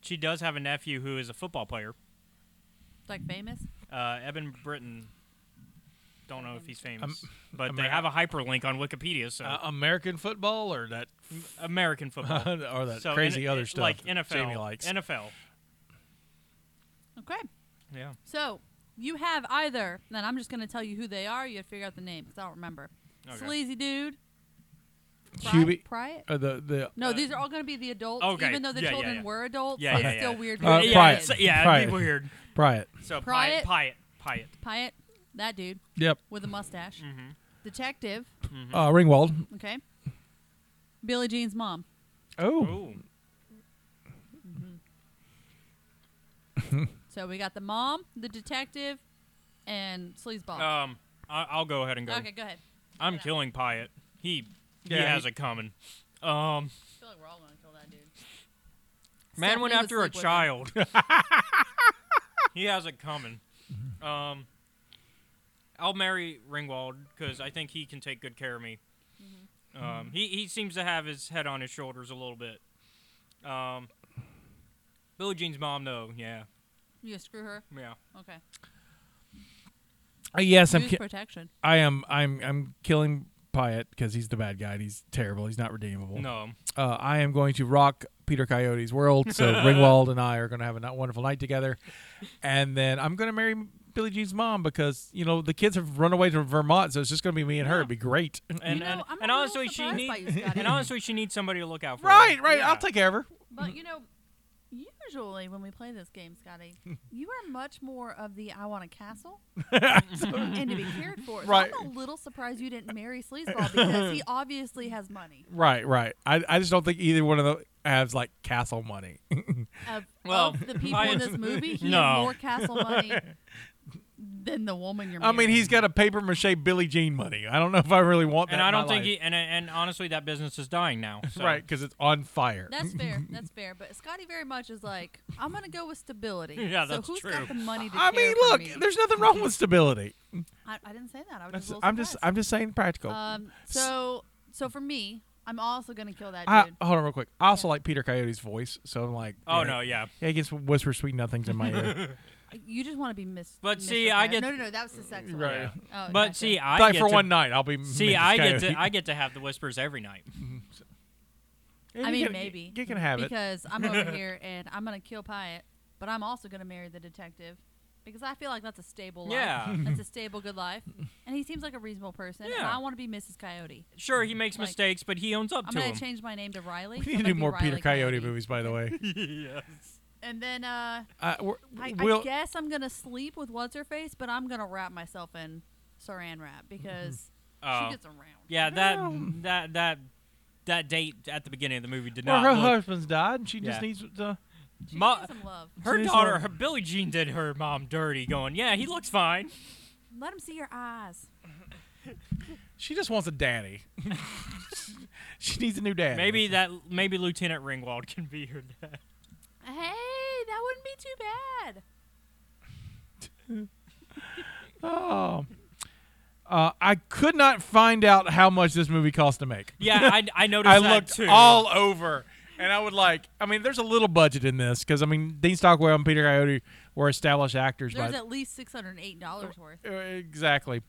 [SPEAKER 1] she does have a nephew who is a football player,
[SPEAKER 3] Like famous?
[SPEAKER 1] uh, Eben Britton. Don't know if he's famous, but they
[SPEAKER 2] Ameri-
[SPEAKER 1] have a hyperlink on Wikipedia, so
[SPEAKER 2] Uh, American football or that
[SPEAKER 1] American football.
[SPEAKER 2] or that
[SPEAKER 1] So,
[SPEAKER 2] crazy
[SPEAKER 1] N- uh,
[SPEAKER 2] other stuff
[SPEAKER 1] like
[SPEAKER 2] that
[SPEAKER 1] NFL,
[SPEAKER 2] Jamie likes.
[SPEAKER 1] NFL.
[SPEAKER 3] Okay.
[SPEAKER 1] Yeah.
[SPEAKER 3] So you have either, then I'm just going to tell you who they are. You have to figure out the name because I don't remember.
[SPEAKER 1] Okay.
[SPEAKER 3] Sleazy Dude. Pry-
[SPEAKER 2] Hubie-
[SPEAKER 3] Pryett?
[SPEAKER 2] uh, the the
[SPEAKER 3] No,
[SPEAKER 1] Uh,
[SPEAKER 3] these are all going to be the adults.
[SPEAKER 1] okay.
[SPEAKER 3] Even though the
[SPEAKER 1] Yeah, yeah,
[SPEAKER 3] children
[SPEAKER 1] yeah.
[SPEAKER 3] were adults,
[SPEAKER 1] Yeah,
[SPEAKER 3] so
[SPEAKER 1] yeah,
[SPEAKER 3] it's still
[SPEAKER 1] yeah.
[SPEAKER 3] weird.
[SPEAKER 2] Uh,
[SPEAKER 3] for the
[SPEAKER 1] yeah,
[SPEAKER 2] Pryett.
[SPEAKER 1] it's-
[SPEAKER 3] kid.
[SPEAKER 1] yeah, it'd be
[SPEAKER 2] Pryett.
[SPEAKER 1] weird.
[SPEAKER 2] Bryant.
[SPEAKER 1] So
[SPEAKER 3] Pry
[SPEAKER 1] Pyatt,
[SPEAKER 3] it.
[SPEAKER 1] Pyatt, Pyatt.
[SPEAKER 3] Pyatt, that dude
[SPEAKER 2] Yep.
[SPEAKER 3] with a mustache.
[SPEAKER 1] Mm-hmm.
[SPEAKER 3] Detective,
[SPEAKER 2] Uh, Ringwald.
[SPEAKER 3] okay? Billie Jean's mom.
[SPEAKER 2] Oh,
[SPEAKER 1] Ooh.
[SPEAKER 3] So we got the mom, the detective, and Sleazeball.
[SPEAKER 1] Um, I- I'll go ahead and go.
[SPEAKER 3] Okay, go ahead.
[SPEAKER 1] I'm
[SPEAKER 3] Yeah.
[SPEAKER 1] killing Pyatt. He he
[SPEAKER 2] Yeah,
[SPEAKER 1] has
[SPEAKER 2] he-
[SPEAKER 1] it coming. Um,
[SPEAKER 3] I feel like we're all gonna kill that dude.
[SPEAKER 1] man went
[SPEAKER 3] Stephanie
[SPEAKER 1] after a
[SPEAKER 3] would sleep with him.
[SPEAKER 1] child. he has it coming. Um, I'll marry Ringwald because I think he can take good care of me.
[SPEAKER 3] Mm-hmm.
[SPEAKER 1] Um, he he seems to have his head on his shoulders a little bit. Um, Billie Jean's mom though, yeah,
[SPEAKER 3] You gonna screw her.
[SPEAKER 1] yeah.
[SPEAKER 3] Okay.
[SPEAKER 2] Uh, yes, I'm.
[SPEAKER 3] Who's
[SPEAKER 2] ki-
[SPEAKER 3] protection?
[SPEAKER 2] I am. I'm. I'm killing Pyatt because he's the bad guy. and He's terrible. He's not redeemable.
[SPEAKER 1] No,
[SPEAKER 2] Uh, I am going to rock Peter Coyote's world. So Ringwald and I are going to have a not- wonderful night together, and then I'm going to marry Billie Jean's mom because you know the kids have run away to Vermont, so it's just going to be me and her. It'd be great.
[SPEAKER 1] and
[SPEAKER 3] know,
[SPEAKER 1] and,
[SPEAKER 3] I'm
[SPEAKER 1] and
[SPEAKER 3] a little
[SPEAKER 1] honestly, she
[SPEAKER 3] surprised by you,
[SPEAKER 1] needs
[SPEAKER 3] Scotty.
[SPEAKER 1] and honestly she needs somebody to look out for. her.
[SPEAKER 2] right. Right.
[SPEAKER 1] Yeah.
[SPEAKER 2] I'll take care of her.
[SPEAKER 3] But you know, usually when we play this game, Scotty, you are much more of the I want a castle and to be cared for. So
[SPEAKER 2] Right.
[SPEAKER 3] I'm a little surprised you didn't marry Sleazeball because he obviously has money.
[SPEAKER 2] Right. Right. I. I just don't think either one of them has like castle money.
[SPEAKER 3] Of,
[SPEAKER 1] Well,
[SPEAKER 3] of the people
[SPEAKER 1] I-
[SPEAKER 3] in this movie, he
[SPEAKER 1] No.
[SPEAKER 3] has more castle money than the woman you're
[SPEAKER 2] I mean,
[SPEAKER 3] marrying.
[SPEAKER 2] he's got a paper mache Billie Jean money. I don't know if I really want that.
[SPEAKER 1] and
[SPEAKER 2] in
[SPEAKER 1] I
[SPEAKER 2] my
[SPEAKER 1] don't think
[SPEAKER 2] life.
[SPEAKER 1] he and and honestly that business is dying now. So.
[SPEAKER 2] Right, because it's on fire.
[SPEAKER 3] That's fair. That's fair. But Scotty very much is like, I'm gonna go with stability.
[SPEAKER 1] Yeah,
[SPEAKER 3] so
[SPEAKER 1] that's
[SPEAKER 3] who's
[SPEAKER 1] true.
[SPEAKER 3] got the money to
[SPEAKER 2] I
[SPEAKER 3] care
[SPEAKER 2] mean,
[SPEAKER 3] for
[SPEAKER 2] look,
[SPEAKER 3] me?
[SPEAKER 2] there's nothing wrong with stability.
[SPEAKER 3] I, I didn't say that. I was
[SPEAKER 2] That's-
[SPEAKER 3] just. a
[SPEAKER 2] I'm
[SPEAKER 3] little
[SPEAKER 2] just,
[SPEAKER 3] surprised.
[SPEAKER 2] I'm just saying practical.
[SPEAKER 3] Um. So, so for me, I'm also gonna kill that
[SPEAKER 2] I,
[SPEAKER 3] dude.
[SPEAKER 2] hold on, real quick. I also like Peter Coyote's voice, so I'm like,
[SPEAKER 1] Oh
[SPEAKER 2] yeah,
[SPEAKER 1] no, yeah.
[SPEAKER 2] yeah, he gets whisper sweet nothings in my ear.
[SPEAKER 3] you just want to be missed.
[SPEAKER 1] But see, I get-
[SPEAKER 3] no, no, no. That was the sex one.
[SPEAKER 2] Right.
[SPEAKER 3] Oh,
[SPEAKER 1] But
[SPEAKER 3] gotcha.
[SPEAKER 1] see, I
[SPEAKER 2] like
[SPEAKER 1] get
[SPEAKER 2] for
[SPEAKER 1] to,
[SPEAKER 2] one night, I'll be
[SPEAKER 1] See,
[SPEAKER 2] Mrs.
[SPEAKER 1] I get
[SPEAKER 2] Coyote.
[SPEAKER 1] to I get to have the whispers every night.
[SPEAKER 2] And
[SPEAKER 3] I
[SPEAKER 2] you
[SPEAKER 3] mean,
[SPEAKER 2] can-
[SPEAKER 3] maybe
[SPEAKER 2] you can have it.
[SPEAKER 3] because I'm over here and I'm gonna kill Pyatt, but I'm also gonna marry the detective because I feel like that's a stable.
[SPEAKER 1] Yeah.
[SPEAKER 3] life. that's a stable, good life, and he seems like a reasonable person. and
[SPEAKER 1] Yeah.
[SPEAKER 3] I want to be Mrs. Coyote.
[SPEAKER 1] Sure, he makes
[SPEAKER 3] Like-
[SPEAKER 1] mistakes, but he owns up
[SPEAKER 3] I'm
[SPEAKER 1] to
[SPEAKER 3] gonna
[SPEAKER 1] them.
[SPEAKER 3] change my name to Riley.
[SPEAKER 2] We need
[SPEAKER 3] I'm
[SPEAKER 2] to
[SPEAKER 3] gonna
[SPEAKER 2] do
[SPEAKER 3] be
[SPEAKER 2] more
[SPEAKER 3] Riley
[SPEAKER 2] Peter Coyote movies, by the way.
[SPEAKER 1] yes.
[SPEAKER 3] And then uh,
[SPEAKER 2] Uh, we're-
[SPEAKER 3] I,
[SPEAKER 2] we'll,
[SPEAKER 3] I guess I'm gonna sleep with what's her face, but I'm gonna wrap myself in saran wrap because
[SPEAKER 1] Oh.
[SPEAKER 2] Uh,
[SPEAKER 3] she gets around.
[SPEAKER 1] yeah, that that that that date at the beginning of the movie did
[SPEAKER 2] well,
[SPEAKER 1] not.
[SPEAKER 2] her
[SPEAKER 1] look-
[SPEAKER 2] husband's died, and she just
[SPEAKER 1] Yeah.
[SPEAKER 2] needs to.
[SPEAKER 3] She
[SPEAKER 1] Ma-
[SPEAKER 3] needs some love.
[SPEAKER 1] her
[SPEAKER 2] She's
[SPEAKER 1] daughter,
[SPEAKER 2] like-
[SPEAKER 1] her Billie Jean, did her mom dirty, going, "Yeah, he looks fine."
[SPEAKER 3] Let him see your eyes.
[SPEAKER 2] She just wants a daddy. she needs a new daddy.
[SPEAKER 1] Maybe that, maybe Lieutenant Ringwald can be her dad.
[SPEAKER 3] Hey, that wouldn't be too bad.
[SPEAKER 2] Oh. Uh, I could not find out how much this movie cost to make.
[SPEAKER 1] Yeah, I, I noticed
[SPEAKER 2] I
[SPEAKER 1] that
[SPEAKER 2] looked
[SPEAKER 1] too.
[SPEAKER 2] all over, and I would like. I mean, there's a little budget in this because I mean, Dean Stockwell and Peter Coyote were established actors,
[SPEAKER 3] There's
[SPEAKER 2] but
[SPEAKER 3] at least six hundred eight dollars worth.
[SPEAKER 2] Uh, exactly.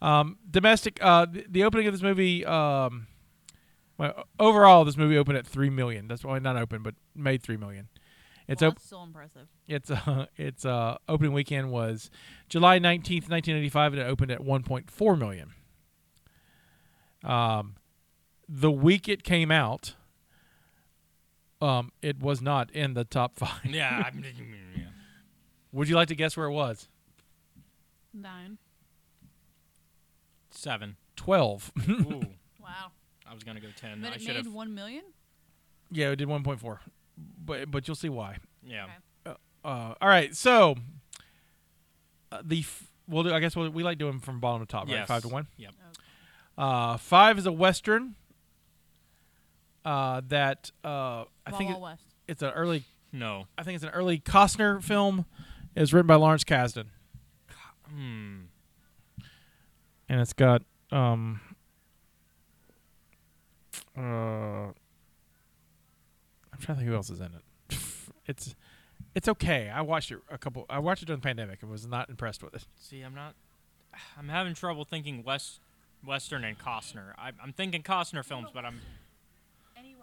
[SPEAKER 2] Um, domestic. Uh, the, the opening of this movie. Um, well, overall, this movie opened at three million. That's why not open, but made three million. It's
[SPEAKER 3] well,
[SPEAKER 2] op-
[SPEAKER 3] that's still impressive.
[SPEAKER 2] It's uh, its uh, opening weekend was July nineteenth, nineteen eighty five, and it opened at one point four million. Um, the week it came out, um, it was not in the top five.
[SPEAKER 1] Yeah. I'm, yeah.
[SPEAKER 2] Would you like to guess where it was?
[SPEAKER 3] Nine.
[SPEAKER 1] Seven.
[SPEAKER 2] Twelve.
[SPEAKER 1] Ooh.
[SPEAKER 3] Wow.
[SPEAKER 1] I was gonna go ten.
[SPEAKER 3] But
[SPEAKER 1] I
[SPEAKER 3] it
[SPEAKER 1] should
[SPEAKER 3] made
[SPEAKER 1] have.
[SPEAKER 3] one million.
[SPEAKER 2] yeah, it did one point four, but but you'll see why.
[SPEAKER 1] Yeah.
[SPEAKER 3] Okay.
[SPEAKER 2] Uh, all right, so uh, the f- we'll do. I guess we'll, we like doing from bottom to top, right?
[SPEAKER 1] Yes.
[SPEAKER 2] Five to one.
[SPEAKER 1] Yep.
[SPEAKER 2] Uh, five is a western. Uh, that uh, I
[SPEAKER 3] Wild
[SPEAKER 2] think it-
[SPEAKER 3] Wild West.
[SPEAKER 2] it's an early.
[SPEAKER 1] No.
[SPEAKER 2] I think it's an early Costner film. It was written by Lawrence Kasdan,
[SPEAKER 1] Hmm.
[SPEAKER 2] and it's got um. Uh, I'm trying to think who else is in it. it's it's okay. I watched it a couple. I watched it during the pandemic and was not impressed with it.
[SPEAKER 1] See, I'm not. I'm having trouble thinking West, Western and Costner. I, I'm thinking Costner films, but I'm.
[SPEAKER 3] Any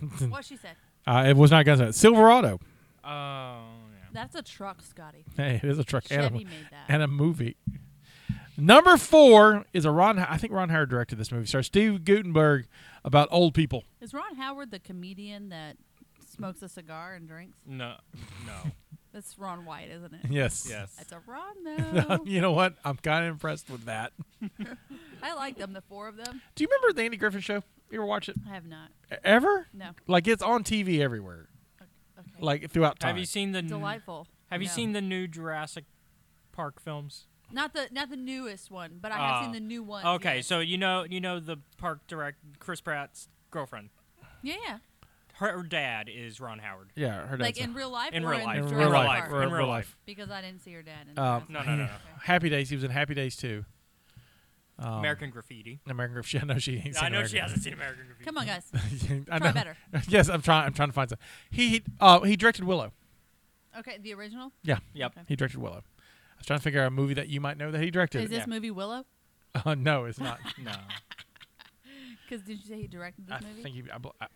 [SPEAKER 3] western. what she said.
[SPEAKER 2] Uh, it was not Gunsmoke. Silverado.
[SPEAKER 1] Oh. yeah.
[SPEAKER 3] That's a truck, Scotty.
[SPEAKER 2] Hey, it is a truck
[SPEAKER 3] Chevy
[SPEAKER 2] animal.
[SPEAKER 3] made that.
[SPEAKER 2] and a movie. Number four is a Ron. I think Ron Howard directed this movie. Stars Steve Gutenberg about old people.
[SPEAKER 3] Is Ron Howard the comedian that smokes a cigar and drinks?
[SPEAKER 1] No. No.
[SPEAKER 3] That's Ron White, isn't it?
[SPEAKER 2] Yes.
[SPEAKER 1] yes.
[SPEAKER 3] It's a Ron though.
[SPEAKER 2] you know what? I'm kind of impressed with that.
[SPEAKER 3] I like them, the four of them.
[SPEAKER 2] Do you remember the Andy Griffith Show? You ever watch it
[SPEAKER 3] I have not.
[SPEAKER 2] E- ever?
[SPEAKER 3] No.
[SPEAKER 2] Like it's on TV everywhere,
[SPEAKER 3] Okay.
[SPEAKER 2] like throughout time.
[SPEAKER 1] Have you seen the? n-
[SPEAKER 3] Delightful.
[SPEAKER 1] Mm. Have you
[SPEAKER 3] No.
[SPEAKER 1] seen the new Jurassic Park films?
[SPEAKER 3] Not the not the newest one, but I have
[SPEAKER 1] Ah.
[SPEAKER 3] seen the new one.
[SPEAKER 1] Okay, so you know you know the park direct Chris Pratt's girlfriend.
[SPEAKER 3] yeah, yeah.
[SPEAKER 1] Her dad is Ron Howard.
[SPEAKER 2] yeah, her
[SPEAKER 3] like
[SPEAKER 2] dad's
[SPEAKER 3] in real life.
[SPEAKER 1] In
[SPEAKER 3] or
[SPEAKER 1] real
[SPEAKER 3] in
[SPEAKER 1] life.
[SPEAKER 2] in
[SPEAKER 1] In
[SPEAKER 3] Jurassic
[SPEAKER 2] real life.
[SPEAKER 3] Park?
[SPEAKER 1] real
[SPEAKER 2] In real life.
[SPEAKER 3] Because I didn't see her dad. In
[SPEAKER 2] Um,
[SPEAKER 3] Jurassic
[SPEAKER 1] No,
[SPEAKER 3] Park.
[SPEAKER 1] no, no, no.
[SPEAKER 3] Okay.
[SPEAKER 2] Happy Days. He was in Happy Days too. Um,
[SPEAKER 1] American Graffiti.
[SPEAKER 2] American Griffith Show. No, she ain't seen
[SPEAKER 1] I know
[SPEAKER 2] American
[SPEAKER 1] she hasn't seen American Graffiti.
[SPEAKER 3] Come on, guys.
[SPEAKER 2] I
[SPEAKER 3] Try
[SPEAKER 2] know.
[SPEAKER 3] better.
[SPEAKER 2] yes, I'm trying. I'm trying to find some. He he, uh, he directed Willow.
[SPEAKER 3] Okay, the original.
[SPEAKER 2] Yeah.
[SPEAKER 1] Yep.
[SPEAKER 3] Okay.
[SPEAKER 2] He directed Willow. I was trying to figure out a movie that you might know that he directed.
[SPEAKER 3] Is this
[SPEAKER 1] yeah.
[SPEAKER 3] movie Willow?
[SPEAKER 2] Uh, no, it's not.
[SPEAKER 1] No.
[SPEAKER 3] Because did you say he directed this
[SPEAKER 2] I
[SPEAKER 3] movie?
[SPEAKER 2] think he. I, bel- I,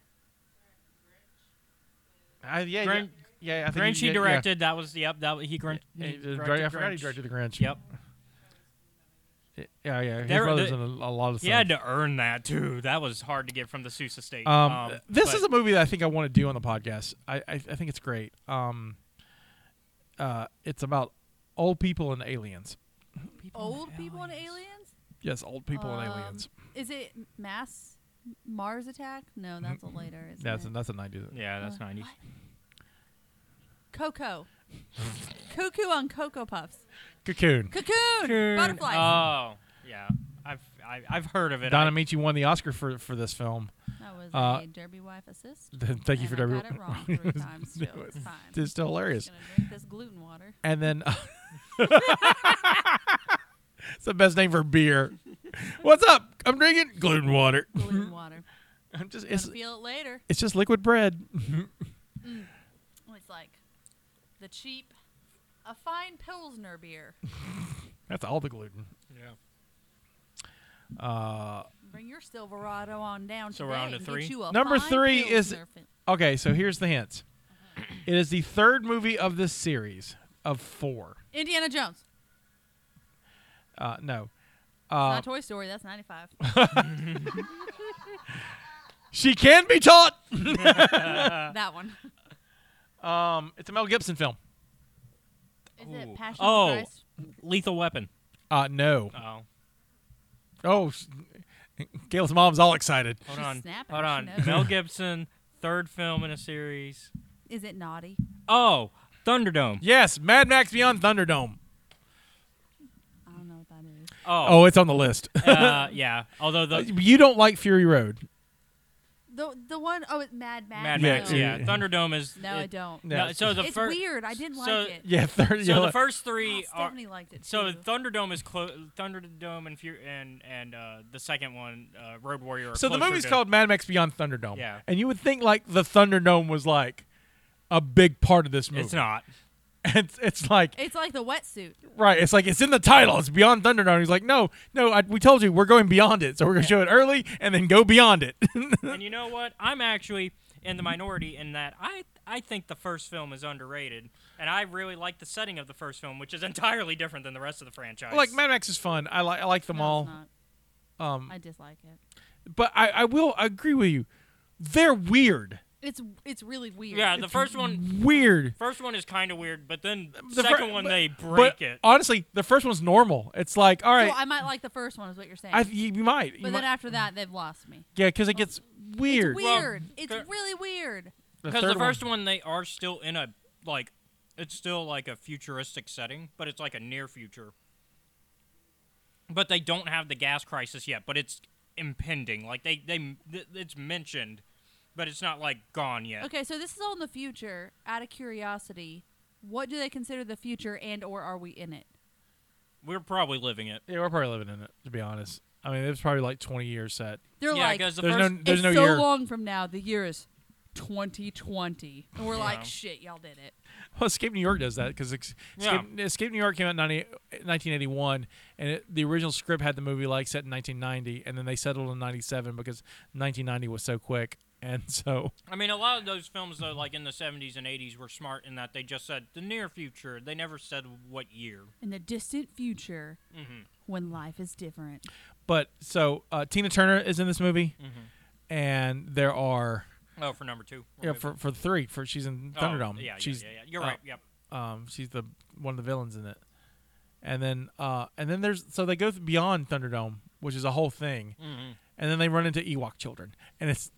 [SPEAKER 2] I, Uh, yeah,
[SPEAKER 1] Grinch-
[SPEAKER 2] yeah, yeah. I think
[SPEAKER 1] Grinch
[SPEAKER 2] he,
[SPEAKER 1] he
[SPEAKER 2] yeah,
[SPEAKER 1] directed. That was yep. That was, he
[SPEAKER 2] Yeah.
[SPEAKER 1] Grinch.
[SPEAKER 2] Yeah,
[SPEAKER 1] he
[SPEAKER 2] he did-
[SPEAKER 1] directed
[SPEAKER 2] I forgot he
[SPEAKER 1] Grinch.
[SPEAKER 2] directed the Grinch.
[SPEAKER 1] Yep.
[SPEAKER 2] Yeah, yeah. yeah. His
[SPEAKER 1] There-
[SPEAKER 2] brother's
[SPEAKER 1] the-
[SPEAKER 2] in a, a lot of.
[SPEAKER 1] He had
[SPEAKER 2] things.
[SPEAKER 1] to earn that too. That was hard to get from the Sousa State.
[SPEAKER 2] Um, this
[SPEAKER 1] but-
[SPEAKER 2] is a movie that I think I want to do on the podcast. I I, I think it's great. Um, uh, it's about old people and aliens.
[SPEAKER 3] Old people and aliens.
[SPEAKER 2] Yes, old people and
[SPEAKER 3] Um,
[SPEAKER 2] aliens.
[SPEAKER 3] Is it mass Mars attack? No, that's a later. Isn't
[SPEAKER 2] That's
[SPEAKER 3] it?
[SPEAKER 2] that's a nineties.
[SPEAKER 1] Yeah, that's
[SPEAKER 3] Uh,
[SPEAKER 1] nineties.
[SPEAKER 3] what? Coco. Cuckoo on Cocoa Puffs.
[SPEAKER 2] Cocoon. Uh,
[SPEAKER 3] Cocoon. Butterflies.
[SPEAKER 1] Oh yeah. I've I, I've heard of it.
[SPEAKER 2] Don
[SPEAKER 1] I-
[SPEAKER 2] Amici won the Oscar for for this film.
[SPEAKER 3] that was
[SPEAKER 2] uh,
[SPEAKER 3] a Derby wife assist.
[SPEAKER 2] Thank you for
[SPEAKER 3] and I
[SPEAKER 2] everyone.
[SPEAKER 3] got it wrong three times. Still, it's fine.
[SPEAKER 2] It's still hilarious.
[SPEAKER 3] Just gonna drink this gluten water.
[SPEAKER 2] And then uh, it's the best name for beer. What's up? I'm drinking gluten water.
[SPEAKER 3] Gluten water.
[SPEAKER 2] I'm just
[SPEAKER 3] Gonna
[SPEAKER 2] it's
[SPEAKER 3] feel it later. Oh,
[SPEAKER 2] it's just liquid bread.
[SPEAKER 3] It's like the cheap, a fine Pilsner beer.
[SPEAKER 2] That's all the gluten.
[SPEAKER 1] Yeah.
[SPEAKER 2] Uh,
[SPEAKER 3] Bring your Silverado on down
[SPEAKER 1] So
[SPEAKER 3] today
[SPEAKER 1] we're on to
[SPEAKER 3] and
[SPEAKER 1] three?
[SPEAKER 3] Get you a
[SPEAKER 2] Number
[SPEAKER 3] fine
[SPEAKER 2] three is-
[SPEAKER 3] Pilsner fi-
[SPEAKER 2] okay, so here's the hints.
[SPEAKER 3] Uh-huh.
[SPEAKER 2] It is the third movie of this series of four.
[SPEAKER 3] Indiana Jones.
[SPEAKER 2] Uh, no,
[SPEAKER 3] It's
[SPEAKER 2] uh,
[SPEAKER 3] not Toy Story. That's 95.
[SPEAKER 2] she can be taught.
[SPEAKER 1] uh,
[SPEAKER 3] that one.
[SPEAKER 2] Um, it's a Mel Gibson film.
[SPEAKER 3] Is
[SPEAKER 1] Ooh.
[SPEAKER 3] it Passion
[SPEAKER 1] Oh.
[SPEAKER 3] of the Christ?
[SPEAKER 1] Lethal Weapon.
[SPEAKER 2] Uh, no.
[SPEAKER 1] Oh.
[SPEAKER 2] Oh, s- Gail's mom's all excited.
[SPEAKER 1] Hold
[SPEAKER 3] She's
[SPEAKER 1] on.
[SPEAKER 3] snapping.
[SPEAKER 1] Hold
[SPEAKER 3] She
[SPEAKER 1] on.
[SPEAKER 3] knows.
[SPEAKER 1] Mel Gibson, third film in a series.
[SPEAKER 3] Is it naughty?
[SPEAKER 1] Oh, Thunderdome.
[SPEAKER 2] Yes, Mad Max Beyond Thunderdome.
[SPEAKER 3] I don't know what that is.
[SPEAKER 1] Oh,
[SPEAKER 2] Oh, it's on the list.
[SPEAKER 1] uh, yeah. Although the
[SPEAKER 2] you don't like Fury Road.
[SPEAKER 3] The the one oh it's Mad Max.
[SPEAKER 1] Mad
[SPEAKER 2] Yeah,
[SPEAKER 1] Max,
[SPEAKER 2] it-
[SPEAKER 1] yeah,
[SPEAKER 2] it-
[SPEAKER 1] Thunderdome is.
[SPEAKER 3] No,
[SPEAKER 1] it-
[SPEAKER 3] I don't.
[SPEAKER 2] No,
[SPEAKER 1] No, so the
[SPEAKER 3] it's
[SPEAKER 1] first,
[SPEAKER 3] weird. I didn't
[SPEAKER 1] so-
[SPEAKER 3] like it.
[SPEAKER 2] Yeah, third.
[SPEAKER 1] so the first three
[SPEAKER 3] Oh,
[SPEAKER 1] are.
[SPEAKER 3] Stephanie liked it.
[SPEAKER 1] So
[SPEAKER 3] too.
[SPEAKER 1] Thunderdome is clo- Thunderdome and Fu- and and uh, the second one, uh, Road Warrior. Are
[SPEAKER 2] so the
[SPEAKER 1] closer
[SPEAKER 2] movie's
[SPEAKER 1] to-
[SPEAKER 2] called Mad Max Beyond Thunderdome.
[SPEAKER 1] Yeah.
[SPEAKER 2] and you would think like the Thunderdome was like a big part of this movie.
[SPEAKER 1] It's not.
[SPEAKER 2] It's it's like
[SPEAKER 3] it's like the wetsuit.
[SPEAKER 2] right. It's like it's in the title. It's Beyond Thunderdome. He's like, no, no. I, we told you we're going beyond it, so we're gonna show it early and then go beyond it.
[SPEAKER 1] and you know what? I'm actually in the minority in that I I think the first film is underrated, and I really like the setting of the first film, which is entirely different than the rest of the franchise.
[SPEAKER 2] Like Mad Max is fun. I like I like them
[SPEAKER 3] No,
[SPEAKER 2] all.
[SPEAKER 3] it's not.
[SPEAKER 2] Um,
[SPEAKER 3] I dislike it.
[SPEAKER 2] but I, I will agree with you. They're weird.
[SPEAKER 3] It's it's really weird.
[SPEAKER 1] yeah, the first one
[SPEAKER 2] Weird.
[SPEAKER 1] first one is kind of weird, but then the
[SPEAKER 2] The fir-
[SPEAKER 1] second one
[SPEAKER 2] but-
[SPEAKER 1] they break
[SPEAKER 2] But
[SPEAKER 1] it.
[SPEAKER 2] honestly, the first one's normal. It's like all right,
[SPEAKER 3] So I might like the first one, is what you're saying.
[SPEAKER 2] I, you, you might. You
[SPEAKER 3] but then
[SPEAKER 2] might-
[SPEAKER 3] after that, they've lost me.
[SPEAKER 2] yeah, because it gets weird.
[SPEAKER 3] It's weird. it's
[SPEAKER 1] the-
[SPEAKER 3] really weird.
[SPEAKER 1] Because the, first one. they are still in a like, it's still like a futuristic setting, but it's like a near future. But they don't have the gas crisis yet, but it's impending. Like they they th- it's mentioned, but it's not like gone yet.
[SPEAKER 3] Okay, so this is all in the future. Out of curiosity, what do they consider the future, and or are we in it?
[SPEAKER 1] We're probably living it.
[SPEAKER 2] Yeah, we're probably living in it. To be honest, I mean, it was probably like 20 years set.
[SPEAKER 3] They're
[SPEAKER 1] yeah,
[SPEAKER 3] like,
[SPEAKER 1] because the
[SPEAKER 2] there's
[SPEAKER 1] first
[SPEAKER 2] no there's
[SPEAKER 3] it's
[SPEAKER 2] no
[SPEAKER 3] so
[SPEAKER 2] year.
[SPEAKER 3] long from now. The year is 2020, and we're
[SPEAKER 1] Yeah.
[SPEAKER 3] like, shit, y'all did it.
[SPEAKER 2] Well, Escape New York does that because Escape,
[SPEAKER 1] Yeah.
[SPEAKER 2] Escape New York came out in 90, 1981, and it, the original script had the movie like set in 1990, and then they settled in 97 because 1990 was so quick, and so
[SPEAKER 1] I mean, a lot of those films, though, like in the 70s and 80s, were smart in that they just said the near future. They never said what year.
[SPEAKER 3] In the distant future,
[SPEAKER 2] Mm-hmm.
[SPEAKER 1] Mhm.
[SPEAKER 3] when life is different,
[SPEAKER 2] but so uh, Tina Turner is in this movie,
[SPEAKER 1] Mhm.
[SPEAKER 2] and there are
[SPEAKER 1] Oh, for number two. We're
[SPEAKER 2] yeah
[SPEAKER 1] moving.
[SPEAKER 2] for for three for she's in
[SPEAKER 1] Oh,
[SPEAKER 2] Thunderdome.
[SPEAKER 1] Yeah, yeah,
[SPEAKER 2] she's
[SPEAKER 1] yeah, yeah. You're
[SPEAKER 2] uh,
[SPEAKER 1] right. Yep.
[SPEAKER 2] um she's the one of the villains in it and then uh and then there's so they go th- beyond thunderdome which is a whole thing
[SPEAKER 1] Mhm.
[SPEAKER 2] and then they run into ewok children and it's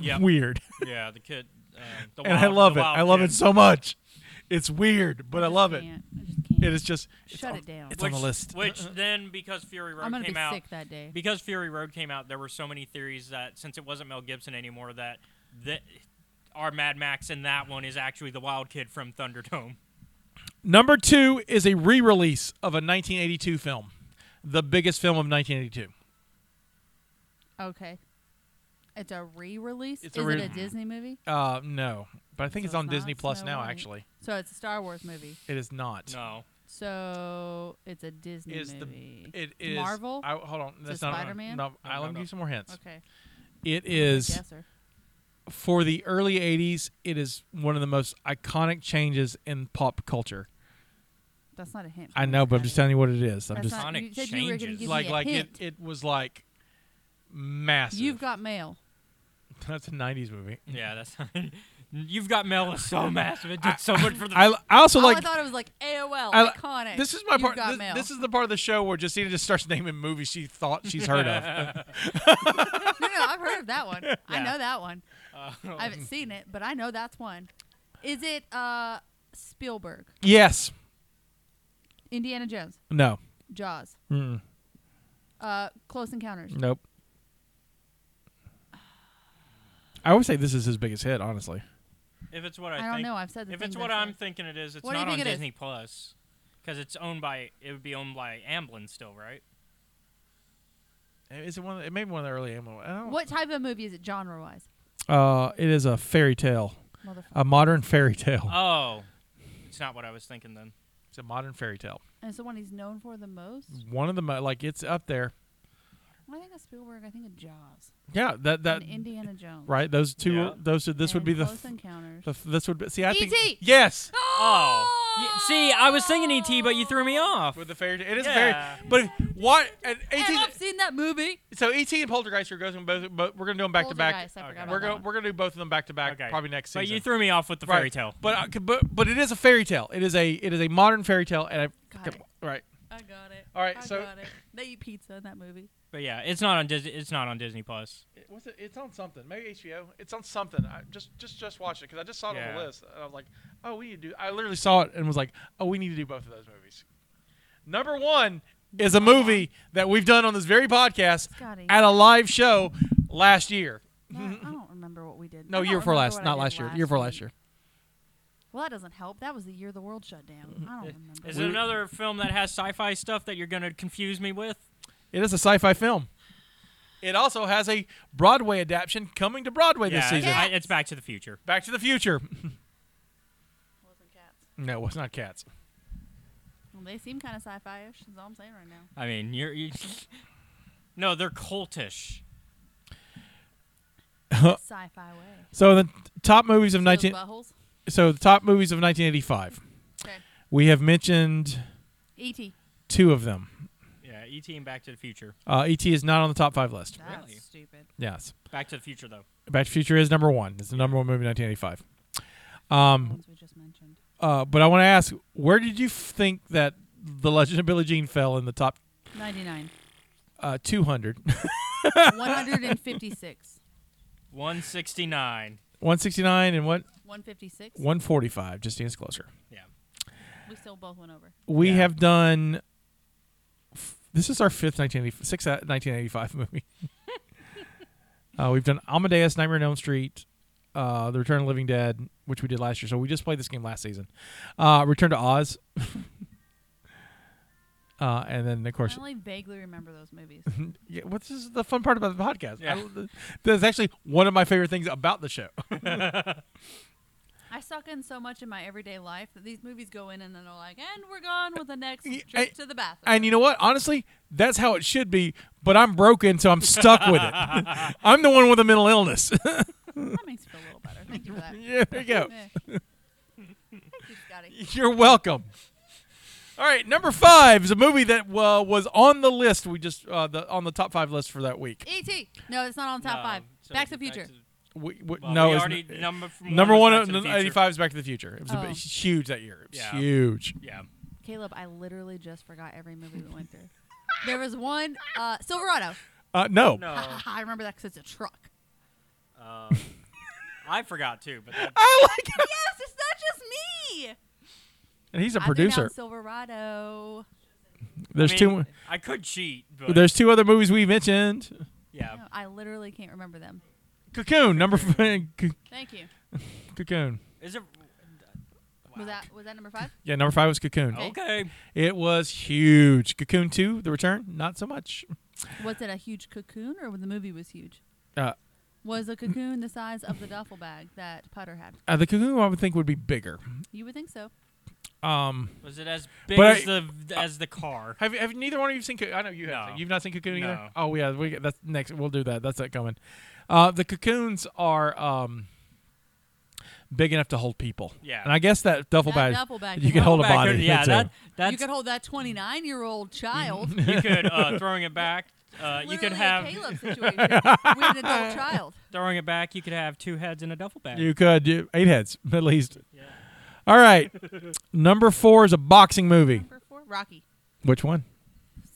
[SPEAKER 1] Yep.
[SPEAKER 2] weird
[SPEAKER 1] Yeah, the kid. Uh, the
[SPEAKER 2] and i
[SPEAKER 1] wild-
[SPEAKER 2] love
[SPEAKER 1] the
[SPEAKER 2] it
[SPEAKER 1] wild
[SPEAKER 2] i love it
[SPEAKER 1] kid.
[SPEAKER 2] so much it's weird but i,
[SPEAKER 3] just
[SPEAKER 2] love it
[SPEAKER 3] can't. I just can't.
[SPEAKER 2] it is just it's
[SPEAKER 3] Shut
[SPEAKER 2] on-
[SPEAKER 3] it down.
[SPEAKER 2] it's on the list
[SPEAKER 1] Which then, because Fury Road
[SPEAKER 3] I'm gonna
[SPEAKER 1] came
[SPEAKER 3] be
[SPEAKER 1] out,
[SPEAKER 3] sick that day.
[SPEAKER 1] because Fury Road came out, there were so many theories that since it wasn't Mel Gibson anymore, that that our Mad Max in that one is actually the Wild Kid from Thunderdome.
[SPEAKER 2] number two is a re-release of a 1982 film the biggest film of 1982
[SPEAKER 3] Okay. It's a re-release.
[SPEAKER 2] It's a
[SPEAKER 3] is
[SPEAKER 2] re-
[SPEAKER 3] it a Disney movie?
[SPEAKER 2] uh no but i think
[SPEAKER 3] So
[SPEAKER 2] it's on
[SPEAKER 3] it's
[SPEAKER 2] disney
[SPEAKER 3] not
[SPEAKER 2] plus
[SPEAKER 3] Snow
[SPEAKER 2] now
[SPEAKER 3] White.
[SPEAKER 2] actually
[SPEAKER 3] So it's a Star Wars movie.
[SPEAKER 2] it is not
[SPEAKER 1] No,
[SPEAKER 3] So it's a Disney
[SPEAKER 2] is the
[SPEAKER 3] movie.
[SPEAKER 2] it is
[SPEAKER 3] Marvel?
[SPEAKER 2] I, hold on, that's
[SPEAKER 3] Is it
[SPEAKER 2] not
[SPEAKER 3] Spider-Man?
[SPEAKER 2] No, I
[SPEAKER 1] no,
[SPEAKER 2] let
[SPEAKER 1] no.
[SPEAKER 2] me give you some more hints.
[SPEAKER 3] okay.
[SPEAKER 2] It is
[SPEAKER 3] Guesser.
[SPEAKER 2] for the early '80s. It is one of the most iconic changes in pop culture.
[SPEAKER 3] That's not a hint.
[SPEAKER 2] I know, but I'm just telling you what it is. I'm
[SPEAKER 3] That's
[SPEAKER 2] just
[SPEAKER 3] not,
[SPEAKER 1] Sonic
[SPEAKER 3] you said you were gonna
[SPEAKER 1] changes.
[SPEAKER 3] give
[SPEAKER 2] like
[SPEAKER 3] me a
[SPEAKER 2] like
[SPEAKER 3] hint.
[SPEAKER 2] it. It was like massive.
[SPEAKER 3] You've got mail.
[SPEAKER 2] that's a '90s movie.
[SPEAKER 1] yeah, that's you've got Mel is so massive. It did so much for the
[SPEAKER 2] I, I also
[SPEAKER 3] All Oh, I
[SPEAKER 2] like.
[SPEAKER 3] thought it was like AOL
[SPEAKER 2] I-
[SPEAKER 3] iconic.
[SPEAKER 2] This is my
[SPEAKER 3] You've
[SPEAKER 2] part.
[SPEAKER 3] Got
[SPEAKER 2] This,
[SPEAKER 3] mail.
[SPEAKER 2] this is the part of the show where Justina just starts naming movies she thought she's heard of.
[SPEAKER 3] no, no, I've heard of that one. I
[SPEAKER 1] Yeah.
[SPEAKER 3] know that one.
[SPEAKER 1] Uh,
[SPEAKER 2] Oh.
[SPEAKER 3] I haven't seen it, but I know that's one. Is it uh Spielberg,
[SPEAKER 2] yes.
[SPEAKER 3] Indiana Jones,
[SPEAKER 2] No.
[SPEAKER 3] Jaws,
[SPEAKER 2] Mm,
[SPEAKER 3] uh Close Encounters?
[SPEAKER 2] nope. I would say this is his biggest hit, honestly.
[SPEAKER 1] if it's what I,
[SPEAKER 3] I
[SPEAKER 1] think,
[SPEAKER 3] don't know. I've said the
[SPEAKER 1] If
[SPEAKER 3] thing
[SPEAKER 1] it's what
[SPEAKER 3] that's
[SPEAKER 1] I'm
[SPEAKER 3] like-
[SPEAKER 1] thinking it is, it's
[SPEAKER 3] What do you
[SPEAKER 1] not on
[SPEAKER 3] think it is?
[SPEAKER 1] Disney Plus because it's owned by it would be owned by Amblin still, right?
[SPEAKER 2] Is it one? Of the, it may be one of the early Amblin. I don't-
[SPEAKER 3] What type of movie is it genre wise?
[SPEAKER 2] Uh, it is a fairy tale,
[SPEAKER 3] Motherfucker.
[SPEAKER 2] a modern fairy tale.
[SPEAKER 1] Oh, it's not what I was thinking then.
[SPEAKER 2] it's a modern fairy tale.
[SPEAKER 3] And it's the one he's known for the most.
[SPEAKER 2] One of the mo- like it's up there.
[SPEAKER 3] When I think of Spielberg, I think of Jaws
[SPEAKER 2] Yeah, that that
[SPEAKER 3] and Indiana Jones.
[SPEAKER 2] right. Those two.
[SPEAKER 1] Yeah.
[SPEAKER 2] Those two, this would
[SPEAKER 3] and E
[SPEAKER 2] be the,
[SPEAKER 3] Close
[SPEAKER 2] f-
[SPEAKER 3] Encounters.
[SPEAKER 2] the f- this would be. See, I think
[SPEAKER 3] E.T..
[SPEAKER 2] yes
[SPEAKER 1] Oh, Y- see, I was thinking ET, but you threw me off.
[SPEAKER 2] with the fairy. tale. It is
[SPEAKER 1] Yeah.
[SPEAKER 2] a fairy. But if- what? And
[SPEAKER 3] And I've
[SPEAKER 2] 18,
[SPEAKER 3] seen that movie.
[SPEAKER 2] so ET and Poltergeist are going both. But we're gonna do them back to back.
[SPEAKER 3] Poltergeist, I
[SPEAKER 1] Okay.
[SPEAKER 3] forgot about
[SPEAKER 2] We're
[SPEAKER 3] that
[SPEAKER 2] gonna
[SPEAKER 3] one.
[SPEAKER 2] we're gonna do both of them back to back.
[SPEAKER 1] Okay.
[SPEAKER 2] Probably next
[SPEAKER 1] But
[SPEAKER 2] season.
[SPEAKER 1] you threw me off with the
[SPEAKER 2] Right.
[SPEAKER 1] fairy tale.
[SPEAKER 2] But I c- but but it is a fairy tale. It is a it is a modern fairy tale. And I
[SPEAKER 3] Got
[SPEAKER 2] come-
[SPEAKER 3] it.
[SPEAKER 2] right.
[SPEAKER 3] I got it.
[SPEAKER 2] All right,
[SPEAKER 3] I
[SPEAKER 2] so-
[SPEAKER 3] got it. they eat pizza in that movie.
[SPEAKER 1] But yeah, it's not on Disney. It's not on Disney Plus.
[SPEAKER 2] It- What's it? It's on something. Maybe HBO. It's on something. I just just just watched it because I just saw it on
[SPEAKER 1] Yeah.
[SPEAKER 2] the list. And I was like, oh, we need to do. I literally saw it and was like, oh, we need to do both of those movies. Number one is a movie that we've done on this very podcast
[SPEAKER 3] Scotty.
[SPEAKER 2] at a live show last year.
[SPEAKER 3] No, I don't remember what we did.
[SPEAKER 2] No,
[SPEAKER 3] I don't
[SPEAKER 2] year before
[SPEAKER 3] remember
[SPEAKER 2] last,
[SPEAKER 3] what I
[SPEAKER 2] not
[SPEAKER 3] did
[SPEAKER 2] last year. Year before last
[SPEAKER 3] week.
[SPEAKER 2] year.
[SPEAKER 3] Well, that doesn't help. That was the year the world shut down. I don't remember.
[SPEAKER 1] Is it another film that has sci-fi stuff that you're gonna confuse me with?
[SPEAKER 2] It is a sci-fi film. It also has a Broadway adaptation coming to Broadway
[SPEAKER 1] yeah,
[SPEAKER 2] this season.
[SPEAKER 1] I- it's Back to the Future.
[SPEAKER 2] Back to the Future.
[SPEAKER 3] Wasn't cats.
[SPEAKER 2] no, it's not cats.
[SPEAKER 3] Well, they seem kind of sci-fi-ish. That's all I'm saying right now.
[SPEAKER 1] I mean, you're. You no, they're cultish.
[SPEAKER 2] Uh,
[SPEAKER 3] sci-fi way.
[SPEAKER 2] So the top movies of
[SPEAKER 3] Those
[SPEAKER 2] 19
[SPEAKER 3] buttholes.
[SPEAKER 2] so the top movies of 1985.
[SPEAKER 3] Okay. E
[SPEAKER 2] We have mentioned
[SPEAKER 3] E.T.
[SPEAKER 2] two of them.
[SPEAKER 1] Yeah, ET and Back to the Future.
[SPEAKER 2] Uh, ET is not on the top 5 list.
[SPEAKER 3] That's
[SPEAKER 1] Really?
[SPEAKER 3] stupid.
[SPEAKER 2] Yes.
[SPEAKER 1] Back to the Future though.
[SPEAKER 2] Back to the Future is number 1. It's the number 1 movie in 1985. Um,
[SPEAKER 3] ones we just mentioned.
[SPEAKER 2] uh, but I want to ask where did you f- think that The Legend of Billie Jean fell in the top
[SPEAKER 3] 99.
[SPEAKER 2] uh, 200?
[SPEAKER 3] 156.
[SPEAKER 1] 169.
[SPEAKER 2] 169 and what?
[SPEAKER 3] 156.
[SPEAKER 2] 145, just stands closer.
[SPEAKER 1] Yeah.
[SPEAKER 3] We still both went over.
[SPEAKER 2] We
[SPEAKER 1] Yeah.
[SPEAKER 2] have done. f- This is our fifth 1985, sixth 1985 movie. uh, we've done Amadeus, Nightmare on Elm Street, uh, The Return of the Living Dead, which we did last year. So we just played this game last season. Uh, Return to Oz. uh, and then, of
[SPEAKER 3] I
[SPEAKER 2] course, Mm-hmm.
[SPEAKER 3] only vaguely remember those movies.
[SPEAKER 2] yeah, what's this is the fun part about the podcast?
[SPEAKER 1] Yeah.
[SPEAKER 2] I- that's actually one of my favorite things about the show.
[SPEAKER 3] I suck in so much in my everyday life that these movies go in and then they're like, and we're gone with the next
[SPEAKER 2] Yeah,
[SPEAKER 3] trip
[SPEAKER 2] I-
[SPEAKER 3] to the bathroom.
[SPEAKER 2] And you know what? Honestly, that's how it should be. But I'm broken, so I'm stuck with it. I'm the one with a mental illness.
[SPEAKER 3] that makes me feel a little better. Thank you for that.
[SPEAKER 2] yeah, there you go.
[SPEAKER 3] Eh. Thank you, Scotty.
[SPEAKER 2] You're welcome. All right, number five is a movie that uh, was on the list. We just uh, the on the top five list for that week.
[SPEAKER 3] E.T. E No, it's not on top
[SPEAKER 1] No,
[SPEAKER 3] five.
[SPEAKER 1] so
[SPEAKER 3] Back to the
[SPEAKER 1] back
[SPEAKER 3] Future.
[SPEAKER 2] We, we,
[SPEAKER 1] well,
[SPEAKER 2] no,
[SPEAKER 1] we
[SPEAKER 2] it's
[SPEAKER 1] already
[SPEAKER 2] n-
[SPEAKER 1] number from
[SPEAKER 2] number one
[SPEAKER 1] was Back
[SPEAKER 2] of
[SPEAKER 1] to the Future.
[SPEAKER 2] eighty five is Back to the Future. It was a
[SPEAKER 3] Oh.
[SPEAKER 2] bit huge that year. It was
[SPEAKER 1] Yeah.
[SPEAKER 2] huge.
[SPEAKER 1] Yeah.
[SPEAKER 3] Caleb, I literally just forgot every movie we went through. There was one, uh, Silverado.
[SPEAKER 2] Uh, no,
[SPEAKER 1] No.
[SPEAKER 3] Ha, ha, ha, I remember that because it's a truck.
[SPEAKER 1] um, I forgot too, but that,
[SPEAKER 2] I like it.
[SPEAKER 3] Yes, it's not just me.
[SPEAKER 2] And he's a
[SPEAKER 3] I threw down
[SPEAKER 2] producer.
[SPEAKER 3] Silverado.
[SPEAKER 2] There's
[SPEAKER 1] I
[SPEAKER 2] two.
[SPEAKER 1] mean, I could cheat, but
[SPEAKER 2] There's two other movies we mentioned.
[SPEAKER 1] yeah.
[SPEAKER 3] No, I literally can't remember them.
[SPEAKER 2] Cocoon number f-
[SPEAKER 3] Thank you.
[SPEAKER 2] Cocoon.
[SPEAKER 1] Is it?
[SPEAKER 3] Was that was that number five?
[SPEAKER 2] Yeah, number five was Cocoon.
[SPEAKER 3] Okay.
[SPEAKER 1] Okay.
[SPEAKER 2] It was huge. Cocoon two, The Return, not so much.
[SPEAKER 3] Was it a huge cocoon or the movie was huge?
[SPEAKER 2] Uh,
[SPEAKER 3] Was a cocoon the size of the duffel bag that Putter had?
[SPEAKER 2] uh, the Cocoon I would think would be bigger.
[SPEAKER 3] You would think so.
[SPEAKER 2] Um,
[SPEAKER 1] Was it as big
[SPEAKER 2] But
[SPEAKER 1] as the as the car?
[SPEAKER 2] have have neither one of you seen? Cocoon? I know you have.
[SPEAKER 1] No.
[SPEAKER 2] You've not seen Cocoon either.
[SPEAKER 1] No.
[SPEAKER 2] Oh yeah, we, that's next. We'll do that. That's that coming. Uh, the cocoons are um, big enough to hold people.
[SPEAKER 1] Yeah.
[SPEAKER 2] and I guess that duffel
[SPEAKER 3] That
[SPEAKER 2] bag.
[SPEAKER 3] duffel bag
[SPEAKER 2] you
[SPEAKER 3] can
[SPEAKER 2] can hold Uh, a
[SPEAKER 1] Back
[SPEAKER 2] body.
[SPEAKER 1] there, Yeah.
[SPEAKER 2] too.
[SPEAKER 1] That that's
[SPEAKER 3] you could hold that 29 year old child.
[SPEAKER 1] you could uh, throwing it back. Uh, you could
[SPEAKER 3] Literally a
[SPEAKER 1] have
[SPEAKER 3] Caleb situation with an adult child.
[SPEAKER 1] throwing it back. You could have two heads in a duffel bag.
[SPEAKER 2] you could do eight heads at least. All right, number four is a boxing movie.
[SPEAKER 3] Number four, Rocky.
[SPEAKER 2] Which one?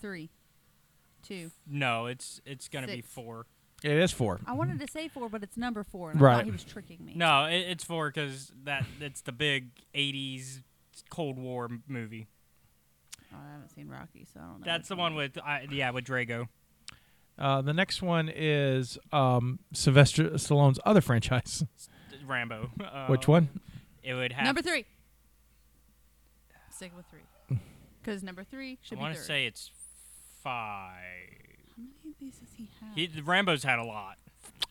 [SPEAKER 3] Three, two.
[SPEAKER 1] no, it's it's gonna be
[SPEAKER 3] Six.
[SPEAKER 1] four.
[SPEAKER 2] It is four.
[SPEAKER 3] I wanted to say four, but it's number four. And I
[SPEAKER 2] Right.
[SPEAKER 3] thought he was tricking me.
[SPEAKER 1] No, it, it's four because that it's the big '80s Cold War m- movie.
[SPEAKER 3] Oh, I haven't seen Rocky, so I don't know.
[SPEAKER 1] That's
[SPEAKER 3] which
[SPEAKER 1] the
[SPEAKER 3] one
[SPEAKER 1] one
[SPEAKER 3] it
[SPEAKER 1] with I, yeah with Drago.
[SPEAKER 2] Uh, the next one is um, Sylvester Stallone's other franchise.
[SPEAKER 1] Rambo. Uh,
[SPEAKER 2] Which one?
[SPEAKER 1] It would
[SPEAKER 3] is.
[SPEAKER 1] have.
[SPEAKER 3] Number three. Stick with three. Because number three should
[SPEAKER 1] I
[SPEAKER 3] be
[SPEAKER 1] want to
[SPEAKER 3] third.
[SPEAKER 1] say it's five.
[SPEAKER 3] How many of these does he have?
[SPEAKER 1] He, Rambo's had a lot.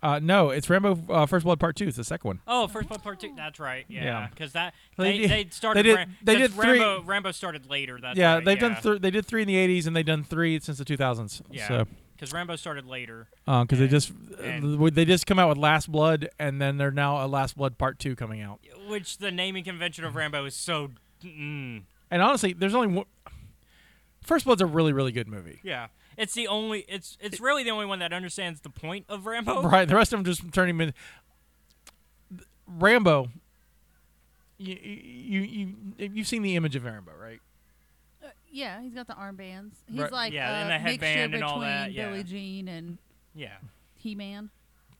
[SPEAKER 2] Uh, no, it's Rambo uh, First Blood Part Two. It's the second one.
[SPEAKER 1] Oh, first blood part two. That's right. Yeah,
[SPEAKER 2] Yeah.
[SPEAKER 1] because that
[SPEAKER 2] They
[SPEAKER 1] they,
[SPEAKER 2] did-
[SPEAKER 1] they started.
[SPEAKER 2] they did-
[SPEAKER 1] Ram-
[SPEAKER 2] they
[SPEAKER 1] since
[SPEAKER 2] did three-
[SPEAKER 1] Rambo, Rambo started later. That's
[SPEAKER 2] yeah,
[SPEAKER 1] right,
[SPEAKER 2] they've done
[SPEAKER 1] yeah.
[SPEAKER 2] th- they did three in the '80s, and they've done three since the 2000s.
[SPEAKER 1] Yeah,
[SPEAKER 2] So
[SPEAKER 1] because Rambo started later.
[SPEAKER 2] because they
[SPEAKER 1] And-
[SPEAKER 2] just
[SPEAKER 1] and-
[SPEAKER 2] uh, they just come out with Last Blood, and then they're now a Last Blood Part Two coming out.
[SPEAKER 1] Which the naming convention of Rambo is so. Mm,
[SPEAKER 2] And honestly, there's only one. First Blood's a really really good movie.
[SPEAKER 1] yeah, it's the only. It's it's really the only one that understands the point of Rambo.
[SPEAKER 2] Right. The rest of them just turning in. Rambo. You you you you've seen the image of Rambo, right?
[SPEAKER 3] Uh, yeah, he's got the armbands. He's
[SPEAKER 2] Right.
[SPEAKER 3] like
[SPEAKER 1] Yeah,
[SPEAKER 3] uh,
[SPEAKER 1] and the
[SPEAKER 3] mixture
[SPEAKER 1] headband and
[SPEAKER 3] between
[SPEAKER 1] all that, yeah.
[SPEAKER 3] Billie Jean and
[SPEAKER 1] Yeah.
[SPEAKER 3] He Man.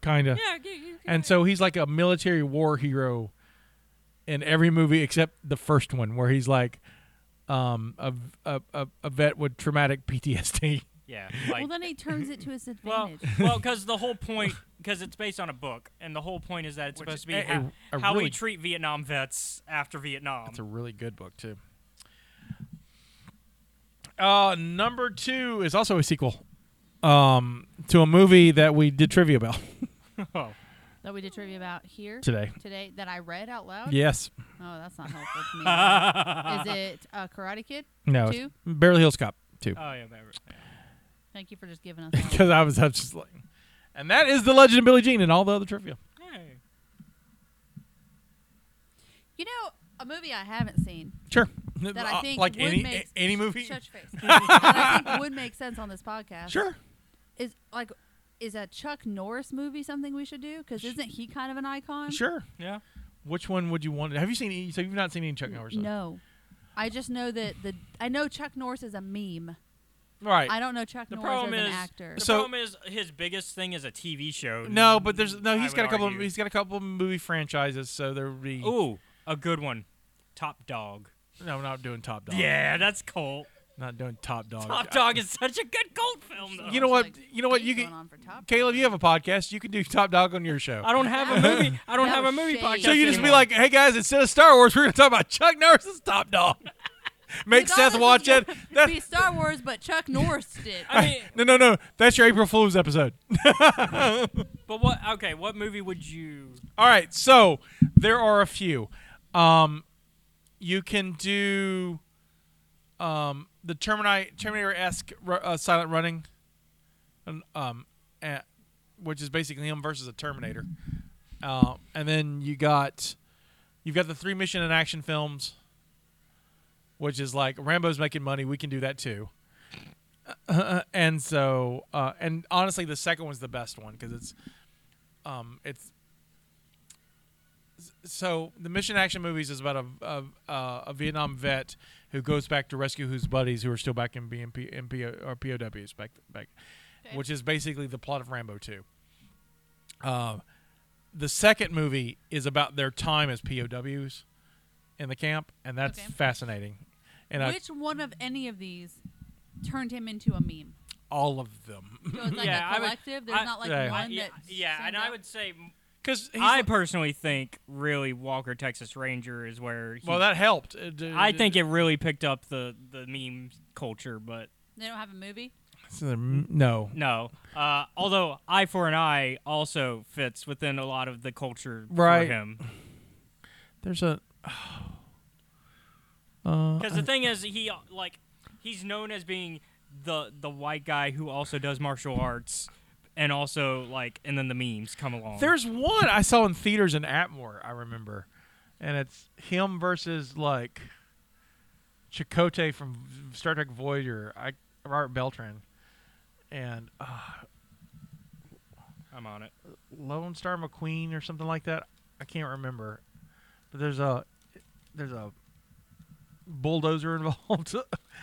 [SPEAKER 2] Kind of.
[SPEAKER 1] Yeah. you- you-
[SPEAKER 2] And so he's like a military war hero in every movie except the first one, where he's like um, a, a, a, a vet with traumatic PTSD.
[SPEAKER 1] Yeah. Like,
[SPEAKER 3] Well, then he turns it to his
[SPEAKER 1] Well,
[SPEAKER 3] advantage.
[SPEAKER 1] well, because the whole point, because it's based on a book, and the whole point is that it's
[SPEAKER 2] Which
[SPEAKER 1] supposed to be
[SPEAKER 2] a-
[SPEAKER 1] ho-
[SPEAKER 2] a- a
[SPEAKER 1] how we
[SPEAKER 2] really-
[SPEAKER 1] treat Vietnam vets after Vietnam.
[SPEAKER 2] It's a really good book, too. Uh, number two is also a sequel um, to a movie that we did trivia about
[SPEAKER 1] oh,
[SPEAKER 3] that we did trivia about here
[SPEAKER 2] today.
[SPEAKER 3] today that I read out loud.
[SPEAKER 2] Yes.
[SPEAKER 3] Oh, that's not helpful to me. Is it uh, Karate Kid?
[SPEAKER 2] No.
[SPEAKER 3] Two?
[SPEAKER 2] it's Beverly Hills Cop, too.
[SPEAKER 1] oh yeah, that- yeah.
[SPEAKER 3] Thank you for just giving us. that.
[SPEAKER 2] Because I was, I was just like, And that is the legend of Billie Jean and all the other trivia.
[SPEAKER 1] Hey.
[SPEAKER 3] You know, a movie I haven't seen
[SPEAKER 2] Sure.
[SPEAKER 3] that I think
[SPEAKER 2] Uh, like
[SPEAKER 3] would
[SPEAKER 2] any
[SPEAKER 3] make
[SPEAKER 2] a- any movie.
[SPEAKER 3] Shut your face. that I think would make sense on this podcast.
[SPEAKER 2] Sure.
[SPEAKER 3] Is like, is a Chuck Norris movie something we should do? Because isn't he kind of an icon?
[SPEAKER 2] Sure.
[SPEAKER 1] Yeah.
[SPEAKER 2] Which one would you want? Have you seen? any- So you've not seen any Chuck Norris? stuff?
[SPEAKER 3] No, I just know that the I know Chuck Norris is a meme.
[SPEAKER 2] Right.
[SPEAKER 3] I don't know Chuck
[SPEAKER 1] The
[SPEAKER 3] Norris
[SPEAKER 1] problem
[SPEAKER 3] as an
[SPEAKER 1] is
[SPEAKER 3] actor.
[SPEAKER 1] the
[SPEAKER 2] So-
[SPEAKER 1] problem is his biggest thing is a TV show.
[SPEAKER 2] no, but there's no.
[SPEAKER 1] I
[SPEAKER 2] He's
[SPEAKER 1] would
[SPEAKER 2] got a couple. Of,
[SPEAKER 1] argue.
[SPEAKER 2] he's got a couple of movie franchises. So there would be.
[SPEAKER 1] Ooh, a good one. Top Dog.
[SPEAKER 2] No, we're not doing Top Dog.
[SPEAKER 1] Yeah, that's cult.
[SPEAKER 2] Not doing Top Dog.
[SPEAKER 1] Top Dog is such a good cult film. Though.
[SPEAKER 2] You know what?
[SPEAKER 3] Like,
[SPEAKER 2] you know what? You
[SPEAKER 3] going
[SPEAKER 2] can.
[SPEAKER 3] on for top
[SPEAKER 2] Caleb, you have a podcast. You can do Top Dog on your show.
[SPEAKER 1] I don't have a movie. I don't
[SPEAKER 3] That
[SPEAKER 1] have a
[SPEAKER 3] was
[SPEAKER 1] movie
[SPEAKER 3] shade.
[SPEAKER 1] podcast.
[SPEAKER 2] So you just be
[SPEAKER 1] anymore.
[SPEAKER 2] like, hey guys, instead of Star Wars, we're gonna talk about Chuck Norris's Top Dog. Make
[SPEAKER 3] Because
[SPEAKER 2] Seth
[SPEAKER 3] all
[SPEAKER 2] watch
[SPEAKER 3] this
[SPEAKER 2] it.
[SPEAKER 3] is gonna
[SPEAKER 2] That's,
[SPEAKER 3] Be Star Wars, but Chuck Norris did.
[SPEAKER 1] I mean,
[SPEAKER 2] no, no, no. That's your April Fool's episode.
[SPEAKER 1] but what? Okay, what movie would you?
[SPEAKER 2] All right, so there are a few. Um, you can do um, the Terminator Terminator esque uh, silent running, and, um, eh, which is basically him versus a Terminator. Uh, and then you got you've got the three mission and action films, which is like Rambo's making money. We can do that too. and so, uh, and honestly, the second one's the best one because it's um, it's so the mission action movies is about a, a, a, a Vietnam vet who goes back to rescue his buddies who are still back in BMP, MPO, or POWs back back,
[SPEAKER 3] Okay.
[SPEAKER 2] which is basically the plot of Rambo Two. Uh, the second movie is about their time as POWs in the camp, and that's
[SPEAKER 3] Okay.
[SPEAKER 2] fascinating. And I,
[SPEAKER 3] Which one of any of these turned him into a meme?
[SPEAKER 2] all of them,
[SPEAKER 3] So it's like
[SPEAKER 1] Yeah, I
[SPEAKER 3] a
[SPEAKER 1] would-
[SPEAKER 3] collective. There's
[SPEAKER 1] I-
[SPEAKER 3] not like
[SPEAKER 2] Yeah.
[SPEAKER 3] one
[SPEAKER 1] yeah,
[SPEAKER 3] that.
[SPEAKER 1] yeah, and
[SPEAKER 3] stands
[SPEAKER 1] I
[SPEAKER 3] out?
[SPEAKER 1] would say
[SPEAKER 2] because
[SPEAKER 1] I personally think really Walker Texas Ranger is where. He,
[SPEAKER 2] well that helped. Uh, It-
[SPEAKER 1] I think it really picked up the the meme culture, but
[SPEAKER 3] They don't have a movie.
[SPEAKER 2] It's a- no.
[SPEAKER 1] no. Uh, although Eye for an Eye also fits within a lot of the culture
[SPEAKER 2] Right.
[SPEAKER 1] for him.
[SPEAKER 2] There's a
[SPEAKER 1] Because the thing is, he uh, like he's known as being the the white guy who also does martial arts, and also like, and then the memes come along.
[SPEAKER 2] There's one I saw in theaters in Atmore, I remember. And it's him versus like Chakotay from Star Trek Voyager, I, Robert Beltran. And uh,
[SPEAKER 1] I'm on it.
[SPEAKER 2] Lone Star McQueen or something like that. I can't remember. But there's a there's a bulldozer involved.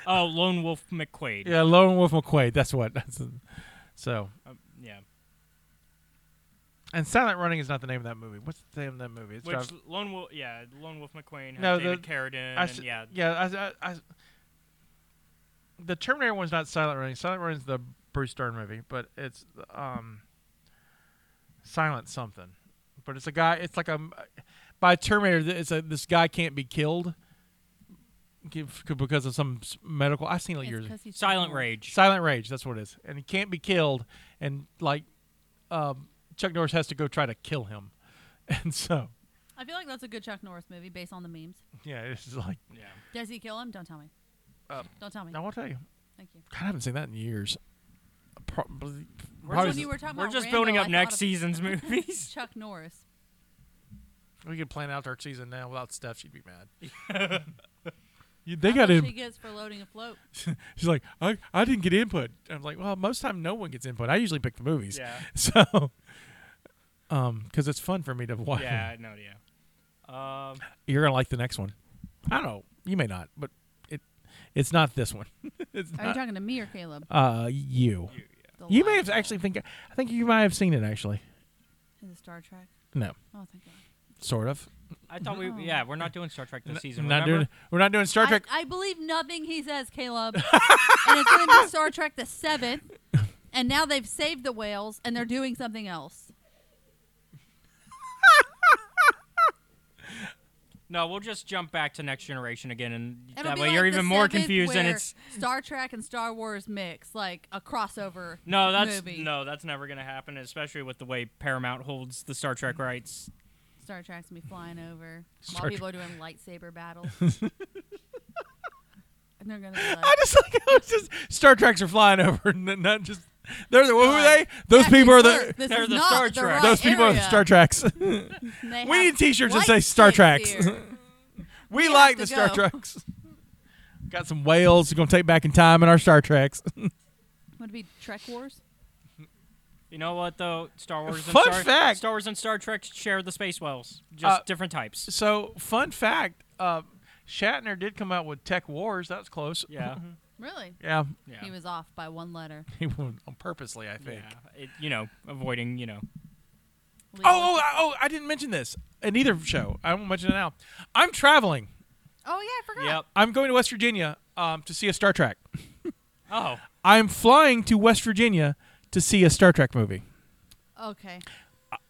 [SPEAKER 1] Oh, Lone Wolf McQuaid.
[SPEAKER 2] yeah, Lone Wolf McQuaid, that's what. That's so
[SPEAKER 1] Um, yeah.
[SPEAKER 2] and Silent Running is not the name of that movie. What's the name of that movie? It's
[SPEAKER 1] Which
[SPEAKER 2] got-
[SPEAKER 1] Lone Wolf? Yeah, Lone Wolf McQueen. Has
[SPEAKER 2] No,
[SPEAKER 1] David
[SPEAKER 2] the-
[SPEAKER 1] Carradine.
[SPEAKER 2] I
[SPEAKER 1] and,
[SPEAKER 2] s-
[SPEAKER 1] yeah.
[SPEAKER 2] yeah. I, I, I, the Terminator one's not Silent Running. Silent Running's the Bruce Stern movie, but it's um, Silent something. But it's a guy. It's like a by Terminator. th- It's a this guy can't be killed give- because of some s- medical. I've seen it
[SPEAKER 3] It's
[SPEAKER 2] years.
[SPEAKER 3] 'cause he's
[SPEAKER 1] Silent
[SPEAKER 3] Chuck Norris.
[SPEAKER 1] Rage.
[SPEAKER 2] Silent Rage. That's what it is. And he can't be killed. And like um, Chuck Norris has to go try to kill him. And so
[SPEAKER 3] I feel like that's a good Chuck Norris movie based on the memes.
[SPEAKER 2] yeah, it's like
[SPEAKER 1] Yeah.
[SPEAKER 3] Does he kill him? Don't tell me.
[SPEAKER 2] Uh,
[SPEAKER 3] Don't tell me.
[SPEAKER 2] I won't tell you.
[SPEAKER 3] Thank you.
[SPEAKER 2] God, I haven't seen that in years. Probably.
[SPEAKER 1] We're
[SPEAKER 3] When
[SPEAKER 1] just-
[SPEAKER 3] you were talking
[SPEAKER 1] We're
[SPEAKER 3] about
[SPEAKER 1] just
[SPEAKER 3] Rambo,
[SPEAKER 1] building
[SPEAKER 3] I
[SPEAKER 1] up
[SPEAKER 3] thought
[SPEAKER 1] next
[SPEAKER 3] of
[SPEAKER 1] season's movies.
[SPEAKER 3] Chuck Norris.
[SPEAKER 2] we could plan out our season now without Steph. She'd be mad. You- they got
[SPEAKER 3] How much He
[SPEAKER 2] in.
[SPEAKER 3] gets for loading a float.
[SPEAKER 2] She's like, I, I didn't get input. I'm like, well, most time no one gets input. I usually pick the movies.
[SPEAKER 1] yeah.
[SPEAKER 2] So, um, because it's fun for me to watch.
[SPEAKER 1] Yeah. No. Yeah. Um.
[SPEAKER 2] You're gonna like the next one. I don't know. You may not, but it it's not this one. it's
[SPEAKER 3] Are you
[SPEAKER 2] not.
[SPEAKER 3] talking to me or Caleb?
[SPEAKER 2] uh, you.
[SPEAKER 1] You,
[SPEAKER 3] The
[SPEAKER 2] You may
[SPEAKER 3] lion.
[SPEAKER 2] have actually think. I think you might have seen it actually.
[SPEAKER 3] Is it Star Trek?
[SPEAKER 2] No,
[SPEAKER 3] Oh, thank God.
[SPEAKER 2] sort of.
[SPEAKER 1] I thought we.
[SPEAKER 3] No.
[SPEAKER 1] Yeah, we're not doing Star Trek this
[SPEAKER 2] N-
[SPEAKER 1] season.
[SPEAKER 2] not
[SPEAKER 1] remember?
[SPEAKER 2] doing. We're not doing Star
[SPEAKER 3] I-
[SPEAKER 2] Trek.
[SPEAKER 3] I, believe nothing he says, Caleb. and it's going to be Star Trek the seventh. And now they've saved the whales, and they're doing something else.
[SPEAKER 1] No, we'll just jump back to Next Generation again, and
[SPEAKER 3] It'll
[SPEAKER 1] that
[SPEAKER 3] be
[SPEAKER 1] way
[SPEAKER 3] like
[SPEAKER 1] you're
[SPEAKER 3] the
[SPEAKER 1] even more
[SPEAKER 3] seventh
[SPEAKER 1] confused. And
[SPEAKER 3] where
[SPEAKER 1] it's
[SPEAKER 3] Star Trek and Star Wars mix, like a crossover.
[SPEAKER 1] no, that's
[SPEAKER 3] movie.
[SPEAKER 1] no, that's never gonna happen, especially with the way Paramount holds the Star Trek rights.
[SPEAKER 3] Star Trek's gonna be flying over
[SPEAKER 2] Star
[SPEAKER 3] while people are doing lightsaber battles. and they're gonna be like,
[SPEAKER 2] I just like I was just Star Treks are flying over, and not just They're the, who are they?
[SPEAKER 3] God.
[SPEAKER 2] Those
[SPEAKER 3] Actually,
[SPEAKER 2] people are
[SPEAKER 3] sir,
[SPEAKER 2] the.
[SPEAKER 3] This
[SPEAKER 1] They're
[SPEAKER 3] is
[SPEAKER 1] the
[SPEAKER 3] not
[SPEAKER 1] Star
[SPEAKER 3] the
[SPEAKER 1] Trek.
[SPEAKER 3] right
[SPEAKER 2] Those people are the
[SPEAKER 3] area.
[SPEAKER 2] Star Treks.
[SPEAKER 3] They
[SPEAKER 2] We
[SPEAKER 3] have
[SPEAKER 2] need T-shirts that
[SPEAKER 3] white
[SPEAKER 2] say Star
[SPEAKER 3] chicks
[SPEAKER 2] Treks.
[SPEAKER 3] here.
[SPEAKER 2] we
[SPEAKER 3] have
[SPEAKER 2] like
[SPEAKER 3] to
[SPEAKER 2] the Star
[SPEAKER 3] go.
[SPEAKER 2] Treks. Got some whales. We're gonna take back in time in our Star Treks.
[SPEAKER 3] Would it be Trek Wars?
[SPEAKER 1] You know what though? Star Wars.
[SPEAKER 2] Fun
[SPEAKER 1] and Star,
[SPEAKER 2] fact.
[SPEAKER 1] Star Wars and Star Trek share the space wells, just
[SPEAKER 2] Uh,
[SPEAKER 1] different types.
[SPEAKER 2] So, fun fact: uh, Shatner did come out with Tech Wars. That was close.
[SPEAKER 1] Yeah. Mm-hmm.
[SPEAKER 3] Really?
[SPEAKER 2] yeah.
[SPEAKER 1] Yeah.
[SPEAKER 3] He was off by one letter.
[SPEAKER 2] He won on purposely, I think.
[SPEAKER 1] Yeah. It, you know, avoiding. You know.
[SPEAKER 3] Leave
[SPEAKER 2] Oh, oh,
[SPEAKER 3] it.
[SPEAKER 2] oh! I didn't mention this in either show. I won't mention it now. I'm traveling.
[SPEAKER 3] oh yeah, I forgot.
[SPEAKER 1] Yep.
[SPEAKER 2] I'm going to West Virginia um, to see a Star Trek.
[SPEAKER 1] Oh.
[SPEAKER 2] I'm flying to West Virginia to see a Star Trek movie.
[SPEAKER 3] Okay.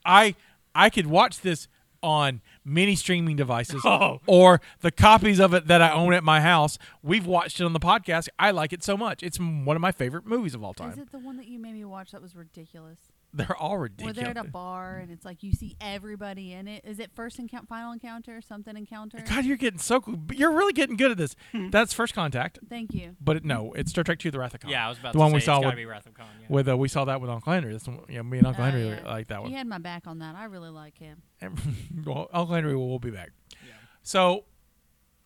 [SPEAKER 2] I I could watch this on many streaming devices
[SPEAKER 1] Oh.
[SPEAKER 2] or the copies of it that I own at my house. We've watched it on the podcast. I like it so much. It's m- one of my favorite movies of all
[SPEAKER 3] Is
[SPEAKER 2] time.
[SPEAKER 3] it the one that you made me watch that was ridiculous?
[SPEAKER 2] They're all
[SPEAKER 3] Where
[SPEAKER 2] ridiculous.
[SPEAKER 3] they're at a bar and it's like you see everybody in it. Is it first encounter, final encounter, something encounter?
[SPEAKER 2] God, you're getting so cool. You're really getting good at this. That's First Contact,
[SPEAKER 3] Thank you.
[SPEAKER 2] but it, no, it's Star Trek II: The Wrath of Khan.
[SPEAKER 1] Yeah, I was about
[SPEAKER 2] the
[SPEAKER 1] to
[SPEAKER 2] one
[SPEAKER 1] say
[SPEAKER 2] we
[SPEAKER 1] it's
[SPEAKER 2] saw
[SPEAKER 1] gotta
[SPEAKER 2] with,
[SPEAKER 1] be Wrath of Khan. Yeah.
[SPEAKER 2] with uh, we saw that with Uncle Henry. That's the one- yeah, me and Uncle
[SPEAKER 3] Oh,
[SPEAKER 2] Henry
[SPEAKER 3] yeah.
[SPEAKER 2] like that one.
[SPEAKER 3] He had my back on that. I really like him.
[SPEAKER 2] well, Uncle Henry will, will be back. So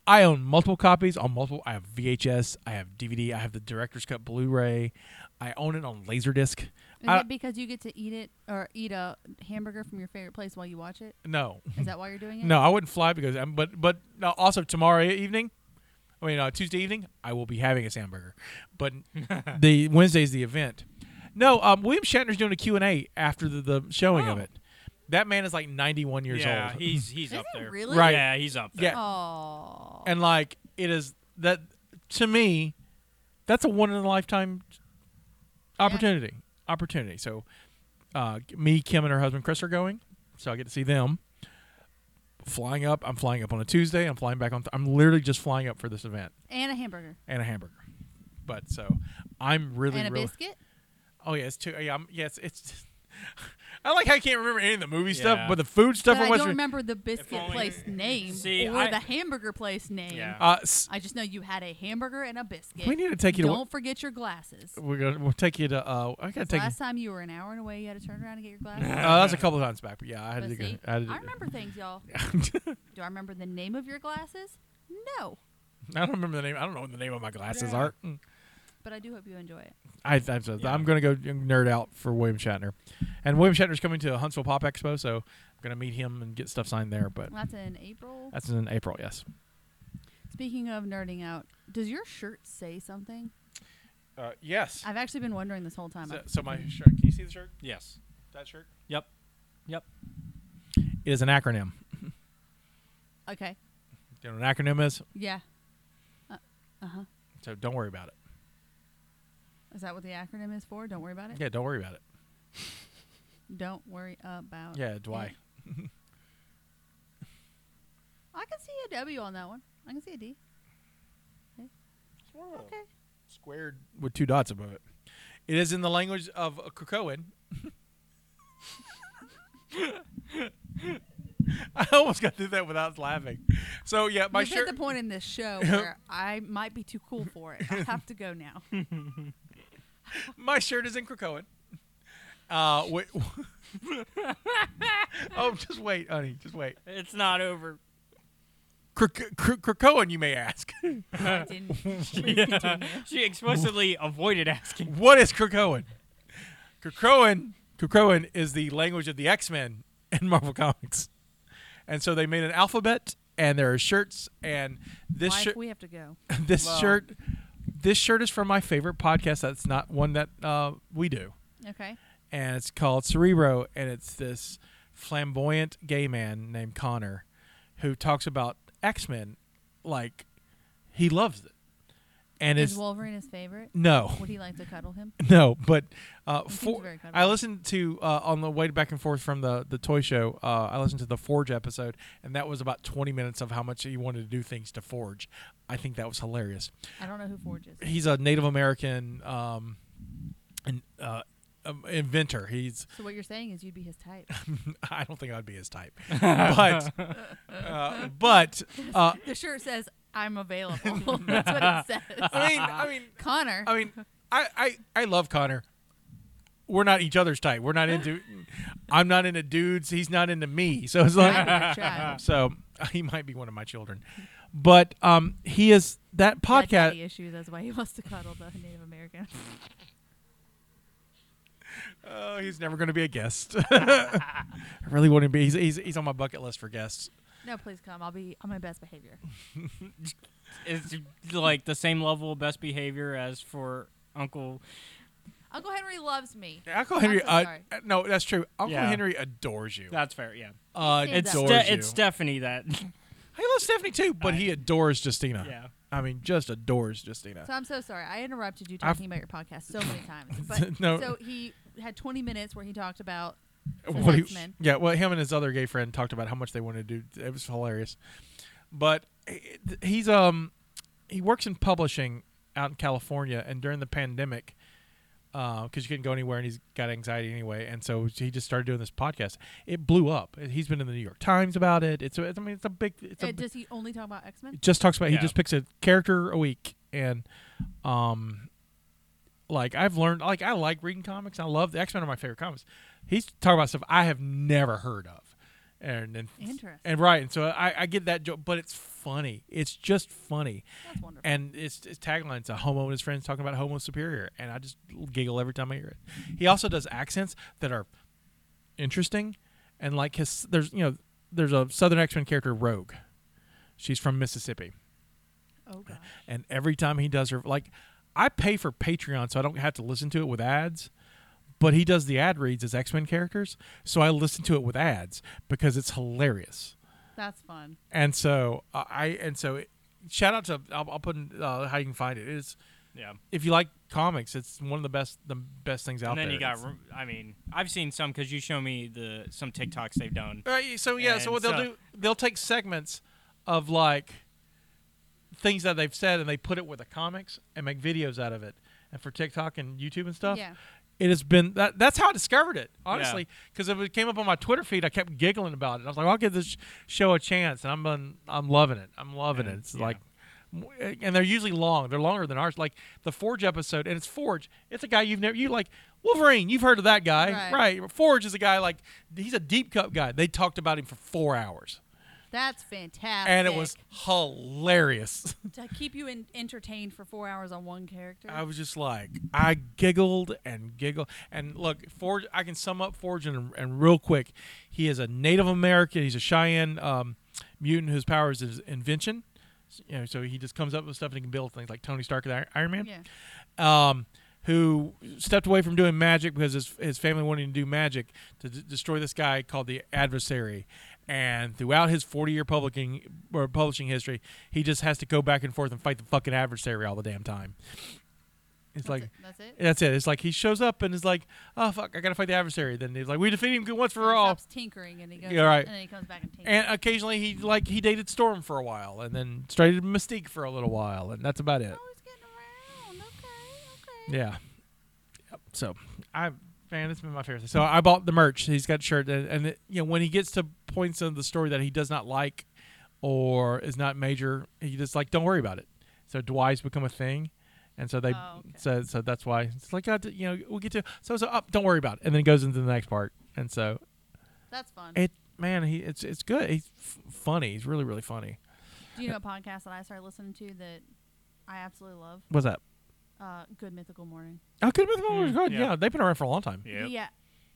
[SPEAKER 2] I own multiple copies on multiple. I have VHS, I have DVD, I have the director's cut Blu-ray. I own it on Laserdisc.
[SPEAKER 3] Is
[SPEAKER 2] I,
[SPEAKER 3] it because you get to eat it or eat a hamburger from your favorite place while you watch it?
[SPEAKER 2] no,
[SPEAKER 3] Is that why you're doing it?
[SPEAKER 2] no, I wouldn't fly because. I'm, but but no, also tomorrow e-, evening, I mean uh, Tuesday evening, I will be having a hamburger. But the Wednesday's the event. No, um, William Shatner's doing a Q and A after the, the showing of
[SPEAKER 1] Oh.
[SPEAKER 2] it. That man is like 91 years
[SPEAKER 1] yeah,
[SPEAKER 2] old.
[SPEAKER 1] he's he's
[SPEAKER 3] Is
[SPEAKER 1] up
[SPEAKER 3] it
[SPEAKER 1] there.
[SPEAKER 3] really?
[SPEAKER 2] Right.
[SPEAKER 1] Yeah, he's up there.
[SPEAKER 2] Yeah.
[SPEAKER 3] Oh.
[SPEAKER 2] and like it is that to me that's a one in a lifetime opportunity opportunity so uh, me kim and her husband chris are going so i get to see them flying up i'm flying up on a tuesday i'm flying back on th- i'm literally just flying up for this event
[SPEAKER 3] And a hamburger.
[SPEAKER 2] and a hamburger but so i'm really
[SPEAKER 3] and a
[SPEAKER 2] really
[SPEAKER 3] biscuit.
[SPEAKER 2] oh yeah it's too yeah I'm, yes it's i like how i can't remember any of the movie stuff
[SPEAKER 1] Yeah.
[SPEAKER 2] but the food stuff
[SPEAKER 3] But I
[SPEAKER 2] was
[SPEAKER 3] don't remember the biscuit
[SPEAKER 1] only-
[SPEAKER 3] place name
[SPEAKER 1] See,
[SPEAKER 3] or
[SPEAKER 1] I-
[SPEAKER 3] the hamburger place name.
[SPEAKER 1] Yeah.
[SPEAKER 2] uh, s-
[SPEAKER 3] I just know you had a hamburger and a biscuit.
[SPEAKER 2] we need to take you to
[SPEAKER 3] Don't forget your glasses.
[SPEAKER 2] we're gonna we'll take you to uh i gotta take you
[SPEAKER 3] Last time you were an hour and away, you had to turn around and get your glasses.
[SPEAKER 2] Uh, that's a couple times back, but yeah, I had
[SPEAKER 3] But
[SPEAKER 2] to go.
[SPEAKER 3] see,
[SPEAKER 2] I, had to,
[SPEAKER 3] I remember things, y'all. Do I remember the name of your glasses? No.
[SPEAKER 2] I don't remember the name. I don't know what the name of my glasses are. Mm.
[SPEAKER 3] But I do hope you enjoy it.
[SPEAKER 2] I, I'm, so-
[SPEAKER 1] Yeah.
[SPEAKER 2] I'm gonna go nerd out for William Shatner, and William Shatner's coming to Huntsville Pop Expo, so I'm gonna meet him and get stuff signed there. But
[SPEAKER 3] That's in April.
[SPEAKER 2] that's in April. Yes.
[SPEAKER 3] Speaking of nerding out, does your shirt say something?
[SPEAKER 2] Uh, yes.
[SPEAKER 3] I've actually been wondering this whole time.
[SPEAKER 2] So, so my shirt. Can you see the shirt?
[SPEAKER 1] Yes.
[SPEAKER 2] That shirt.
[SPEAKER 1] Yep. Yep.
[SPEAKER 2] It is an acronym.
[SPEAKER 3] okay.
[SPEAKER 2] Do you know what an acronym is?
[SPEAKER 3] Yeah. Uh huh.
[SPEAKER 2] So don't worry about it.
[SPEAKER 3] Is that what the acronym is for? Don't worry about it.
[SPEAKER 2] Yeah, don't worry about it.
[SPEAKER 3] Don't worry about.
[SPEAKER 2] Yeah, Dwight.
[SPEAKER 3] it. I can see a W on that one. I can see a D. Okay.
[SPEAKER 2] Squared with two dots above it. It is in the language of a Krakoan. I almost got through that without laughing. So yeah, my
[SPEAKER 3] We've hit
[SPEAKER 2] shirt.
[SPEAKER 3] the point in this show where I might be too cool for it. I have to go now.
[SPEAKER 2] My shirt is in Krakoan. Uh, wait. oh, just wait, honey. Just wait.
[SPEAKER 1] It's not over.
[SPEAKER 2] Krak- Krak- Krakoan, you may ask.
[SPEAKER 3] I didn't.
[SPEAKER 1] She explicitly avoided asking.
[SPEAKER 2] What is Krakoan? Krakoan, Krakoan is the language of the X Men in Marvel Comics, and so they made an alphabet, and there are shirts, and this
[SPEAKER 3] Mike,
[SPEAKER 2] shirt,
[SPEAKER 3] we have to go.
[SPEAKER 2] this
[SPEAKER 1] Wow.
[SPEAKER 2] shirt, this shirt is from my favorite podcast. That's not one that uh, we do,
[SPEAKER 3] Okay.
[SPEAKER 2] and it's called Cerebro, and it's this flamboyant gay man named Connor, who talks about X Men, like he loves it, and
[SPEAKER 3] Is
[SPEAKER 2] it's
[SPEAKER 3] Wolverine his favorite?
[SPEAKER 2] no.
[SPEAKER 3] Would he like to cuddle him?
[SPEAKER 2] No, but uh,
[SPEAKER 3] seems
[SPEAKER 2] for,
[SPEAKER 3] very cuddly.
[SPEAKER 2] I listened to uh, on the way back and forth from the the toy show. Uh, I listened to the Forge episode, and that was about twenty minutes of how much he wanted to do things to Forge. I think that was hilarious.
[SPEAKER 3] I don't know who Forge is.
[SPEAKER 2] He's a Native American um, and, uh, um, inventor. He's
[SPEAKER 3] So what you're saying is you'd be his type.
[SPEAKER 2] I don't think I'd be his type, but uh, but uh,
[SPEAKER 3] the shirt says I'm available. That's what it says.
[SPEAKER 2] I mean I mean
[SPEAKER 3] Connor.
[SPEAKER 2] I mean I, I I love Connor. we're not each other's type. We're not into. I'm not into dudes. He's not into me. So it's
[SPEAKER 3] I
[SPEAKER 2] like
[SPEAKER 3] never tried.
[SPEAKER 2] so he might be one of my children, but um he is that
[SPEAKER 3] Got
[SPEAKER 2] podcast.
[SPEAKER 3] daddy issues. That's why he wants to cuddle the Native American.
[SPEAKER 2] Oh, he's never going to be a guest. I really want him to be. He's, he's he's on my bucket list for guests.
[SPEAKER 3] No, please come. I'll be on my best behavior.
[SPEAKER 1] It's like the same level of best behavior as for Uncle.
[SPEAKER 3] Uncle Henry loves me.
[SPEAKER 2] Uncle Henry.
[SPEAKER 3] so
[SPEAKER 2] uh,
[SPEAKER 3] sorry.
[SPEAKER 2] no, that's true. Uncle
[SPEAKER 1] Yeah.
[SPEAKER 2] Henry adores you.
[SPEAKER 1] That's fair, yeah.
[SPEAKER 2] Uh,
[SPEAKER 3] He
[SPEAKER 1] It's
[SPEAKER 2] adores
[SPEAKER 1] Ste-
[SPEAKER 2] you.
[SPEAKER 1] it's Stephanie that.
[SPEAKER 2] He loves Stephanie too, but
[SPEAKER 1] I-
[SPEAKER 2] he adores Justina.
[SPEAKER 1] Yeah.
[SPEAKER 2] I mean, just adores Justina.
[SPEAKER 3] So I'm so sorry. I interrupted you
[SPEAKER 2] I've-
[SPEAKER 3] talking about your podcast so many times. But
[SPEAKER 2] No.
[SPEAKER 3] so he had 20 minutes where he talked about
[SPEAKER 2] What he-
[SPEAKER 3] X-Men.
[SPEAKER 2] yeah, well, him and his other gay friend talked about how much they wanted to do. It was hilarious. But he- he's um he works in publishing out in California, and during the pandemic, because you couldn't go anywhere, and he's got anxiety anyway, and so he just started doing this podcast. It blew up. He's been in the New York Times about it. It's a- I mean, it's a big. It's a
[SPEAKER 3] uh,
[SPEAKER 2] big-
[SPEAKER 3] does he only talk about X-Men?
[SPEAKER 2] It just talks about he
[SPEAKER 1] Yeah.
[SPEAKER 2] just picks a character a week and um like I've learned like I like reading comics. I love the X Men are my favorite comics. He's talking about stuff I have never heard of. And and,
[SPEAKER 3] Interesting.
[SPEAKER 2] and right, and so I, I get that joke, but it's funny. It's just funny.
[SPEAKER 3] That's wonderful.
[SPEAKER 2] And it's, it's tagline's a homo and his friends talking about homo superior, and I just giggle every time I hear it. He also does accents that are interesting, and like his there's you know there's a Southern X Men character Rogue, she's from Mississippi,
[SPEAKER 3] oh gosh.
[SPEAKER 2] and every time he does her like I pay for Patreon so I don't have to listen to it with ads, but he does the ad reads as X Men characters, so I listen to it with ads because it's hilarious
[SPEAKER 3] That's fun.
[SPEAKER 2] and so uh, I and so it, shout out to I'll, I'll put in uh, how you can find it. It's
[SPEAKER 1] yeah.
[SPEAKER 2] if you like comics, it's one of the best the best things out
[SPEAKER 1] And then
[SPEAKER 2] there.
[SPEAKER 1] you got,
[SPEAKER 2] It's-
[SPEAKER 1] ru- I mean, I've seen some because you show me the some TikToks they've done.
[SPEAKER 2] Right, so yeah, so
[SPEAKER 1] And
[SPEAKER 2] what they'll
[SPEAKER 1] so-
[SPEAKER 2] do, they'll take segments of like things that they've said and they put it with the comics and make videos out of it. And for TikTok and YouTube and stuff,
[SPEAKER 3] Yeah.
[SPEAKER 2] it has been that. That's how I discovered it, honestly, because if it came up on my Twitter feed, I kept giggling about it. I was like, I'll give this show a chance, and I'm on- I'm loving it. I'm loving it.
[SPEAKER 1] And-
[SPEAKER 2] It's
[SPEAKER 1] yeah.
[SPEAKER 2] like. And they're usually long. They're longer than ours. Like the Forge episode, and it's Forge. It's a guy you've never you like Wolverine. You've heard of that guy,
[SPEAKER 3] Right.
[SPEAKER 2] right? Hey, Forge is a guy like he's a deep cut guy. They talked about him for four hours,
[SPEAKER 3] That's fantastic.
[SPEAKER 2] and it was hilarious.
[SPEAKER 3] to keep you in- entertained for four hours on one character.
[SPEAKER 2] I was just like, I giggled and giggled. And look, Forge. I can sum up Forge and, and real quick. He is a Native American. He's a Cheyenne um, mutant whose power is his invention. So, you know, so he just comes up with stuff and he can build things like Tony Stark and Iron Man.
[SPEAKER 3] yeah.
[SPEAKER 2] um, who stepped away from doing magic because his, his family wanted to do magic to d- destroy this guy called the adversary. And throughout his 40 year publishing, or publishing history, he just has to go back and forth and fight the fucking adversary all the damn time. It's like,
[SPEAKER 3] That's it. That's it.
[SPEAKER 2] that's it. It's like he shows up and is like, oh, fuck, I gotta fight the adversary. Then he's like, we defeat him once
[SPEAKER 3] He
[SPEAKER 2] for all.
[SPEAKER 3] stops tinkering and he goes.
[SPEAKER 2] Yeah, right.
[SPEAKER 3] And then he comes back and tinkers.
[SPEAKER 2] And occasionally he like he dated Storm for a while and then started Mystique for a little while and that's about it.
[SPEAKER 3] oh, he's getting around. Okay. Okay.
[SPEAKER 2] Yeah. Yep. So I man, it's been my favorite thing. So I bought the merch. He's got a shirt, and, and it, you know when he gets to points of the story that he does not like or is not major, he just like don't worry about it. So Dwight's become a thing, and so they
[SPEAKER 3] Oh, okay.
[SPEAKER 2] so so that's why it's like I, you know we'll get to so so up. Don't worry about it, and then it goes into the next part, and so
[SPEAKER 3] That's fun.
[SPEAKER 2] it man he it's it's good. He's f- funny. He's really really funny.
[SPEAKER 3] Do you know a podcast that I started listening to that I absolutely love?
[SPEAKER 2] What's that?
[SPEAKER 3] Uh, Good Mythical Morning.
[SPEAKER 2] Oh, good. Mm,
[SPEAKER 1] Mm,
[SPEAKER 2] good.
[SPEAKER 1] yeah.
[SPEAKER 2] Yeah. they've been around for a long time.
[SPEAKER 1] Yep.
[SPEAKER 3] Hmm. Yeah.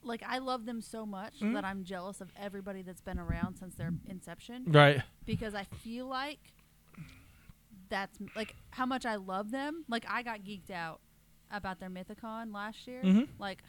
[SPEAKER 3] Like I love them so much
[SPEAKER 2] Mm-hmm.
[SPEAKER 3] that I'm jealous of everybody that's been around since their inception.
[SPEAKER 2] Right.
[SPEAKER 3] because I feel like that's m- like how much I love them. Like I got geeked out about their Mythicon last year.
[SPEAKER 2] Mhm.
[SPEAKER 3] Like,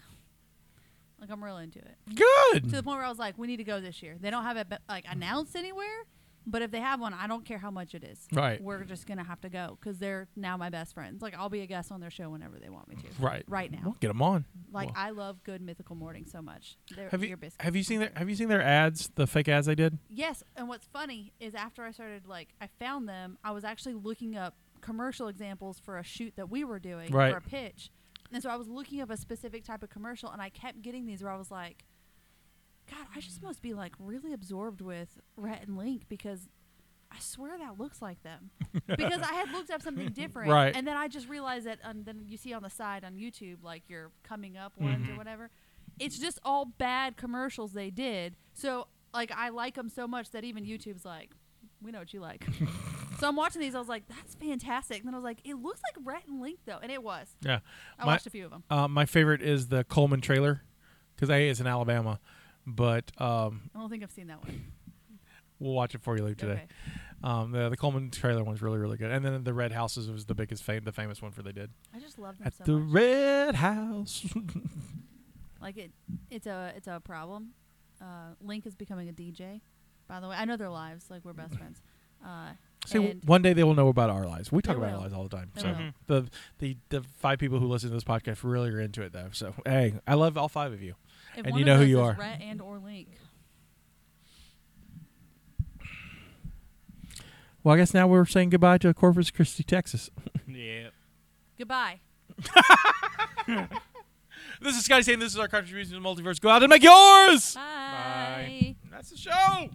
[SPEAKER 3] like I'm real into it
[SPEAKER 2] Good.
[SPEAKER 3] to the point where I was like, we need to go this year. They don't have it but, like announced anywhere, but if they have one, I don't care how much it is.
[SPEAKER 2] Right.
[SPEAKER 3] We're just gonna have to go because they're now my best friends. Like I'll be a guest on their show whenever they want me to.
[SPEAKER 2] Right.
[SPEAKER 3] Right now,
[SPEAKER 2] Well, get them on.
[SPEAKER 3] like
[SPEAKER 2] Well.
[SPEAKER 3] I love Good Mythical Morning so much. They're
[SPEAKER 2] Have
[SPEAKER 3] your
[SPEAKER 2] you
[SPEAKER 3] biscuit.
[SPEAKER 2] have you seen their have you seen their ads? The fake ads they did.
[SPEAKER 3] Yes, and what's funny is after I started like I found them, I was actually looking up commercial examples for a shoot that we were doing
[SPEAKER 2] Right.
[SPEAKER 3] for a pitch. And so I was looking up a specific type of commercial and I kept getting these where I was like, God, I just must be like really absorbed with Rhett and Link because I swear that looks like them because I had looked up something different,
[SPEAKER 2] Right.
[SPEAKER 3] And then I just realized that. Um, then you see on the side on YouTube, like your coming up ones or
[SPEAKER 2] Mhm.
[SPEAKER 3] whatever. It's just all bad commercials they did. So like I like them so much that even YouTube's like, we know what you like. so I'm watching these. I was like, that's fantastic. And then I was like, it looks like Rhett and Link though, and it was.
[SPEAKER 2] Yeah.
[SPEAKER 3] I
[SPEAKER 2] My-
[SPEAKER 3] watched a few of them.
[SPEAKER 2] Uh, my favorite is the Coleman trailer because A, it's in Alabama, but um,
[SPEAKER 3] I don't think I've seen that one.
[SPEAKER 2] we'll watch it for you, Luke, today.
[SPEAKER 3] Okay.
[SPEAKER 2] Um, the, the Coleman trailer one's really, really good. And then the Red Houses was the biggest, fam- the famous one for they did.
[SPEAKER 3] I just love them
[SPEAKER 2] At
[SPEAKER 3] so
[SPEAKER 2] the
[SPEAKER 3] much.
[SPEAKER 2] Red House.
[SPEAKER 3] Like it, it's a it's a problem. Uh, Link is becoming a DJ. By the way, I know their lives. Like we're best friends. Uh,
[SPEAKER 2] See, w-
[SPEAKER 3] and
[SPEAKER 2] one day they will know about our lives. We talk
[SPEAKER 3] They
[SPEAKER 2] about our
[SPEAKER 3] will.
[SPEAKER 2] lives all the time.
[SPEAKER 3] They
[SPEAKER 2] so
[SPEAKER 3] will.
[SPEAKER 2] the, the the five people who listen to this podcast really are into it, though. So hey, I love all five of you.
[SPEAKER 3] if
[SPEAKER 2] and
[SPEAKER 3] one
[SPEAKER 2] you
[SPEAKER 3] of
[SPEAKER 2] know who
[SPEAKER 3] us
[SPEAKER 2] you
[SPEAKER 3] is
[SPEAKER 2] are.
[SPEAKER 3] Rhett and or Link.
[SPEAKER 2] Well, I guess now we're saying goodbye to Corpus Christi, Texas.
[SPEAKER 1] Yeah.
[SPEAKER 3] Goodbye.
[SPEAKER 2] This is Scotty saying this is our contribution to the multiverse. Go out and make yours.
[SPEAKER 3] Bye.
[SPEAKER 2] That's the show.